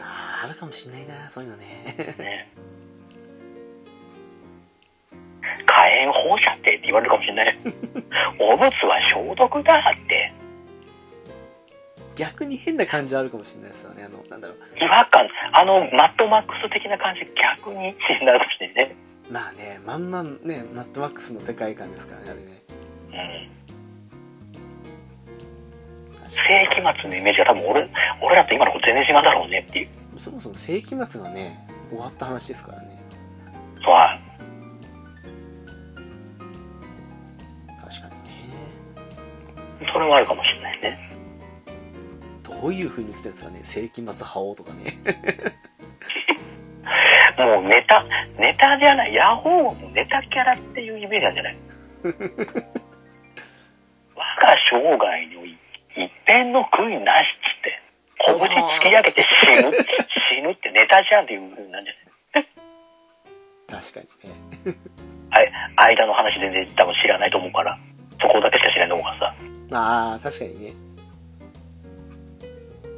あーあるかもしんないなそういうのね [laughs] ね。火炎放射ってって言われるかもしれ [laughs] ない。汚物は消毒だって。逆に変な感じはあるかもしれないですよねあのなんだろう違和感、あの、マッドマックス的な感じ、逆に一致になるかもしれないね。まあねまんまねマッドマックスの世界観ですからねあれねうん。確か世紀末のイメージが多分俺、俺らと今の子全然違うんだろうねっていう。にそもそも世紀末がね終わった話ですからねそうは、確かにねそれもあるかもしれないね。どういう風にしてたんですかね世紀末覇王とかね [laughs] もうネタ、ネタじゃない、ヤホーのネタキャラっていうイメージなんじ [laughs] ゃない我が生涯の一遍の悔いなしっつって、拳突き上げて死ぬ、死ぬってネタじゃんっていう風になんじゃ確かにねないあい間の話全然多分知らないと思うから、そこだけしか知らないと思うからさ。ああ確かにね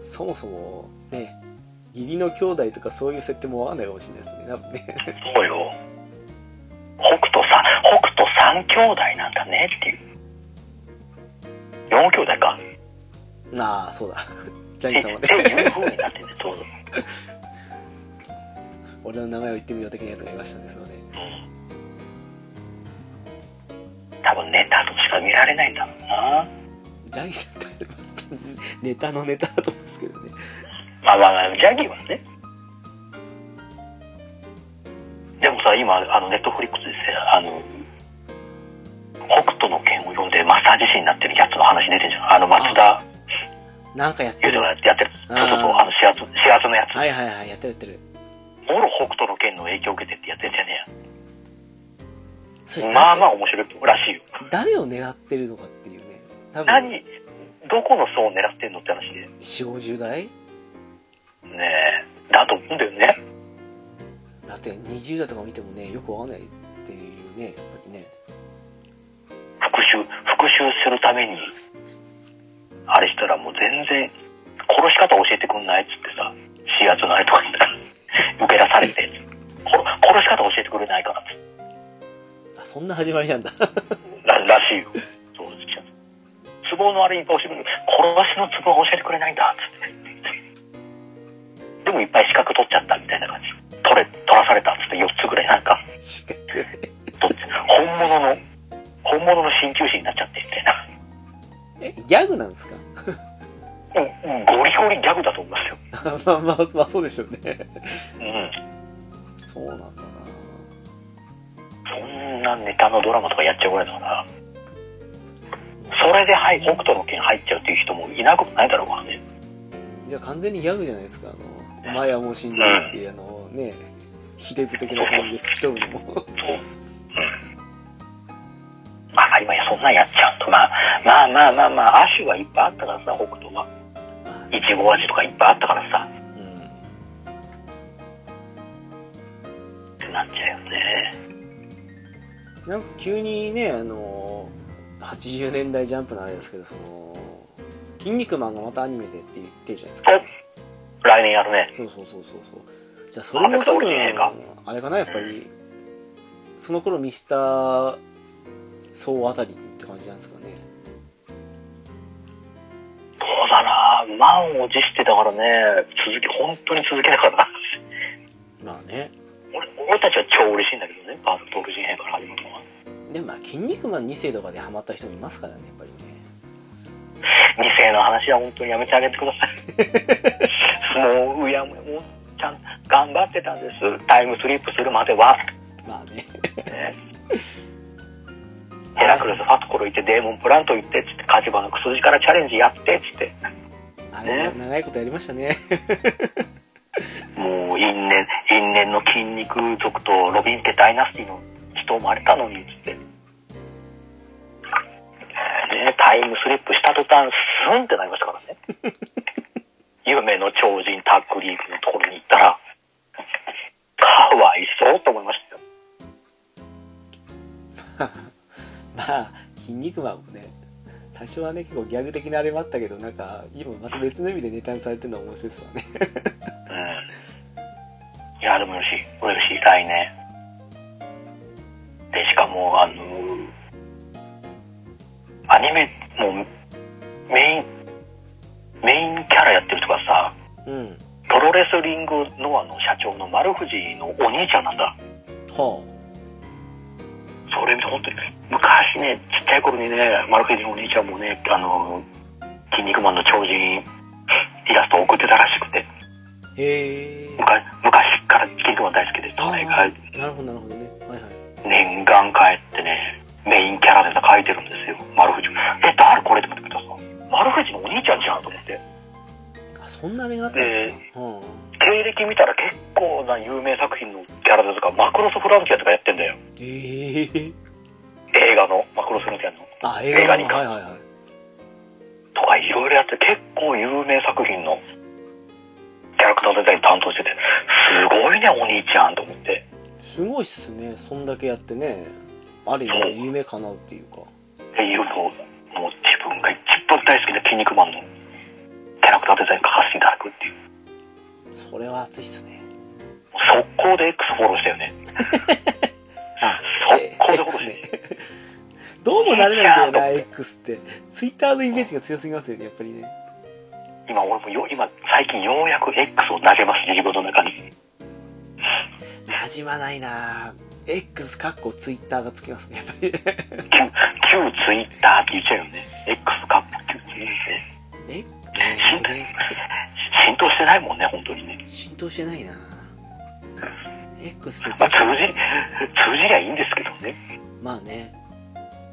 そもそもね義理の兄弟とかそういう設定もわかんないかもしれないですね多分ねそうよ。北斗さん、北斗三兄弟なんだねっていう。四兄弟か。ああそうだ [laughs] ジャっニーてさんはねいう風になってて、そうそう。俺の名前を言ってみよう的なやつがいましたねそれはね多分ネタとしか見られないんだろうな。ジャニーさんってあれますネタのネタだと思うんですけどねまあまあまあ、ジャギーはね。でもさ、今、あの、ネットフリックスでさ、あの、北斗の拳を読んでマスター自身になってるやつの話出てんじゃん。あの、松田なんかやってゆると。がやってる。そうそうあーそう、あの、始圧、始圧のやつ。はいはいはい、やってるやってる。もろ北斗の拳の影響を受けてってやってんじゃねそえやれ。まあまああ。面白いらしいよ。誰を狙ってるのかっていうね。多分、何、どこの層を狙ってんのって話で。四五十代ねえ。だと思うんだよね。だって20代とか見てもね、よくわかんないっていうね、やっぱりね。復讐、復讐するために、あれしたらもう全然、殺し方教えてくんないっつってさ、指圧のあれとかに [laughs] 受け出されて、殺殺し方教えてくれないからっつってあ、そんな始まりなんだ。ららしいよ。そうですよ。壺のあれいっぱい教えてくれる。殺しの壺は教えてくれないんだっつって。でもいっぱい資格取っちゃったみたいな感じ。取れ、取らされたっつって4つぐらいなんか、しかく取って、本物の、本物の鍼灸師になっちゃってみたいな。え、ギャグなんですか [laughs] うんゴリゴリギャグだと思いますよ。まあまあ、まあそうでしょうね。うん。そうなんだなそんなネタのドラマとかやっちゃうぐらいだから、それで、はい、北斗の拳入っちゃうっていう人もいなくもないだろうからね。じゃあ完全にギャグじゃないですか。あの、お前はもう死んでるっていう、あのね、ヒデブ的な感じで吹き飛ぶのも。そう。うん。まあ、今やそんなんやっちゃうと、まあ、まあまあまあまあ、亜種はいっぱいあったからさ、北斗は。まあねいちご味とかいっぱいあったからさ、うん。ってなっちゃうよね。なんか急にね、あの、80年代ジャンプのあれですけど、その、筋肉マンがまたアニメでって言ってるじゃないですか。来年やるね。そうそうそうそうそうじゃあそれも多分あれかあれかなやっぱりその頃ミスター総あたりって感じなんですかねどうだな満を持してだからね、続き、本当に続けだからな。まあね俺俺たちは超嬉しいんだけどね、パーフェクトオリジン編から始まるのは。でもまあ「筋肉マン2世」とかでハマった人もいますからねやっぱりね二世の話は本当にやめてあげてくださいもううやむやもうちゃん頑張ってたんですタイムスリップするまでは、まあねねヘラクレスファトコロ行ってデーモンプラント行ってっつってカジバのくすじからチャレンジやってっつってあれはね長いことやりましたね [laughs] もう因縁因縁の筋肉族とロビン家ダイナスティの人を生まれたのにっつってねタイムスリップした途端スンってなりましたからね夢の超人タッグリーグのところに行ったらかわいそうと思いましたよまあ「筋肉マン」もね最初はね結構ギャグ的なあれもあったけどなんか今また別の意味でネタにされてるのは面白いですわねうんいやでもよし嬉しい来年でしかもあのアニメもうメインメインキャラやってる人がさ [laughs] うんプロレスリングノアの社長の丸藤のお兄ちゃんなんだはそれ見て本当に昔ねちっちゃい頃にね丸藤のお兄ちゃんもねあの「筋肉マン」の超人イラストを送ってたらしくてあへえ昔昔から「筋肉マン」大好きでそれがなるほどなるほどねはいはい念願帰ってね、メインキャラで書いてるんですよ、丸藤。え、誰これって思ってください。丸藤のお兄ちゃんじゃんと思って。あそんな目があったんですか、うん、経歴見たら結構な有名作品のキャラだとか、マクロスフランティアとかやってんだよ。ええ映画の、マクロスフランティアの。 [laughs] あ映画映画にのかはいはいはいとかいろいろやって、結構有名作品のキャラクターデザイン担当してて、すごいね、お兄ちゃんと思って。すごいっすねそんだけやってねある意味夢叶うっていうかっていうのを、もう自分が一番大好きな筋肉マンのキャラクターデザイン書かせていただくっていう。それは熱いっすね速攻で X フォローしたよね。あ速攻 X で欲しいね [laughs] どうもなれないんだよな X ってツイッターのイメージが強すぎますよねやっぱりね今俺もよ今最近ようやく X を投げます自分の中になじまないなぁ X かっこツイッターがつきますねやっぱ [laughs] りね旧旧ツイッターって言っちゃうよね X かっこ旧ツイッえねねター浸透してないもんね本当にね、浸透してないなぁ X ってまあ、通じ通じりゃいいんですけどねまあね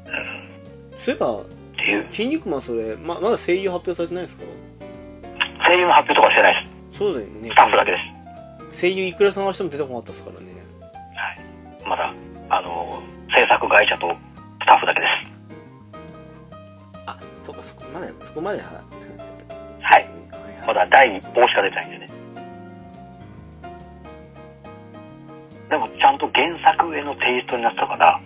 うんそういえばっていう「筋肉マン」それままだ声優発表されてないですか声優の発表とかしてないですそうだよねスタッフだけです声優いくら探しても出てこなかったですからねはい、まだあの制作会社とスタッフだけです。あそうかそこまでそこまで話しちゃったはですい、ねまだ第一報しか出てないんでね。でもちゃんと原作へのテイストになってたから、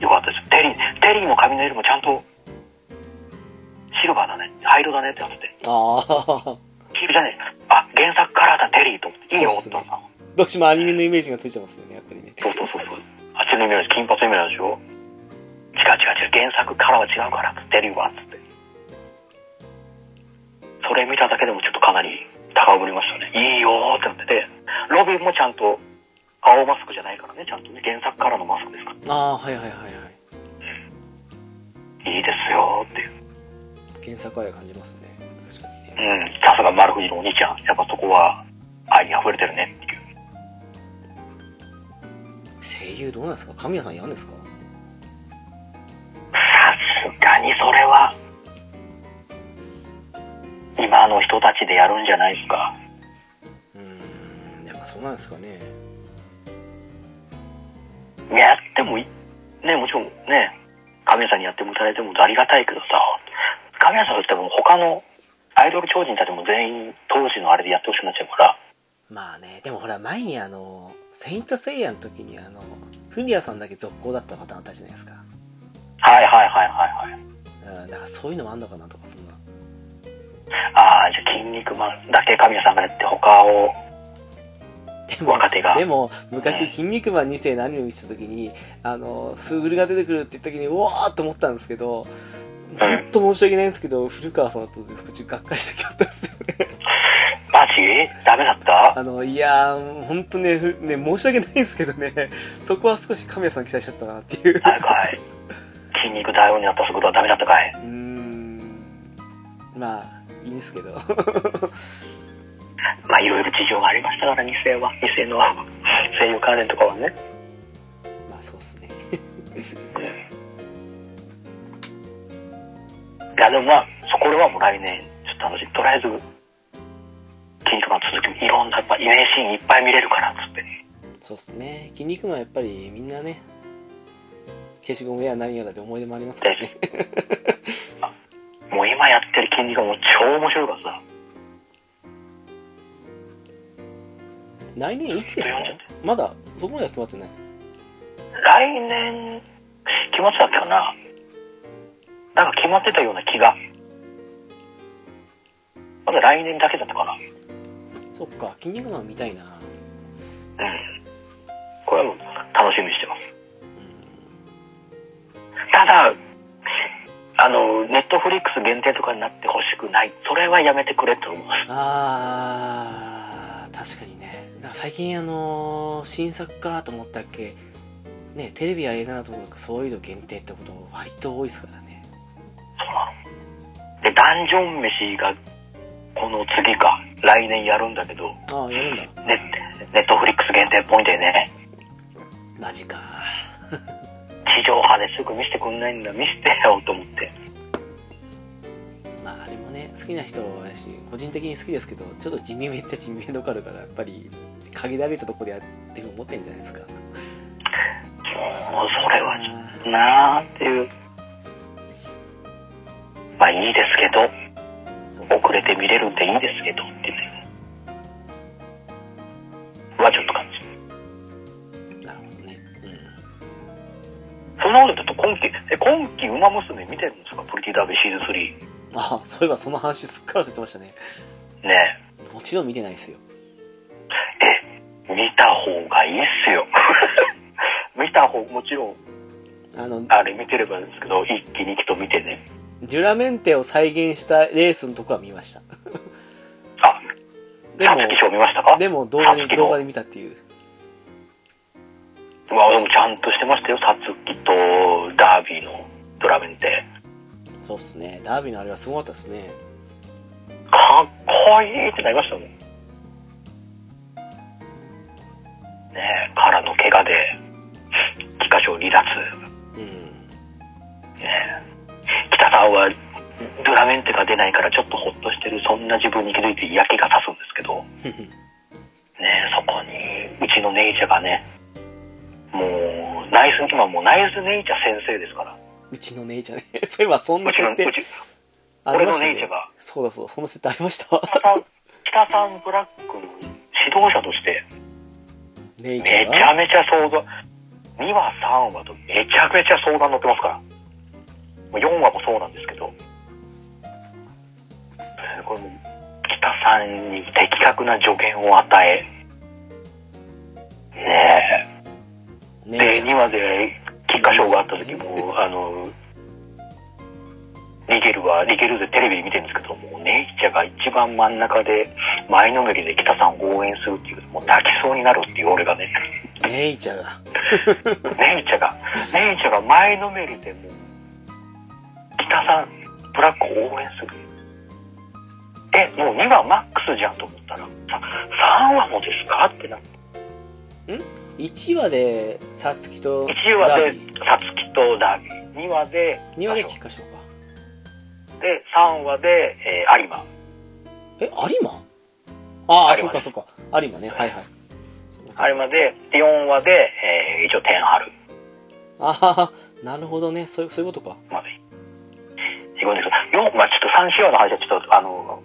よかったです。テリー、テリーの髪の色もちゃんと、シルバーだね、灰色だねってなってて、ああ黄色じゃねえ、あ、原作カラーだ、テリーと思って、いいよ、そうっすねお父さん [laughs] どうしてもアニメのイメージがついちゃいますよねやっぱりねそうそうそうそう。あっちのイメージ、金髪のイメージでしょ違う違う違う、原作からは違うから、デリーは、つって。それ見ただけでもちょっとかなり高ぶりましたね。いいよーってなってて、ロビンもちゃんと顔マスクじゃないからね、ちゃんとね、原作からのマスクですかああはいはいはいはいら。いいですよーっていう。原作愛を感じますね確かにねうん、さすが丸藤のお兄ちゃん。やっぱそこは愛に溢れてるねっていう。声優どうなんですか神谷さんやんですかさすがにそれは、今の人たちでやるんじゃないですか。うーんやっぱそうなんですかねいややってもいねもちろんね神谷さんにやってもいただいてもありがたいけどさ神谷さんが言っても他のアイドル超人たちも全員当時のあれでやってほしくなっちゃうからまあねでもほら前にあの「セイント・セイヤ」の時にあのフニアさんだけ続行だったパターンあったじゃないですかはいはいはいはいはいうんだからそういうのもあんのかなとかそんなああじゃあ「筋肉マン」だけ神谷さんがやって他をでも若手がでも昔う「ん筋肉マン2世」のアニメを見てた時にあのスグルが出てくるって言った時にうわーっと思ったんですけど本当申し訳ないんですけど古川さんだったんで少しがっかりした気がったんですよね [laughs] マジダメだったあのいやー、本当ねふね、申し訳ないんですけどね、そこは少し神谷さん期待しちゃったなっていう。は [laughs] いかい筋肉大王になったそことはダメだったかいうーん、まあ、いいんですけ [laughs] ど。まあいろいろ事情がありましたから2世は2世の [laughs] 声優関連とかはねまあ、そうっすね。いやでもまあそこらはもう来年ちょっと楽しいとりあえず筋肉マン続きいろんなやっぱイメージシーンいっぱい見れるからっつってそうっすね。筋肉マンやっぱりみんなね、消しゴムや何やらで思い出もありますからね。もう今やってる筋肉マンも超面白いからさ来年いつですかまだ、そこまでは決まってない。来年決まってたっけかななんか決まってたような気がまだ来年だけだったかなそっか、筋肉マン見たいな。うんこれはもう楽しみにしてますただあのネットフリックス限定とかになってほしくないそれはやめてくれと思うあー確かにねなんか最近あのー新作かと思ったっけねテレビや映画などそういうの限定ってこと割と多いですからねで、ダンジョン飯が、この次か、来年やるんだけど、ああやるんだネネットフリックス限定っぽいんだよね。マジか地上波ですぐ見せてくんないんだ、見せてよと思って。まああれもね好きな人やし個人的に好きですけどちょっと地味めっちゃ地味めどかあるからやっぱり限られたところでやってる思ってんじゃないですかもう、それはちょっとなーっていう。まあいいですけど、そうそう遅れて見れるんでいいですけどってね。はちょっと感じ。なるほどねそんなこと言うと今期、え、今期ウマ娘見てるんですかプリティダービーシーズン3。うんああそういえばその話すっから忘れてましたねねもちろん見てないですよえ、見た方がいいっすよ。 [laughs] 見た方、もちろん、あのあれ見てればいいんですけど、一気に一気と見てね。デュラメンテを再現したレースのとこは見ました。あ、でもサツ、キ賞見ましたかでも動画さでつきの動画で見たっていう。うわ、でもちゃんとしてましたよ。サツキとダービーのドラメンって。そうっすね。ダービーのあれはすごかったですね。かっこいいってなりましたもん。ねえ、からの怪我で、菊花賞離脱。うん。 [laughs] はドラメンテが出ないからちょっとホッとしてるそんな自分に気づいて嫌気がさすんですけどねそこにうちのネイチャーがねもうナイス今もうナイスネイチャー先生ですからうちの姉ちゃん [laughs] ね。そういえば、そんうなちの設うち定ありました俺の姉ちゃねんが。そうだそうだ、その設定ありました [laughs] わ。北さん北さんブラックの指導者として姉ちゃめんちゃが。めちゃ相談2話3話とめちゃくちゃ相談乗ってますから4話もそうなんですけどこれも北さんに的確な助言を与えねえ姉ちでゃん。 2話で菊花賞があった時もあのリゲルはリゲルでテレビで見てるんですけどもネイチャーが一番真ん中で前のめりで北さんを応援するっていうもう泣きそうになるっていう俺がね姉ちゃんが。ネイチャが、ネイチャが前のめりでもう、北さん、ブラックを応援する。え、もう2話マックスじゃんと思ったら、さ3話もですかってなって。 1話で、さつきと、 1話ダーでビー、さつきとダービー。2話で、 2話で菊花賞か。で、3話で、えー有馬。え、有馬ああ、有そっ馬かそっか。有馬ね、はいはい。有馬で、4話で、えー一応天春ああ、なるほどね。そういう、そういうことか。まで行くんですけど、4、まあちょっと3、4話の話はちょっと、あの、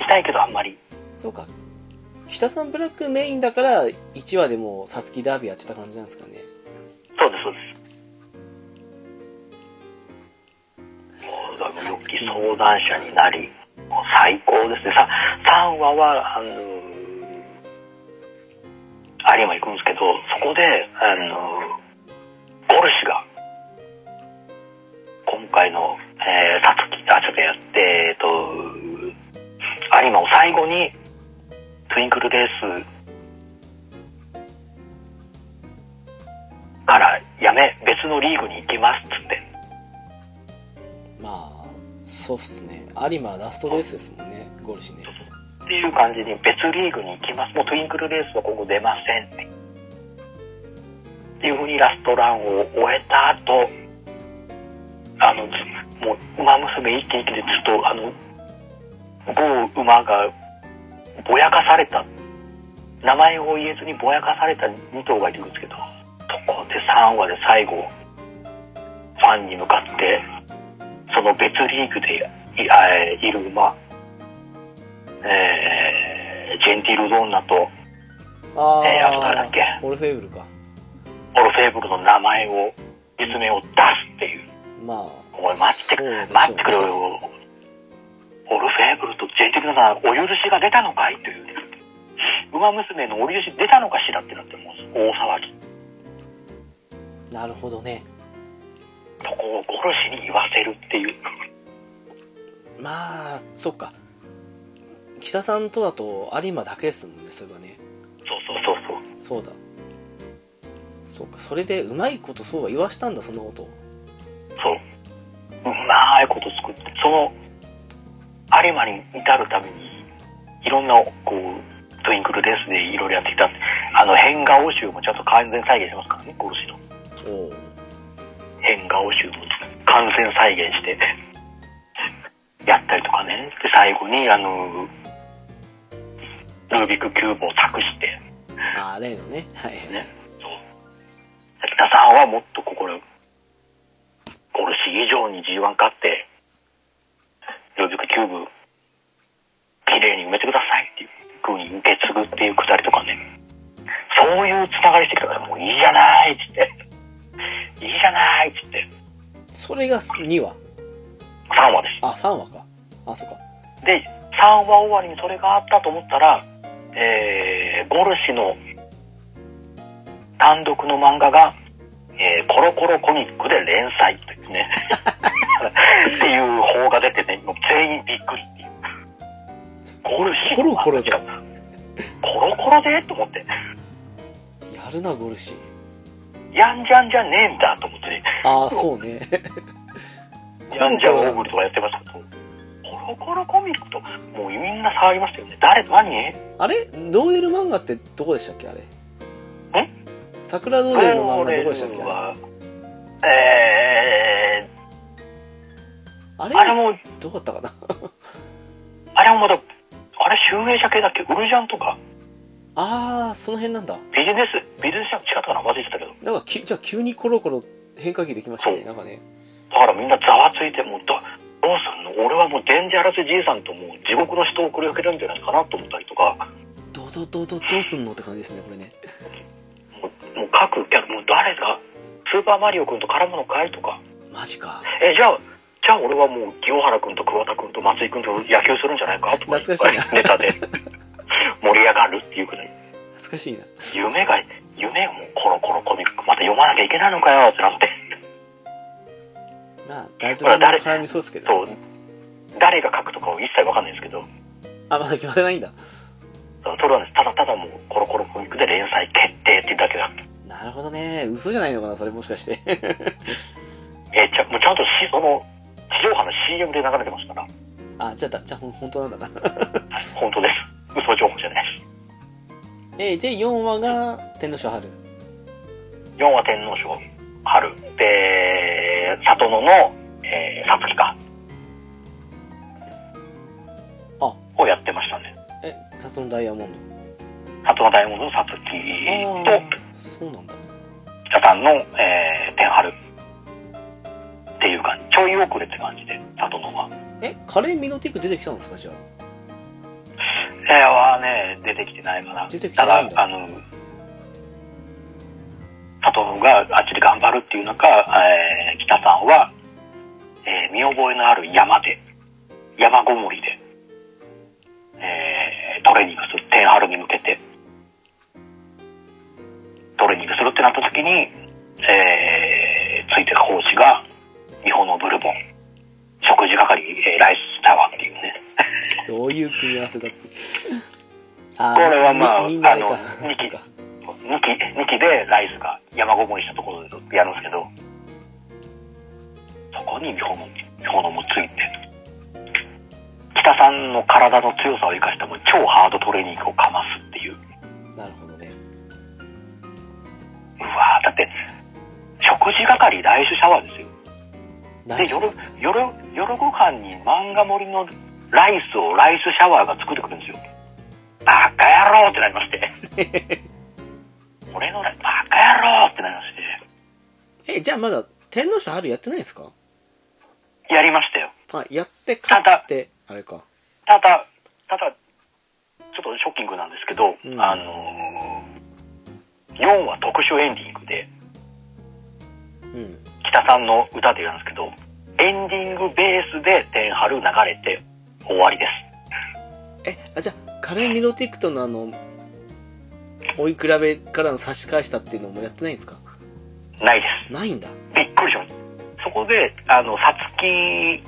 したいけどあんまり。そうか。北さんブラックメインだから、1話でもう、さつきダービーやってた感じなんですかね。そうです、そうです。さつき相談者になり、もう最高ですね。さ、3話は、あのー、有馬行くんですけど、そこで、あのー、ゴルシが、今回の、えー、さつき、あ、ちょっとやって、えっと、有馬を最後に、トゥインクルレースからやめ、別のリーグに行きます、つって。まあ、そうっすね。有馬はラストレースですもんね、ゴールしね。っていう感じに別リーグに行きますもうトゥインクルレースは今後出ませんってっていうふうにラストランを終えた後あのずもう馬娘一気一気でずっとあの某馬がぼやかされた名前を言えずにぼやかされた2頭がいるんですけどそこで3話で最後ファンに向かってその別リーグでいあえいる馬えージェンティルドンナとあー、えーあと誰だっけオルフェーブルか。オルフェーブルの名前を、実名を出すっていう。まあ。おい、待ってくそうでれ、しょう待ってくれよ。オルフェーブルとジェンティルドンナ、お許しが出たのかいというね。馬娘のお許し出たのかしらってなって、もう大騒ぎ。なるほどね。そこを殺しに言わせるっていう。まあ、そっか。北さんとだと有馬だけですもんね、そういえばね。そうそうそうそう。そうだ。そうか、それでうまいことそうは言わしたんだ、そんなこと。そう。うまいこと作って、その、有馬に至るために、いろんな、こう、トゥインクルレースでいろいろやってきた、あの、変顔集もちゃんと完全再現してますからね、ゴルシの。おう変顔集も完全再現して、やったりとかね。で、最後に、あの、ルービックキューブを託して、あー、例のね。はい。ね北さんはもっとここで、ゴルシ以上に G1 勝って、ルービックキューブ、綺麗に埋めてくださいっていう風に受け継ぐっていうくだりとかね。そういうつながりしてきたから、もういいじゃないっつって。いいじゃないっつって。それが2話。 3話であ、3話か。あ、そっか。す。で、3話終わりにそれがあったと思ったら、えー、ゴルシの単独の漫画が、えーコロコロコミックで連載とい [laughs] うね。っていう方が出てね、もう全員びっくりっていう。ゴルシコロコロでコロコロでと思って。やるな、ゴルシ。やんじゃんじゃねえんだと思って。ああ、そうね。 [laughs] やんじゃん大栗とかやってましたけど、コロコロコミックと、もうみんな騒ぎましたよね。誰何あれノーデル漫画ってどこでしたっけあれえ桜ノーデルの漫画どこでしたっけあは、えあれあれも、どうだったかなあれもまた、あれ、集英社系だっけウルジャンとか、ああその辺なんだビジネス、ビジネス社違ったかな忘れてたけど。なんかきじゃあ急にコロコロ変化球できましたねなんかねだからみんなざわついて、もうど、どうすんの俺はもうデンジャラス爺さんともう地獄の死闘を繰り広げるんじゃないかなと思ったりとか、どうどうどうどうどうすんのって感じですねこれねもう、もう各キャラ、もう誰が、スーパーマリオくんと絡むのかいとか、マジかえ、じゃあ、じゃあ俺はもう清原くんと桑田くんと松井くんと野球するんじゃないかとか、懐かしいなネタで盛り上がるっていうくらい。懐かしいな夢が夢をもうコロコロコミックまた読まなきゃいけないのかよってなってまあ誰とでも絡みそうですけどそう誰が書くとかを一切わかんないんですけどあまだ決まってないんだそれはねただただもうコロコロコミックで連載決定っていうだけだなるほどね嘘じゃないのかなそれもしかして [laughs] えちゃもうちゃんとしその地上波の CM で流れてましたからあじゃあだじゃあほん本当なんだな本当です嘘情報じゃないですえで4話が天皇賞春4は天皇賞春で里野のえーさつきかあをやってましたねえ札のダイヤモンド里野大門のさつあきとーそうなんだ北さんの、えー、天春っていう感じちょい遅れって感じで里野がえカレーミノティック出てきたんですかじゃあえー、はね出てきてないかな出てきてないんだただあの佐藤があっちで頑張るっていう中、えー、北さんは、えー見覚えのある山で山ごもりで、えートレーニングする天春に向けてトレーニングするってなった時に、えーついてた講師が日本のブルボン食事係、えーライスタワーっていうねどういう組み合わせだって。あこれはまあみみんなであかの。そうか2期二期でライズが山ごもりしたところでやるんですけどそこに美穂の美穂のもついて北さんの体の強さを生かしたもう超ハードトレーニングをかますっていう [laughs] なるほどね。うわーだって食事係ライスシャワーですよナでイス夜ですね夜夜ご飯に漫画盛りのライスをライスシャワーが作ってくるんですよバカ野郎ってなりまして [laughs] 俺のライバカ野郎ってなりましてえ、じゃあまだ天皇賞春やってないですかやりましたよあ、やって勝って、あれか。ただ、ただ、ちょっとショッキングなんですけど、うんあのー、4は特殊エンディングで、うん。北さんの歌でやるんですけど、エンディングベースで天春流れて終わりでえ、あ、じゃあ、カレーミノティックとのあの、追い比べからの差し返したっていうのもやってないんですかす。ないでないんだ。す。びっくりしました。そこで、あの、さつき、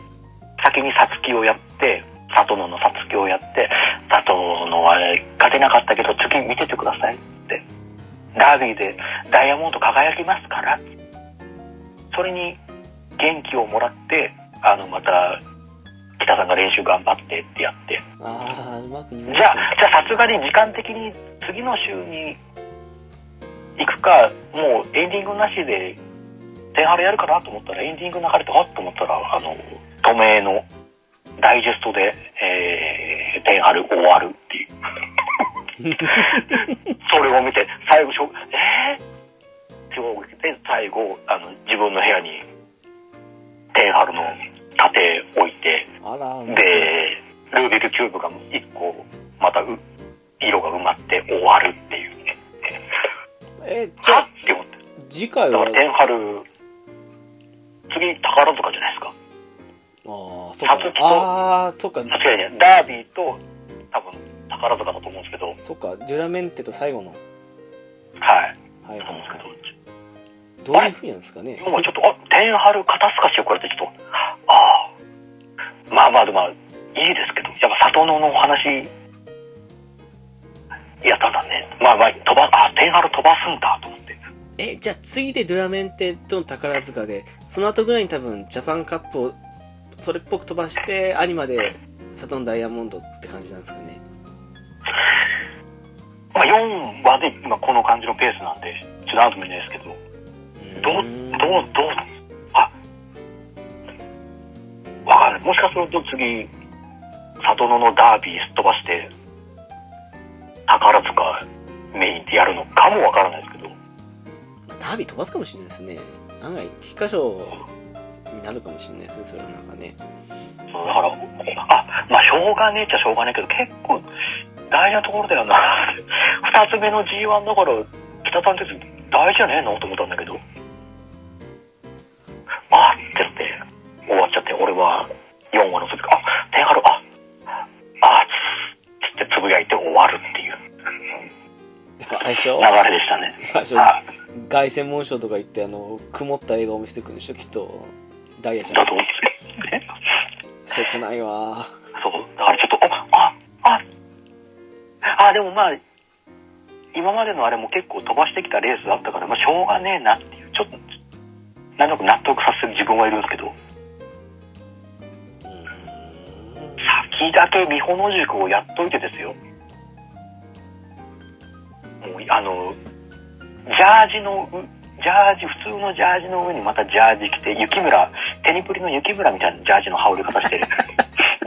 先にさつきをやって、佐藤野のさつきをやって、佐藤野は勝てなかったけど、次見ててくださいって。ダービーでダイヤモンド輝きますから。それに元気をもらって、あの、また、北さんが練習頑張ってってやって。ああ、うまくにじゃあ、じゃあさすがに時間的に次の週に行くか、もうエンディングなしで、前半やるかなと思ったら、エンディング流れて、あっと思ったら、あの、透明のダイジェストで、えー、天春終わるっていう。それを見て、最後、しょえー、手を受けて、最後、あの、自分の部屋に、天春の盾置いて、あら、うまくで、ルービックキューブが1個、またう色が埋まって終わるっていうね。え、じゃはあ、って思って。次回だかはら、、天春、次、宝塚じゃないですか。ああ、そっか殺気。とああ、そっか。間違いない。ダービーと、多分、宝塚だと思うんですけど、そっか、デュラメンテと最後の。はい。はいはい思うんですけはど、い。どういうふうになんですかね。今ちょっと、あ、天春、肩透かしをこれってちょっと、ああ、まあまあ、でも、いいですけど、やっぱ里野のお話、やったんだね。まあまあ、飛ば、あ、天春飛ばすんだ、と思って。えじゃあ次でドゥアメンテとの宝塚でその後ぐらいに多分ジャパンカップをそれっぽく飛ばしてアニマでサトンダイヤモンドって感じなんですかねまあ、4話で今この感じのペースなんで、ちょっとなんとも言えないですけど、うどうーん、どう、どう、あ、わかねもしかすると次里野のダービーすっ飛ばして宝塚メインでやるのかもわからないですけどダービー飛ばすかもしれないですね。案外、菊花賞になるかもしれないですね、それはなんかね。そうだからあまあしょうがねえっちゃしょうがねえけど結構大事なところだよな二つ目の g 1だから北さん鉄大事じゃねえのと思ったんだけどあってなって終わっちゃって俺は4話の続きあ手軽ああつってつぶやいて終わるっていうやっぱあれでしょ流れでしたね最初、あ凱旋門賞とか行って、あの、曇った笑顔を見せてくるんでしょ、きっと。ダイヤちゃだんと。思ってね切ないわ。そう、だからちょっと、あ、あ、あ、あ、でもまあ、今までのあれも結構飛ばしてきたレースだったから、まあ、しょうがねえなっていう、ちょっと、なんとなく納得させてる自分はいるんですけど、うーん。先だけ美穂の塾をやっといてですよ。もう、あの、ジャージの、うジャージ、普通のジャージの上にまたジャージ着て、雪村、テニプリの雪村みたいなジャージの羽織り方して、ジ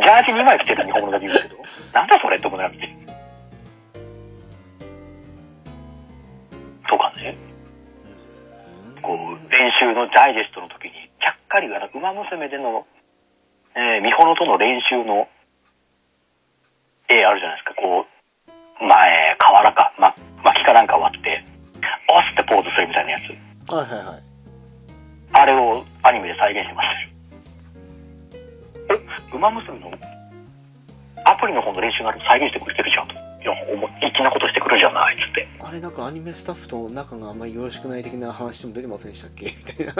ャージ2枚着てる日本物だけ言うんですけど、なんだそれって思いながら見て。とかね、こう、練習のダイジェストの時に、ちゃっかり、あの、馬娘での、えー、美穂との練習の絵あるじゃないですか、こう、前、瓦か、ま、薪かなんか割って、押すってポーズするみたいなやつ。はいはいはい。あれをアニメで再現しましたよ。え、馬娘のアプリの方の練習なら再現してくれてるじゃんと。いや、お前、粋なことしてくるじゃないっつって。あれなんかアニメスタッフと仲があんまりよろしくない的な話も出てませんでしたっけみたいな。い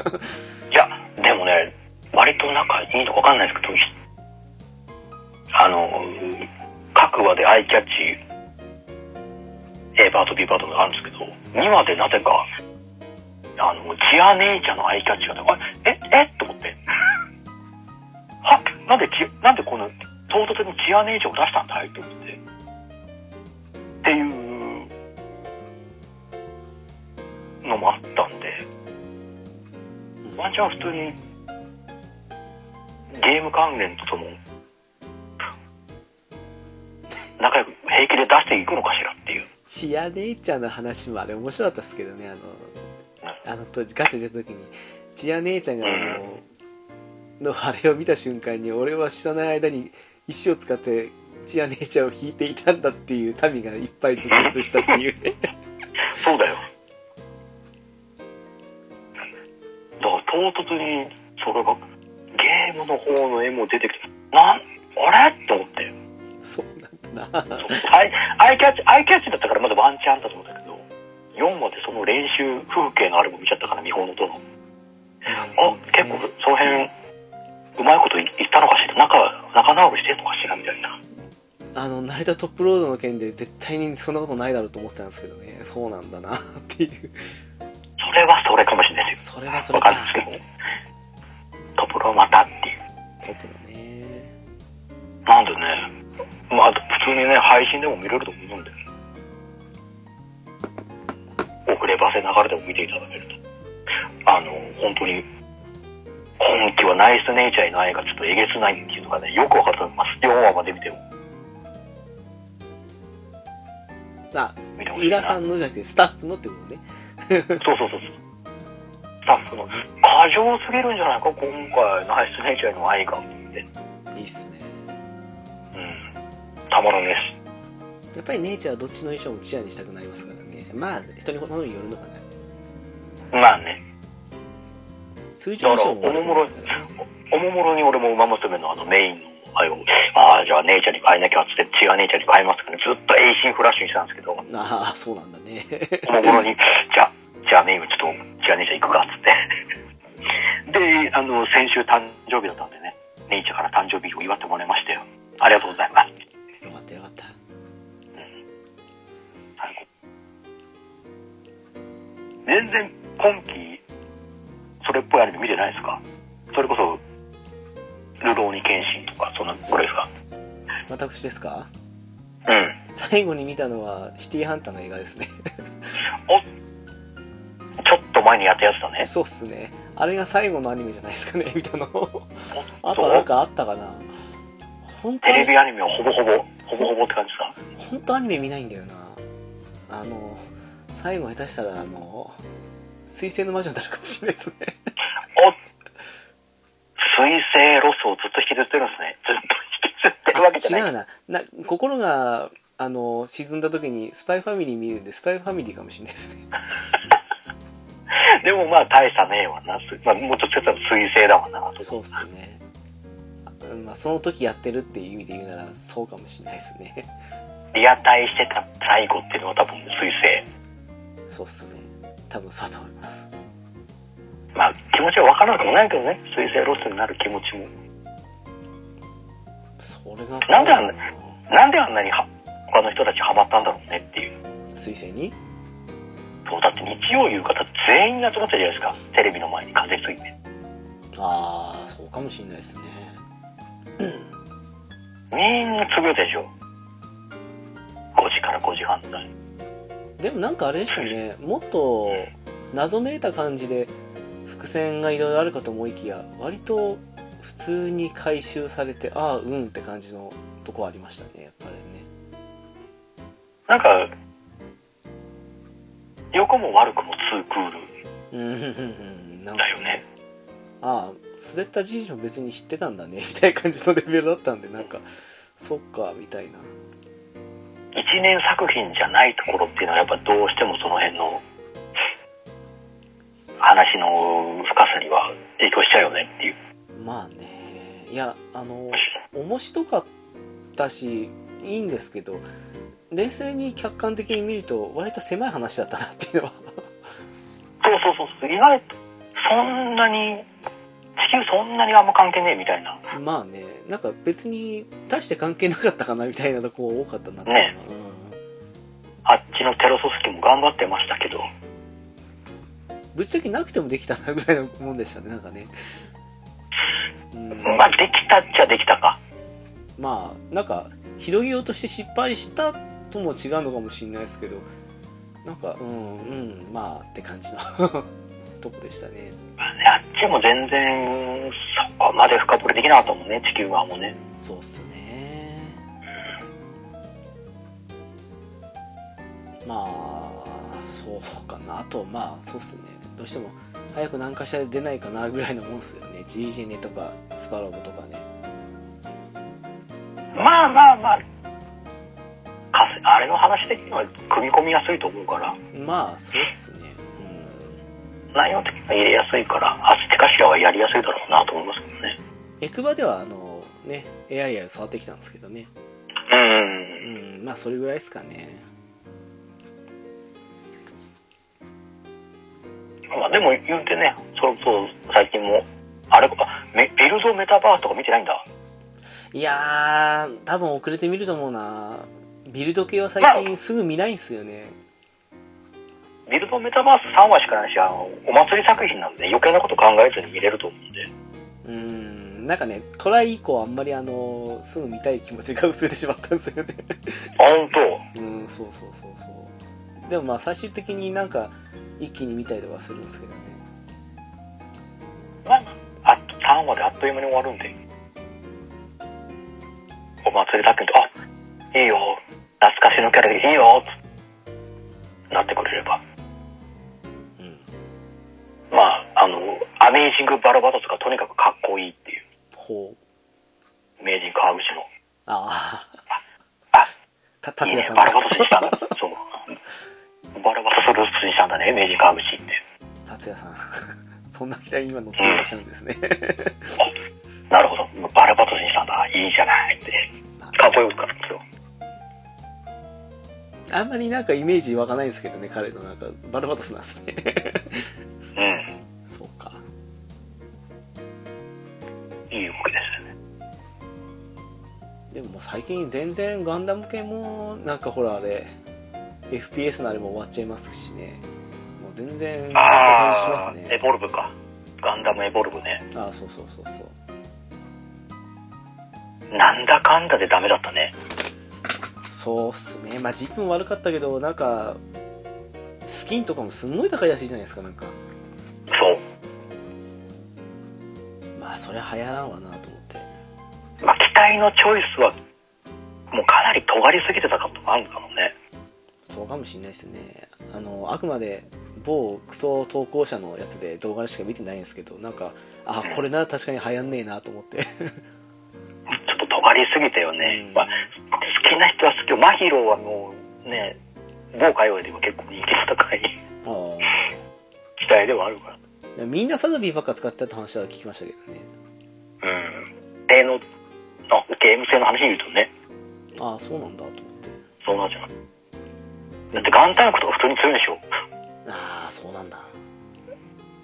や、でもね、割と仲いいのかわかんないですけど、あの、各話でアイキャッチ、A パート、B パートがあるんですけど、2話でなぜか、あの、チア姉ちゃんのアイキャッチがね、あれえ、えと思って。はなんでチ、なんでこの、唐突にチア姉ちゃんを出したんだいって思って。っていう、のもあったんで、ワンチャン普通にゲーム関連ととも仲良く平気で出していくのかしらっていうチア姉ちゃんの話もあれ面白かったですけどね、あの、あの当時ガチャ出た時に、チア姉ちゃんがあの、のあれを見た瞬間に、俺は知らない間に石を使って、チア姉ちゃんを引いていたんだっていう民がいっぱい続出したっていう [laughs] ね。そうだよだから唐突にそれがゲームの方の絵も出てきてなんあれと思ってそうなんだな。アイアイキャッチアイキャッチだったからまだワンチャンだと思ったけど4話でその練習風景のあれも見ちゃったから見本のどのあ結構その辺うまいこと言ったのかしら仲仲直りしてんのかしらみたいなあの、成田トップロードの件で絶対にそんなことないだろうと思ってたんですけどね、そうなんだなっていう。それはそれかもしれないですそれはそよれわかんないですけどねところがまたっていうトップロね。なんでねまあ普通にね配信でも見れると思うんで遅ればせながらでも見ていただけるとあの本当に今季はナイスネイチャーへの愛がちょっとえげつないっていうのがねよくわかると思います4話まで見てもあ、見てほしいな浦さんのじゃなくてスタッフのってことね。そうそうそうそう。スタッフの、過剰すぎるんじゃないか、今回、ナイスネイチャーへの愛が。っていいっすね。うん。たまらないです。やっぱりネイチャーはどっちの衣装もチアにしたくなりますからね。まあ、人に好みによるのかな。まあね、通常の衣装もありますからね。おもむろに俺も馬娘のあのメインの愛を、ああ、じゃあネイチャーに変えなきゃっつって、違うネイチャーに変えますからね、ずっとエイシンフラッシュにしてたんですけど、おああ、そうなんだね。もむろに、 [laughs] じゃあ、じゃあメインはちょっと、違うネイチャー行くかっつって。 [laughs] で、あの、先週誕生日だったんでね、ネイチャーから誕生日を祝ってもらいましたよ。ありがとうございます。よかったよかった。はい全然今季それっぽいアニメ見てないですかそれこそ「ルローニケンシン」とかそんなこれですか私ですかうん最後に見たのはシティハンターの映画ですね。ちょっと前にやったやつだねそうっすね。あれが最後のアニメじゃないですかね、見たの。 [laughs] おっあとなんかあったかな本当テにレビアニメはほぼほぼ、ほぼほぼって感じですか本当アニメ見ないんだよなあの最後下手したらあの水星の魔女になるかもしれないですねお水星ロスをずっと引きずってるんですね。ずっと引きずってるわけじゃあな違い。うなな心があの沈んだ時にスパイファミリー見るんでスパイファミリーかもしれないですねでもまあ大したねえわな。すまあ、もうちょっと言ったら水星だわな。 [laughs] そうっすねあまあ、その時やってるっていう意味で言うならそうかもしれないですねリアタイしてた最後っていうのは多分水星。そうっすね多分そうだと思いますまあ気持ちはわからなくもないけどね。水星ロスになる気持ちも。それがなんであんななんであんなには他の人たちハマったんだろうねっていう。水星にそうだって日曜夕方全員集まってるじゃないですか。テレビの前に風ついて。ああそうかもしれないですねみんな潰れたでしょ。5時から5時半ぐらい。でもなんかあれでしたねもっと謎めいた感じで伏線がいろいろあるかと思いきや割と普通に回収されてああうんって感じのとこはありましたねやっぱりねなんか、横も悪くも2クール。うんうんうんうんなんかだよねああ滑った事実も別に知ってたんだね [laughs] みたいな感じのレベルだったんでなんかそっかみたいな一年作品じゃないところっていうのはやっぱどうしてもその辺の話の深さには影響しちゃうよねっていう。まあねいやあの面白かったしいいんですけど冷静に客観的に見ると割と狭い話だったなっていうのはそうそうそう。意外とそんなに、地球そんなにあんま関係ねえみたいな。まあねなんか別に大して関係なかったかなみたいなとこ多かったなっていうのはねあっちのテロ組織も頑張ってましたけど、うん、ぶっちゃけなくてもできたなぐらいのもんでしたねなんかね、うん、まあできたっちゃできたか。まあなんか広げようとして失敗したとも違うのかもしれないですけどなんかうんうんまあって感じの [laughs] とこでしたねまあね、あっちも全然そこまで深掘りできなかったもんね、地球側もね。そうっすねまあそうかなあとまあそうっすねどうしても早く何かしら出ないかなぐらいのもんっすよね GG ネとかスパロボとかねまあまあまあ、かすあれの話的には組み込みやすいと思うから、まあそうっすね内容的には入れやすいから、アステカシラはやりやすいだろうなと思いますけどね。うんエクバではあのねエアリアル触ってきたんですけどねうん。うんまあそれぐらいですかねまあでも言うてね、それこそ最近も、あれあメ、ビルドメタバースとか見てないんだ。いやー多分遅れて見ると思うなビルド系は最近すぐ見ないんすよねビルドメタバース3話しかないし、あの、お祭り作品なんで余計なこと考えずに見れると思うんで。うーんなんかねトライ以降あんまりあのすぐ見たい気持ちが薄れてしまったんですよねあ、本当うんそうそうそうそうでもまあ最終的になんか一気に見たりとかするんですけどねまあ、あと3話であっという間に終わるんで。お祭り作品と、あいいよ、懐かしのキャラでいいよ、つなってくれれば。うんまあ、あの、アメージングバロバトスがとにかくかっこいいっていう、ほう名人川口の。あああた達いい也ねさ、んバがロバトスにしたんだ。そう。バロバトスルーツにしたんだね、名人川口って。達也さん [laughs] そんな期待に今乗っていらっしゃるんです [laughs] ねなるほど、バロバトスにしたんだ。いいじゃないって。かっこよかったんですよ。あんまりなんかイメージ湧かないんですけどね彼のなんかバルバトスなんですね [laughs] うん。そうかいい動きですよね。でももう最近全然ガンダム系もなんかほらあれ FPS のあれも終わっちゃいますしねもう全然そんな感じしますエねボルブか。ガンダムエボルブね。ああーそうそうそうそうなんだかんだでダメだったね。そうっすねまあ自分悪かったけどなんかスキンとかもすんごい高いらしいじゃないですかなんかそう。まあそそれ流行らんわなと思ってまあ、機体のチョイスはもうかなり尖りすぎてたかともあるのかもねそうかもしんないですねあのあくまで某クソ投稿者のやつで動画しか見てないんですけどなんかあこれな確かに流行んねえなと思ってちょっと尖りすぎたよね、うんまあ、好きな人は好きよマヒロはもうね某界隈でも結構人気の高いああ機体ではあるからでもみんなサザビーばっか使ってたって話は聞きましたけどねうんでののゲーム性の話で言うとねああそうなんだと思ってそうなんじゃないだでってガンタンクとか普通に強いんでしょああそうなんだ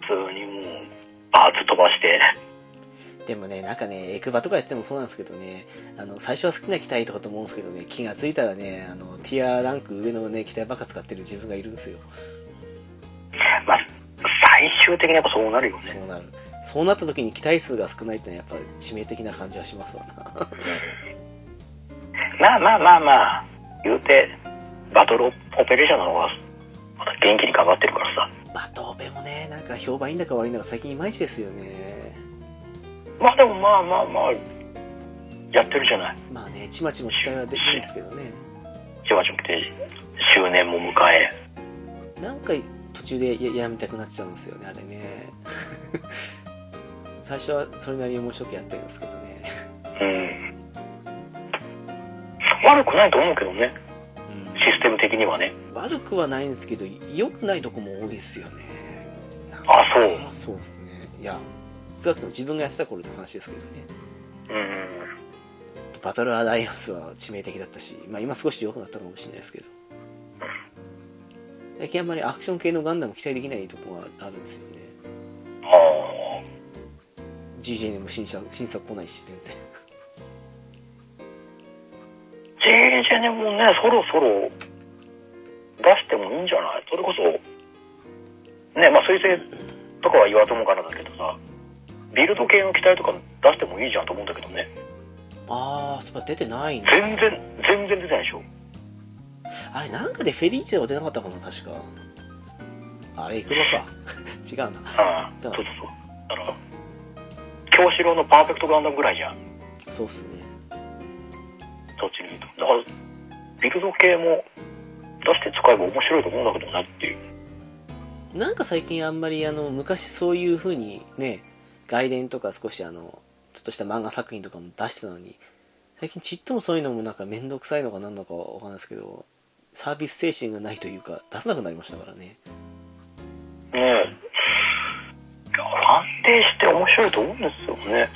普通にもうバーツ飛ばして [laughs] でもねなんかねエクバとかやっててもそうなんですけどねあの最初は好きな機体とかと思うんですけどね気がついたらねあのティアランク上のね機体ばっか使ってる自分がいるんですよまあ最終的にやっぱそうなるよそねうなるそうなった時に機体数が少ないってのはやっぱ致命的な感じはしますわなまあまあまあまあ言うてバトルオペレーションなのがまた元気に頑張ってるからさまあドーベもねなんか評判いいんだか悪いんだか最近いまいちですよねまあでもまあまあまあやってるじゃないまあねちまちま機体はできるんですけどねちばちば来て周年も迎えなんか途中でややめたくなっちゃうんですよねあれね [laughs] 最初はそれなりに面白くやってるんですけどねうん悪くないと思うけどねうんシステム的にはね悪くはないんですけど良くないとこも多いですよねあそそううですねいや少なくとも自分がやってた頃の話ですけどねうんバトルアライアンスは致命的だったし、まあ、今少し良くなったかもしれないですけど最近あんまりアクション系のガンダム期待できないとこがあるんですよねあ GJ にも新作新作来ないし全然あ JJ もねそろそろ出してもいいんじゃないそれこそねまあ彗星とかは言わずもがなだけどさビルド系の機体とか出してもいいじゃんと思うんだけどねああそっか出てないね全然全然出てないでしょあれなんかでフェリーチェは出なかったかな確かあれ行くのか [laughs] 違うなああそうそうそうだから京四郎のパーフェクトガンダムぐらいじゃんそうっすねどっちにいいとだからビルド系も出して使えば面白いと思うんだけどなっていうなんか最近あんまりあの昔そういう風にね外伝とか少しあのちょっとした漫画作品とかも出してたのに最近ちっともそういうのもなんか面倒くさいのか何だかわかんないですけどサービス精神がないというか出さなくなりましたからねねえいや安定して面白いと思うんですよね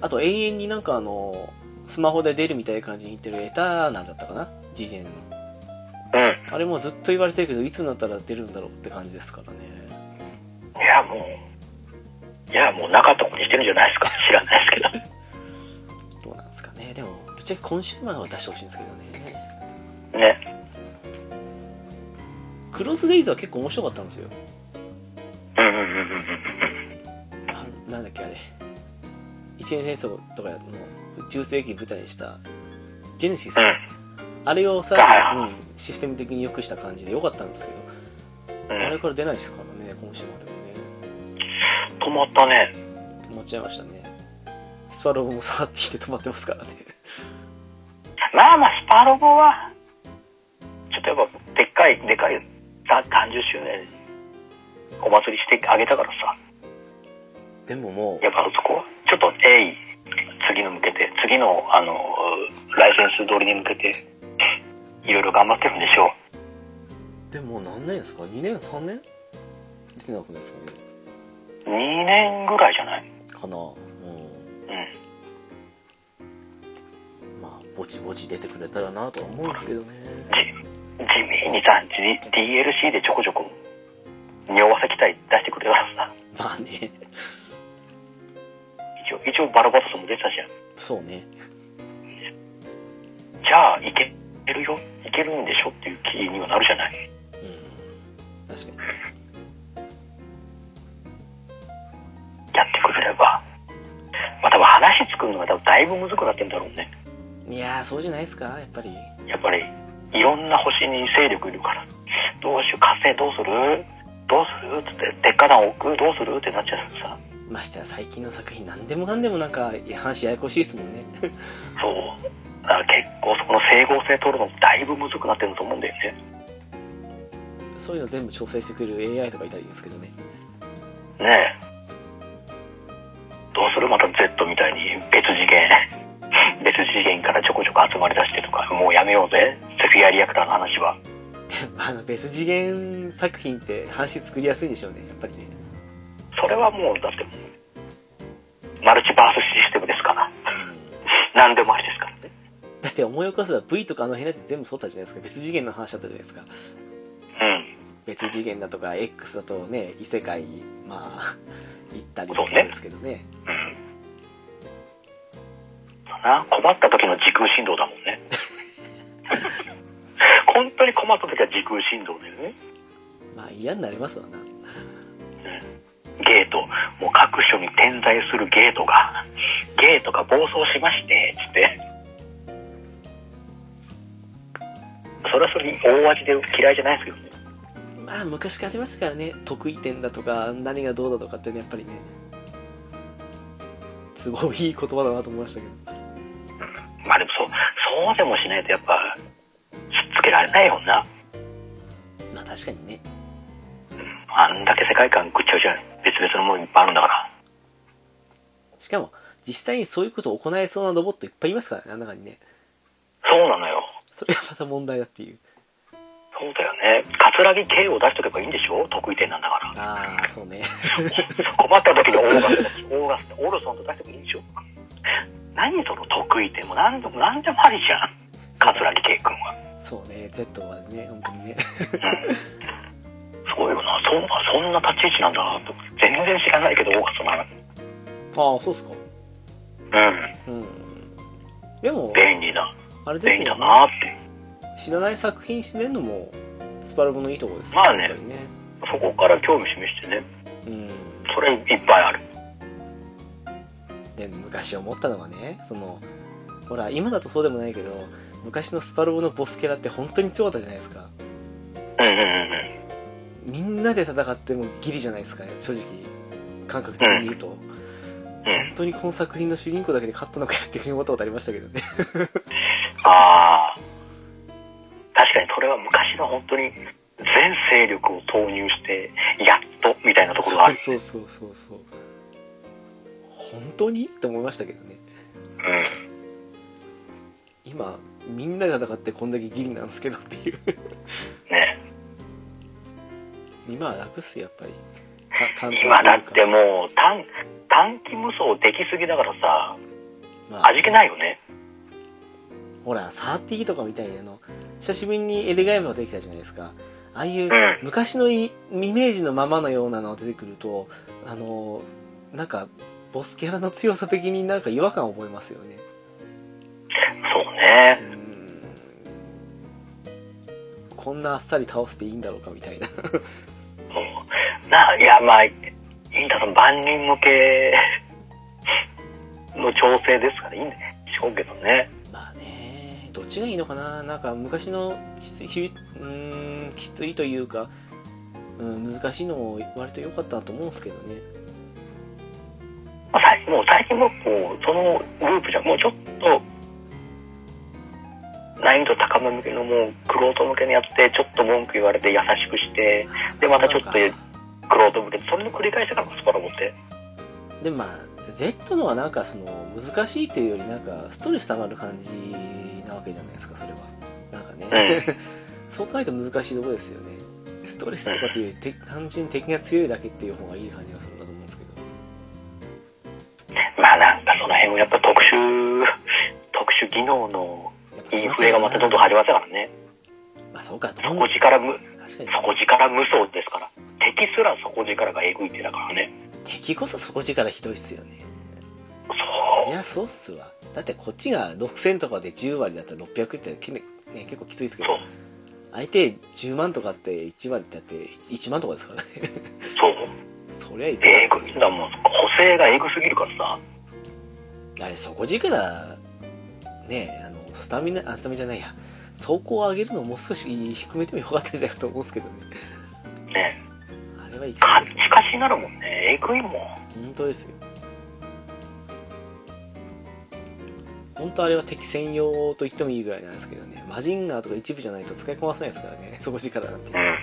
あと永遠になんかあのスマホで出るみたいな感じに言ってるエターナルだったかな GJN のうあれもずっと言われてるけどいつになったら出るんだろうって感じですからねんいやもういやもうなかったことにしてるんじゃないですか知らないですけどどうなんですかねでもぶっちゃけコンシューマーの方が出してほしいんですけどねねクロスデイズは結構面白かったんですようんうんうんうんうんあなんだっけあれ一年戦争とかの中世紀舞台にしたジェネシス、あれをさ、うはん、システム的に良くした感じで良かったんですけど、うあんうれんから出ないですからね今週までもね止まったね止まっちゃいましたねスパロボも下がってきて止まってますからねまあまあスパロボはちょっとやっぱでっかいでかいさ30周年お祭りしてあげたからさでももやっぱそこはちょっと鋭意次の向けて次のあのライセンス取りに向けていろいろ頑張ってるんでしょうでももう何年ですか2年3年出てなくないですかねう2年ぐらいじゃないかなうんうんまあぼちぼち出てくれたらなとは思うんですけどね地味にさ G- DLC でちょこちょこ匂わせ期待出してくれたからさまあね一応一応バルバトスも出てたじゃんそうねじゃあいけるよいけるんでしょっていう気にはなるじゃないうん確かにやってくれればまあ多分話作るのが多分だいぶむずくなってんだろうねいやーそうじゃないですかやっぱりやっぱりいろんな星に勢力いるからどうしよう火星どうするどうするっつって鉄火弾置くどうするってなっちゃうからさましてや最近の作品何でもかんでもなんかいや話ややこしいですもんね [laughs] そうだから結構そこの整合性取るのだいぶむずくなってると思うんだよねそういうの全部調整してくれる AI とかいたらいいんですけどね [laughs] ねえどうするまた Z みたいに別次元 [laughs] 別次元からちょこちょこ集まりだしてとかもうやめようぜセフィアリアクターの話はあの別次元作品って話作りやすいんでしょうねやっぱりねそれはもうだってマルチバースシステムですから何でもありですからねだって思い起こせば V とかあの辺だって全部そうだったじゃないですか別次元の話だったじゃないですか別次元だとか X だとね異世界まあ行ったりもするんですけどねうんうんだな困った時の時空振動だもんね本当に困った時は時空振動だよねまあ嫌になりますわなゲート、もう各所に点在するゲートが、ゲートが暴走しまして、つって。それはそれに大味で嫌いじゃないですけどね。まあ昔からありますからね得意点だとか何がどうだとかってねやっぱりねすごいいい言葉だなと思いましたけどまあでもそう、そうでもしないとやっぱ、つっつけられないよな。まあ確かにねあんだけ世界観ぐっちゃぐちゃ、別々のものいっぱいあるんだから。しかも実際にそういうことを行えそうなロボットいっぱいいますからねあん中にねそうなのよ。それがまた問題だっていうそうだよね。桂木 K を出しとけばいいんでしょ得意点なんだかああそうねら。困った時にオーガスだし、オーガスってオルソンと出してもいいんでしょ何その得意点も何でも何でもありじゃん。桂木圭君は。そうね Z はね本当にねそうよな、そんな、そんな立ち位置なんだなと。全然知らないけど、オーガストなの。ああそうっすかううんでもん。便利な、あれで便す利だよねなって。知らない作品知れんのもスパルボのいいところですよまあねやっぱりねそこから興味示してね。うんそれいっぱいある。で昔思ったのはねそのほら今だとそうでもないけど昔のスパロボのボスキャラって本当に強かったじゃないですかうんうんうんうん。みんなで戦ってもギリじゃないですか正直感覚的に言うと、うん。本当にこの作品の主人公だけで勝ったのかよっていうふうに思ったことありましたけど [laughs] ねああ。確かにそれは昔の本当に、全勢力を投入して、やっと、みたいなところがあそうる。そうそうそうそう本当にって思いましたけどねうん。今みんなで戦ってこんだけギリなんですけどっていうね。今は楽っすよやっぱりた担当というか今だってもう、短、短期無双できすぎだからさ、まあ味気ないよね。ほら、サーティーとかみたいにあの、久しぶりにエレガイムができたじゃないですか。ああいううん昔のイイメージのままのようなのが出てくると、あの、なんか、ボスキャラの強さ的になんか違和感を覚えますよね。そうねう。ーん。こんなあっさり倒していいんだろうかみたい [laughs] な。うんな、いや、まあ、いいんだろう、万人向けの調整ですからいいんでしょうけどね。まあね、どっちがいいのかななんか昔のきつい、ひうーん、きついというか、うん、難しいのも割と良かったと思うんですけどね。まあ、さいもう最近もこう、そのグループじゃ、もうちょっと、難易度高め向けのもう、クロート向けのやって、ちょっと文句言われて優しくして、でまたちょっとそうなのかクロート向け、それの繰り返しだからスパラボって。でもまあ Z のはなんかその難しいっていうよりなんかストレス溜まる感じなわけじゃないですかそれはなんかね、 [laughs] そう考えると難しいところですよねストレスとかっていうよりて単純に敵が強いだけっていう方がいい感じがするんだと思うんですけどまあなんかその辺もやっぱ特殊、特殊技能のやっぱインそフレがまたどんどん始まったからね。まあそうかどん底力む、確かに底力無双ですから敵すら底力がえぐい手だからね敵こそ底力ひどいっすよねいそうやそうっすわだってこっちが6000とかで10割だったら600ってけ、ね、結構きついですけどそう相手10万とかって1割ってあって1万とかですからねそうそりゃいくらえぐいんだもん補正がえぐすぎるからさあれ底力ねあのスタミナあスタミナじゃないや走行を上げるのをもう少し低めてもよかったんじゃないかと思うんですけどねねあれはいきそカうでッすチねカチになるもんねえぐいもん本当ですよ本当あれは敵専用と言ってもいいぐらいなんですけどねマジンガーとか一部じゃないと使いこなせないですからね底力なんてうん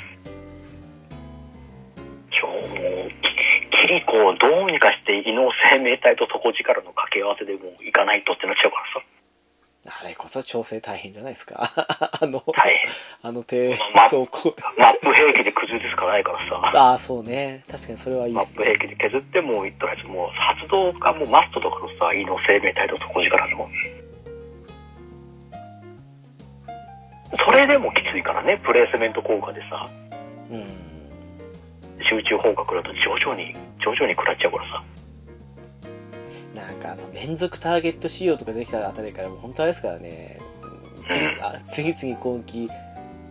今日もうキキリコをどうにかして異能生命体と底力の掛け合わせでもういかないとってなっちゃうからさあれこそ調整大変じゃないですか [laughs] あの、大あの低まあ走 [laughs] 行マップ兵器で崩すしかないからさああそうね確かにそれはいいマっッすプ兵器で削ってもうとりあえずもう発動がもうマストとかのさ異能生命体と底力のそれでもきついからねプレイスメント効果でさうん集中砲火だと徐々に徐々に食らっちゃうからさなんかあの連続ターゲット仕様とかできたあたりからもう本当あれですから [laughs] ね次あ次々攻撃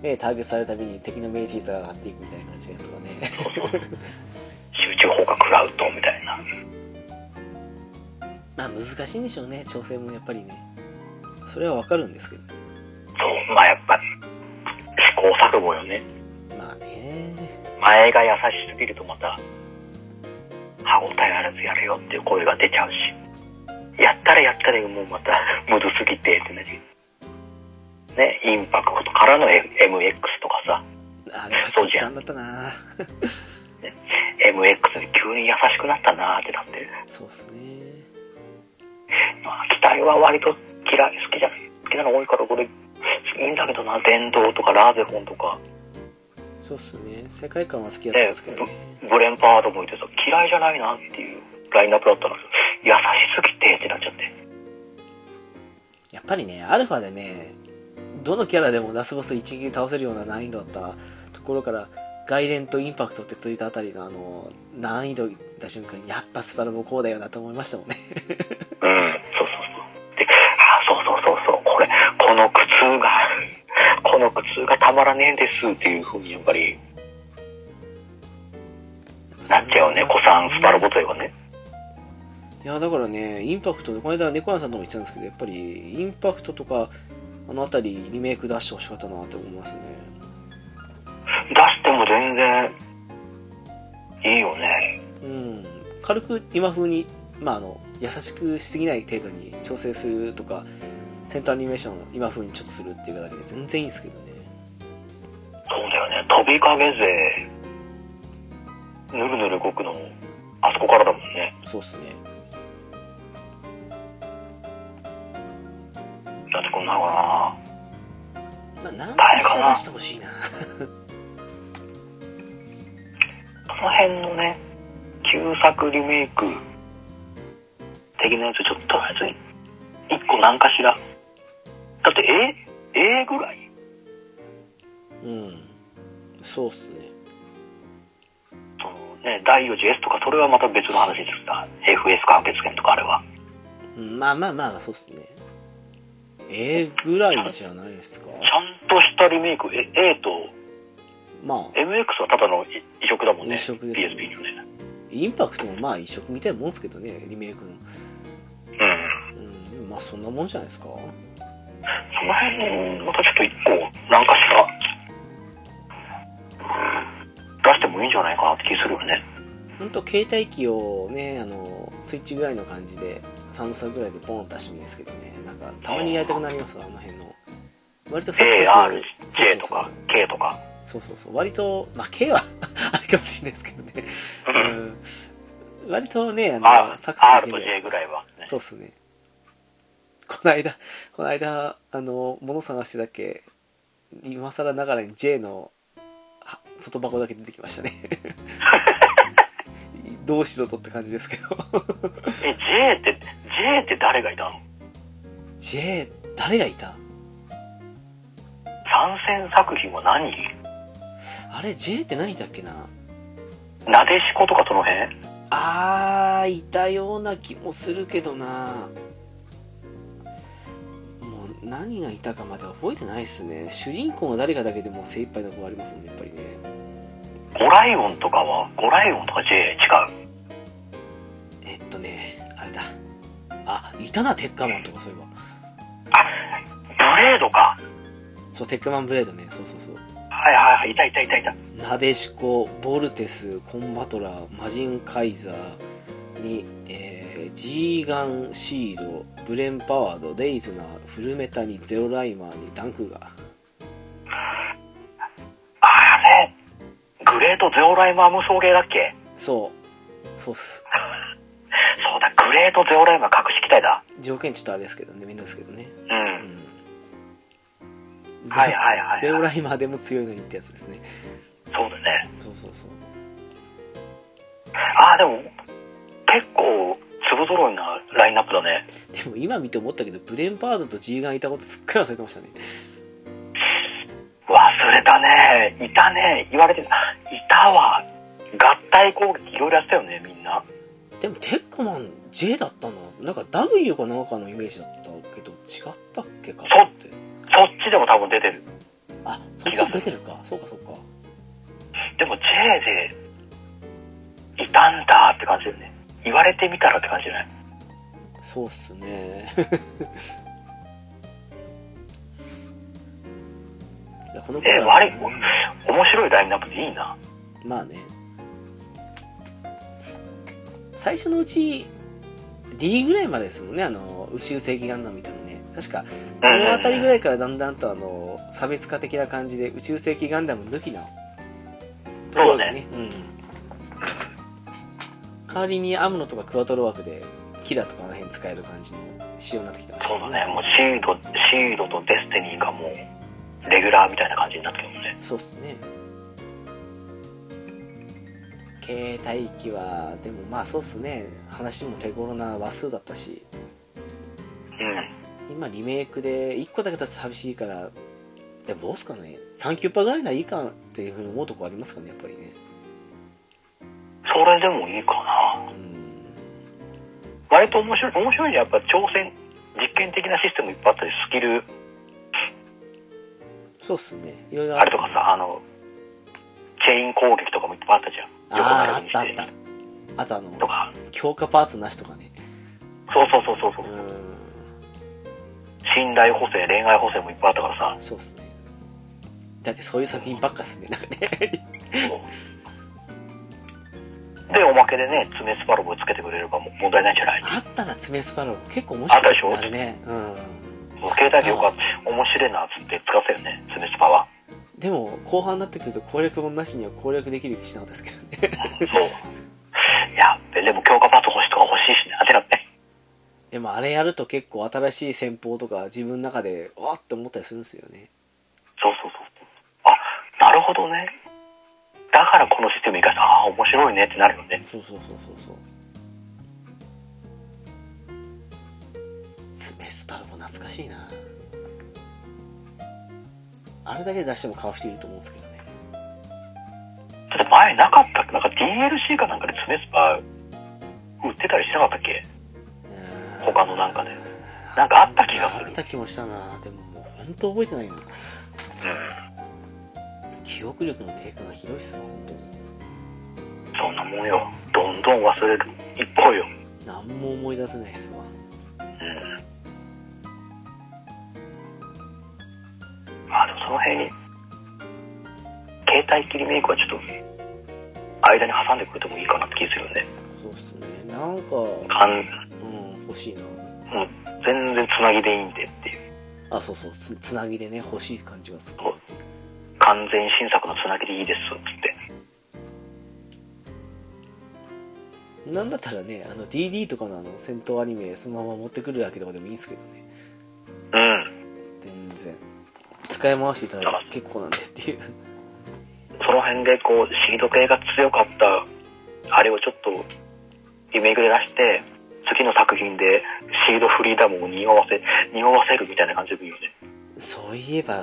ねターゲットされるたびに敵の命中率が上がっていくみたいな感じですかね [laughs] そうそう集中砲火食らうとみたいなまあ難しいんでしょうね調整もやっぱりねそれはわかるんですけどそうまあやっぱ試行錯誤よねまあね前が優しすぎるとまた歯応えあらずやれよっていう声が出ちゃうしやったらやったらもうまた [laughs] むずすぎてってなるねインパクトからの MX とかさあれはそうじ簡ゃ単んだったな [laughs] MX に急に優しくなったなーってなってそうっすねまあ機体は割と嫌い好きじゃない好きなの多いからこれいいんだけどな電動とかラーゼフォンとかそうっすね世界観は好きだったんですけどねブレンパードもいてさ嫌いじゃないなっていうラインナップだったのよ優しすぎてってなっちゃってやっぱりねアルファでねどのキャラでもラスボス一撃で倒せるような難易度だったところから外伝とインパクトってついたあたりのあの難易度いった瞬間にやっぱスパルボこうだよなと思いましたもんねうん、そうそうそう。で、あ、そうそうそうそう、これ、この苦痛が、この苦痛がたまらねえですっていうふうに、やっぱり、なっちゃうね、子さん、スパロボといえばね。いやだからねインパクトでこの間猫屋さんとも言ってたんですけどやっぱりインパクトとかあの辺りリメイク出してほしかったなって思いますね出しても全然、いいよね。うん軽く今風に、まあ、あの優しくしすぎない程度に調整するとかセンターアニメーションを今風にちょっとするっていうだけで全然いいんですけどねそうだよね、飛びかげ勢、ぬるぬる動くのも、あそこからだもんね。そうっすねだってこんなのかまあ何かしら出してほしいなな。その辺のね、旧作リメイク、的なやつ、ちょっととりあえず一個なんかしら。だって、え、えぐらいうんそうっすねそのね、第4次 S とか、それはまた別の話ですが、FS 完結権とかあれは。うんまあまあまあそうっすねええぐらいじゃないですかちゃんとしたリメイク、え A と、まあ MX はただの移植だもんね、移植です PSP のね。インパクトもまあ移植みたいなもんですけどねリメイクのうん。うんでもまあそんなもんじゃないですかその辺、またちょっと一個、なんかしら、うん出してもいいんじゃないかなって気するよね。本当携帯機をねあのスイッチぐらいの感じで寒さぐらいでポンと出してもいいですけどねなんかたまにやりたくなりますわあの辺の割とサク A、サ R ク、そう J そうとそうか、K とか。そうそうそう割とまあ K は [laughs] あれかもしれないですけどね、うん、割とねあの R サクサクい R けとるじゃないで J すぐからいは、ね。そうっすねこの間この間あの物探してだけ今更ながらに J のあ外箱だけ出てきましたねどうしろとって感じですけどえ、J って、J って誰がいたの J 誰がいた参戦作品は何あれ J って何だっけななでしことかその辺あーいたような気もするけどなもう何がいたかまで覚えてないっすね主人公が誰かだけでもう精一杯の子ありますもんねやっぱりねゴライオンとかはゴライオンとか J 違うえっとねあれだあいたなテッカマンとかそういえばブレードかそうテッカマンブレードねそうそうそうはいはいはいいたいたいたいたなでしこボルテスコンバトラーマジンカイザーに、えージーガンシードブレンパワードデイズナーフルメタにゼロライマーにダンクがあれグレートゼオライマー無双ゲーだっけそうそうっすそうだグレートゼオライマー隠し機体だ条件ちょっとあれですけどね面倒ですけどねううんんゼはいはいはいはいゼロライマーでも強いのにってやつですねそうだねそうそうそうああでも結構粒揃いなラインナップだねでも今見て思ったけどブレンパワードとジーガンいたことすっかり忘れてましたね忘れたねいたね言われてたいたわ合体攻撃いろいろやってたよねみんなでもテックマン J だったななんか W かなんかのイメージだったけど違ったっけかそうってそっちでも多分出てるあそっち出てるかそうかそうかでも J でいたんだって感じだよね言われてみたらって感じじゃないそうっすね [laughs] いやこのえ頃は悪い面白いラインナップでいいなまあね最初のうち D ぐらいまでですもんねあの宇宙世紀ガンダムみたいなのね確かこの辺りぐらいからだんだんとあの差別化的な感じで宇宙世紀ガンダム抜きなところでねうん、代わりにアムロとかクワトロ枠でキラとかあの辺使える感じの仕様になってきたんですそうだねもうシールドシールドとデスティニーがもうレギュラーみたいな感じになってるもんねそうっすね携帯機はでもまあそうっすね話も手頃な話数だったしうん今リメイクで1個だけだと寂しいからでもどうっすかね3キューパーぐらいならいいかっていうふうに思うとこありますかねやっぱりねそれでもいいかなうん割と面白い面白いじゃんやっぱ挑戦実験的なシステムいっぱいあったりスキルそうっすねいろいろあれとかさあのチェイン攻撃とかもいっぱいあったじゃんあーあ横っ並びにたあしってたあとあとのか強化パーツなしとかねそうそうそうそううそう、ん信頼補正恋愛補正もいっぱいあったからさそうっすねだってそういう作品ばっかっすねなんかね [laughs] でおまけでね爪スパロボつけてくれればもう問題ないんじゃないあったな爪スパロボ結構面白いですねああったでしょれねうんもう携帯でよかった面白いなっつって使ったよね爪スパ [laughs] はでも後半になってくると攻略本なしには攻略できる気しなかったですけどねそういやででも強化パーツ欲しいとか欲しいしねあてなってでもあれやると結構新しい戦法とか自分の中でわーって思ったりするんですよねそうそうそうあなるほどねだからこのシステム生かしたああ面白いねってなるよねそうそうそうそうそう爪スパロボ懐かしいなあれだけ出しても買う人いると思うんですけどねだって前なかったっけなんか DLC かなんかで爪スパ売ってたりしなかったっけうー他のなんかねなんかあった気がするあった気もしたなでももう本当覚えてないなうん記憶力の低下がひどいっすよ本当にそんなもんよどんどん忘れる一方よ何も思い出せないっすわまあでもその辺に携帯機リメイクはちょっと間に挟んでくれてもいいかなって気するよねそうっすねなんかかんうん欲しいなもう全然つなぎでいいんでっていうあそうそうつつなぎでね欲しい感じがするなっていう完全新作のつなぎでいいですっつってなんだったらね、あの DD とかのあの戦闘アニメそのまま持ってくるだけとかでもいいんですけどね。うん全然。使い回していただいて結構なんでっていう。 [laughs] その辺でこうシード系が強かったあれをちょっとリメイクで出して次の作品でシードフリーダムを匂わせ [laughs] 匂わせるみたいな感じでもいいよねそういえば、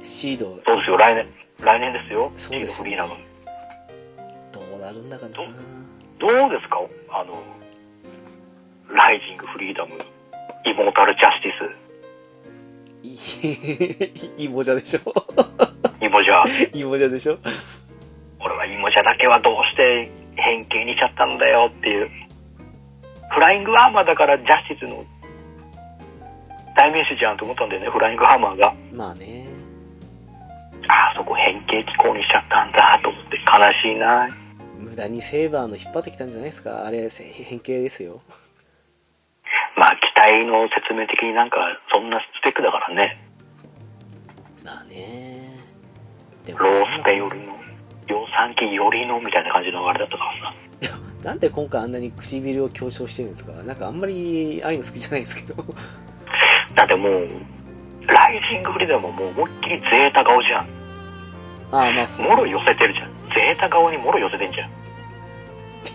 シシード、そうですよ来年来年ですよそうですシードフリねーダム。どうなるんだかなど。どうですかあの、ライジングフリーダム、イモータルジャスティい [laughs] イモジャでしょ [laughs] ス、イモジャ。イモジャでしょ俺はイモジャだけはどうして変形にしちゃったんだよっていう。フライングアーマーだからジャスティスの代名詞じゃんと思ったんだよね、フライングアーマーが。まあね。ああそこ変形機構にしちゃったんだと思って悲しいな。無駄にセーバーの引っ張ってきたんじゃないですかあれせ変形ですよまあ機体の説明的になんかそんなスペックだからねまあねでロースペよりの量産機よりのみたいな感じのあれだったからさなんで今回あんなに唇を強調してるんですかなんかあんまりああいうの好きじゃないです [laughs] けどだってもうライジングフリーダムももう思いっきりゼータ顔じゃんああまあそうもろ寄せてるじゃんゼータ顔にもろ寄せてんじゃんっ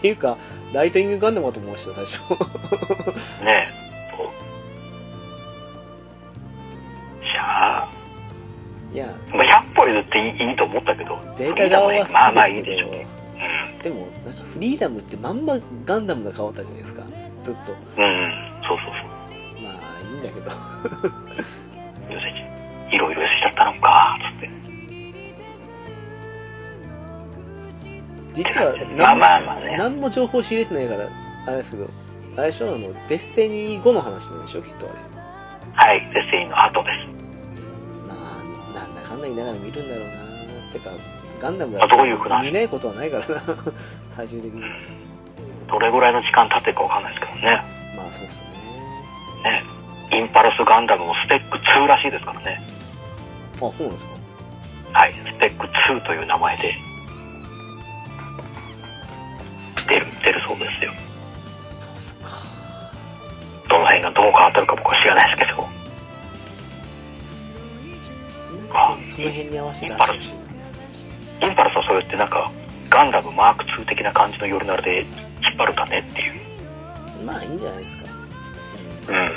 ていうかライトニングガンダムかと思いました最初ねえそうじゃあ、いやまあ、100歩譲っていいいいと思ったけどゼータ側はまあまあ好いきでいですしけどでょううもなんかフリーダムってまんまガンダムが変わったじゃないですかずっとん、うん、そうそうそまあいいんだけ [laughs] どう寄せちいろいろ寄せちゃったのかつって実はま何あも,、まあまあね何も情報仕入れてないからあれですけどあれでしょあのデスティニー5の話なんでしょきっとあれはいデスティニーの後ですまあなんだかんだ言いながら見るんだろうなってかガンダムだまあどういう話見ないことはないから [laughs] な最終的にどれぐらいの時間経ってるかわかんないですけどねまあそうっすねねインパルスガンダムもスペック2らしいですからねあそうなんですかはいスペック2という名前で出る出るそうですよそうっすかどの辺がどう変わってるか僕は知らないですけどなんかそその辺に合わせて出してほしいインパルスはそうやってなんかガンダムマーク2的な感じのヨルナルで引っ張るかねっていうなまあいいんじゃないですかうん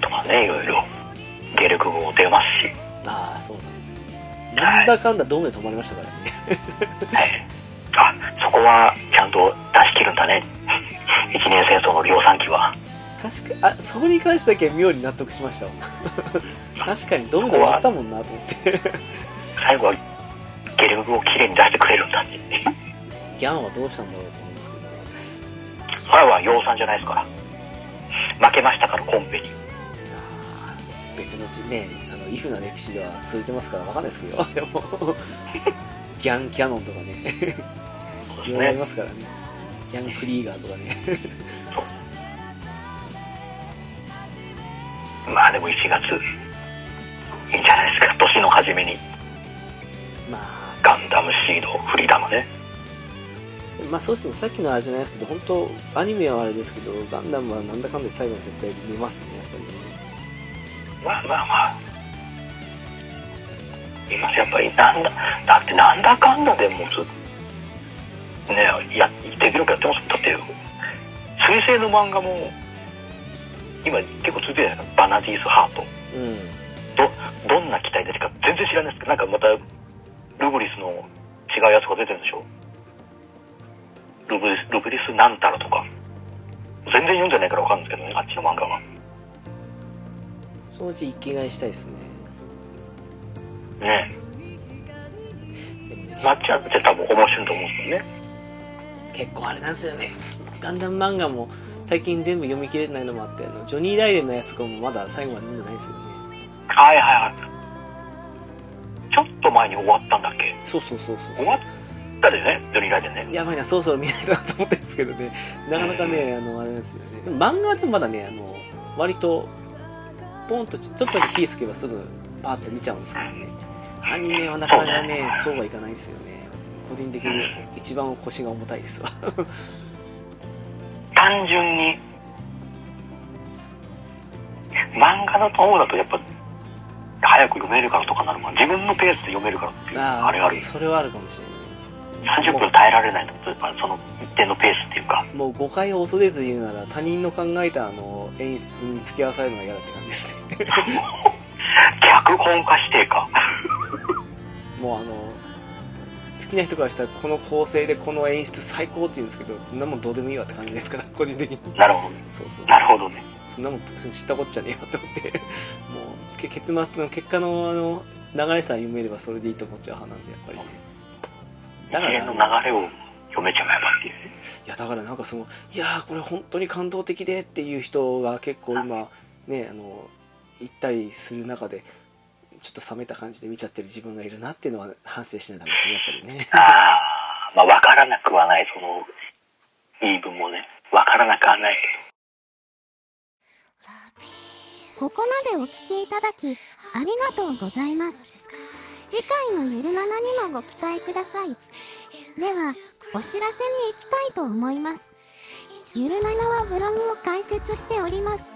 とかねいろいろゲルク号も出ますしああそうだなんだかんだドームで止まりましたからね [laughs] あそこはちゃんと出し切るんだね一年戦争の量産機は確かあそこに関してだけ妙に納得しま [laughs] したわ確かにドームで終わったもんなと思って最後はゲルク号をきれいに出してくれるんだって [laughs] ギャンはどうしたんだろうと思うんですけどねそれは量産じゃないですから負けましたからコンペにあー別のちねあのイフな歴史では続いてますからわかんないですけどで [laughs] もギャンキャノンとかねそいろうですいろありねますからねギャンクリーガーとかねまあでも1月いいんじゃないですか年の初めに [laughs] まあガンダムシードフリーダムねまあそうですねさっきのあれじゃないですけど本当アニメはあれですけどガンダムはなんだかんだ最後に絶対見ますねやっぱりねまあまあまあいますやっぱりなんだだってなんだかんだでもずねえやできるかやってますだって水星の漫画も今結構続いてるじゃないですかバナディースハートうんどどんな機体ですか全然知らないですけどなんかまたルブリスの違うやつが出てるんでしょルブリスルブリスなんたらとか全然読んでないから分かるんですけどねあっちの漫画はそのうち一気買いしたいですねねでもねえマッチャーって多分面白いと思うんですよね結構あれなんですよねガンダム漫画も最近全部読み切れてないのもあってあのジョニー・ライデンのやつとかもまだ最後まで読んでないですよねはいはいはいちょっと前に終わったんだっけそうそうそうそう終わったでねジョニー・ライデンねやばいな、そろそろ見ないとなと思ってるんですけどね、なかなかね、あの、あれなんですよね。でも漫画はでもまだね、あの、割と、ポンとちょちょっとだけ火つけばすぐ、パーッと見ちゃうんですけどね。アニメはなかなかね、そうはいかないですよね。個人的に一番腰が重たいです [laughs] わ。単純に漫画の方だとやっぱ早く読めるからとかなのかな自分のペースで読めるからっていうまあ、あれがあるよそれはあるかもしれない。 30分耐えられないってことですかねその一定のペースっていうかもう誤解を恐れず言うなら、他人の考えたあの、演出に付き合わされるのが嫌だって感じですね。脚本化してかもうあの好きな人からしたらこの構成でこの演出最高って言うんですけどそんなもんどうでもいいわって感じですから [laughs] 個人的になるほどそうそうなるほどねそんなもん知ったこっちゃねえわって思 [laughs] ってもうけ結末の結果のあの流れさえ読めればそれでいいと思っちゃう派なんでやっぱりねだ一から連の流れを読めちゃえばっていういやだからなんかそのいやーこれ本当に感動的でっていう人が結構今ねあの行ったりする中でちょっと冷めた感じで見ちゃってる自分がいるなっていうのは反省しないとダメですね、やっぱりね。あーまあ、わからなくはない、その、言い分もね、わからなくはないけここまでお聞きいただき、ありがとうございます。次回のゆるななにもご期待ください。では、お知らせに行きたいと思います。ゆるななはブログを開設しております。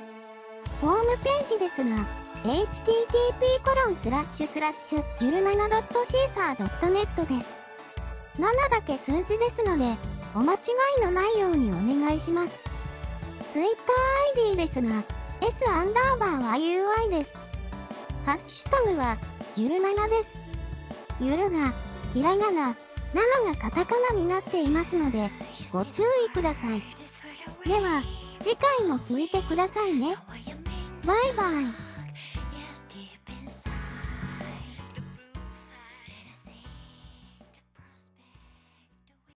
ホームページですが、http:// ゆるなな .caesar.net です。7だけ数字ですので、お間違いのないようにお願いします。TwitterID ですが、S アンダーバーは UI です。ハッシュタグは、ゆるななです。ゆるが、ひらがな、7がカタカナになっていますので、ご注意ください。では、次回も聞いてくださいね。バイバイ。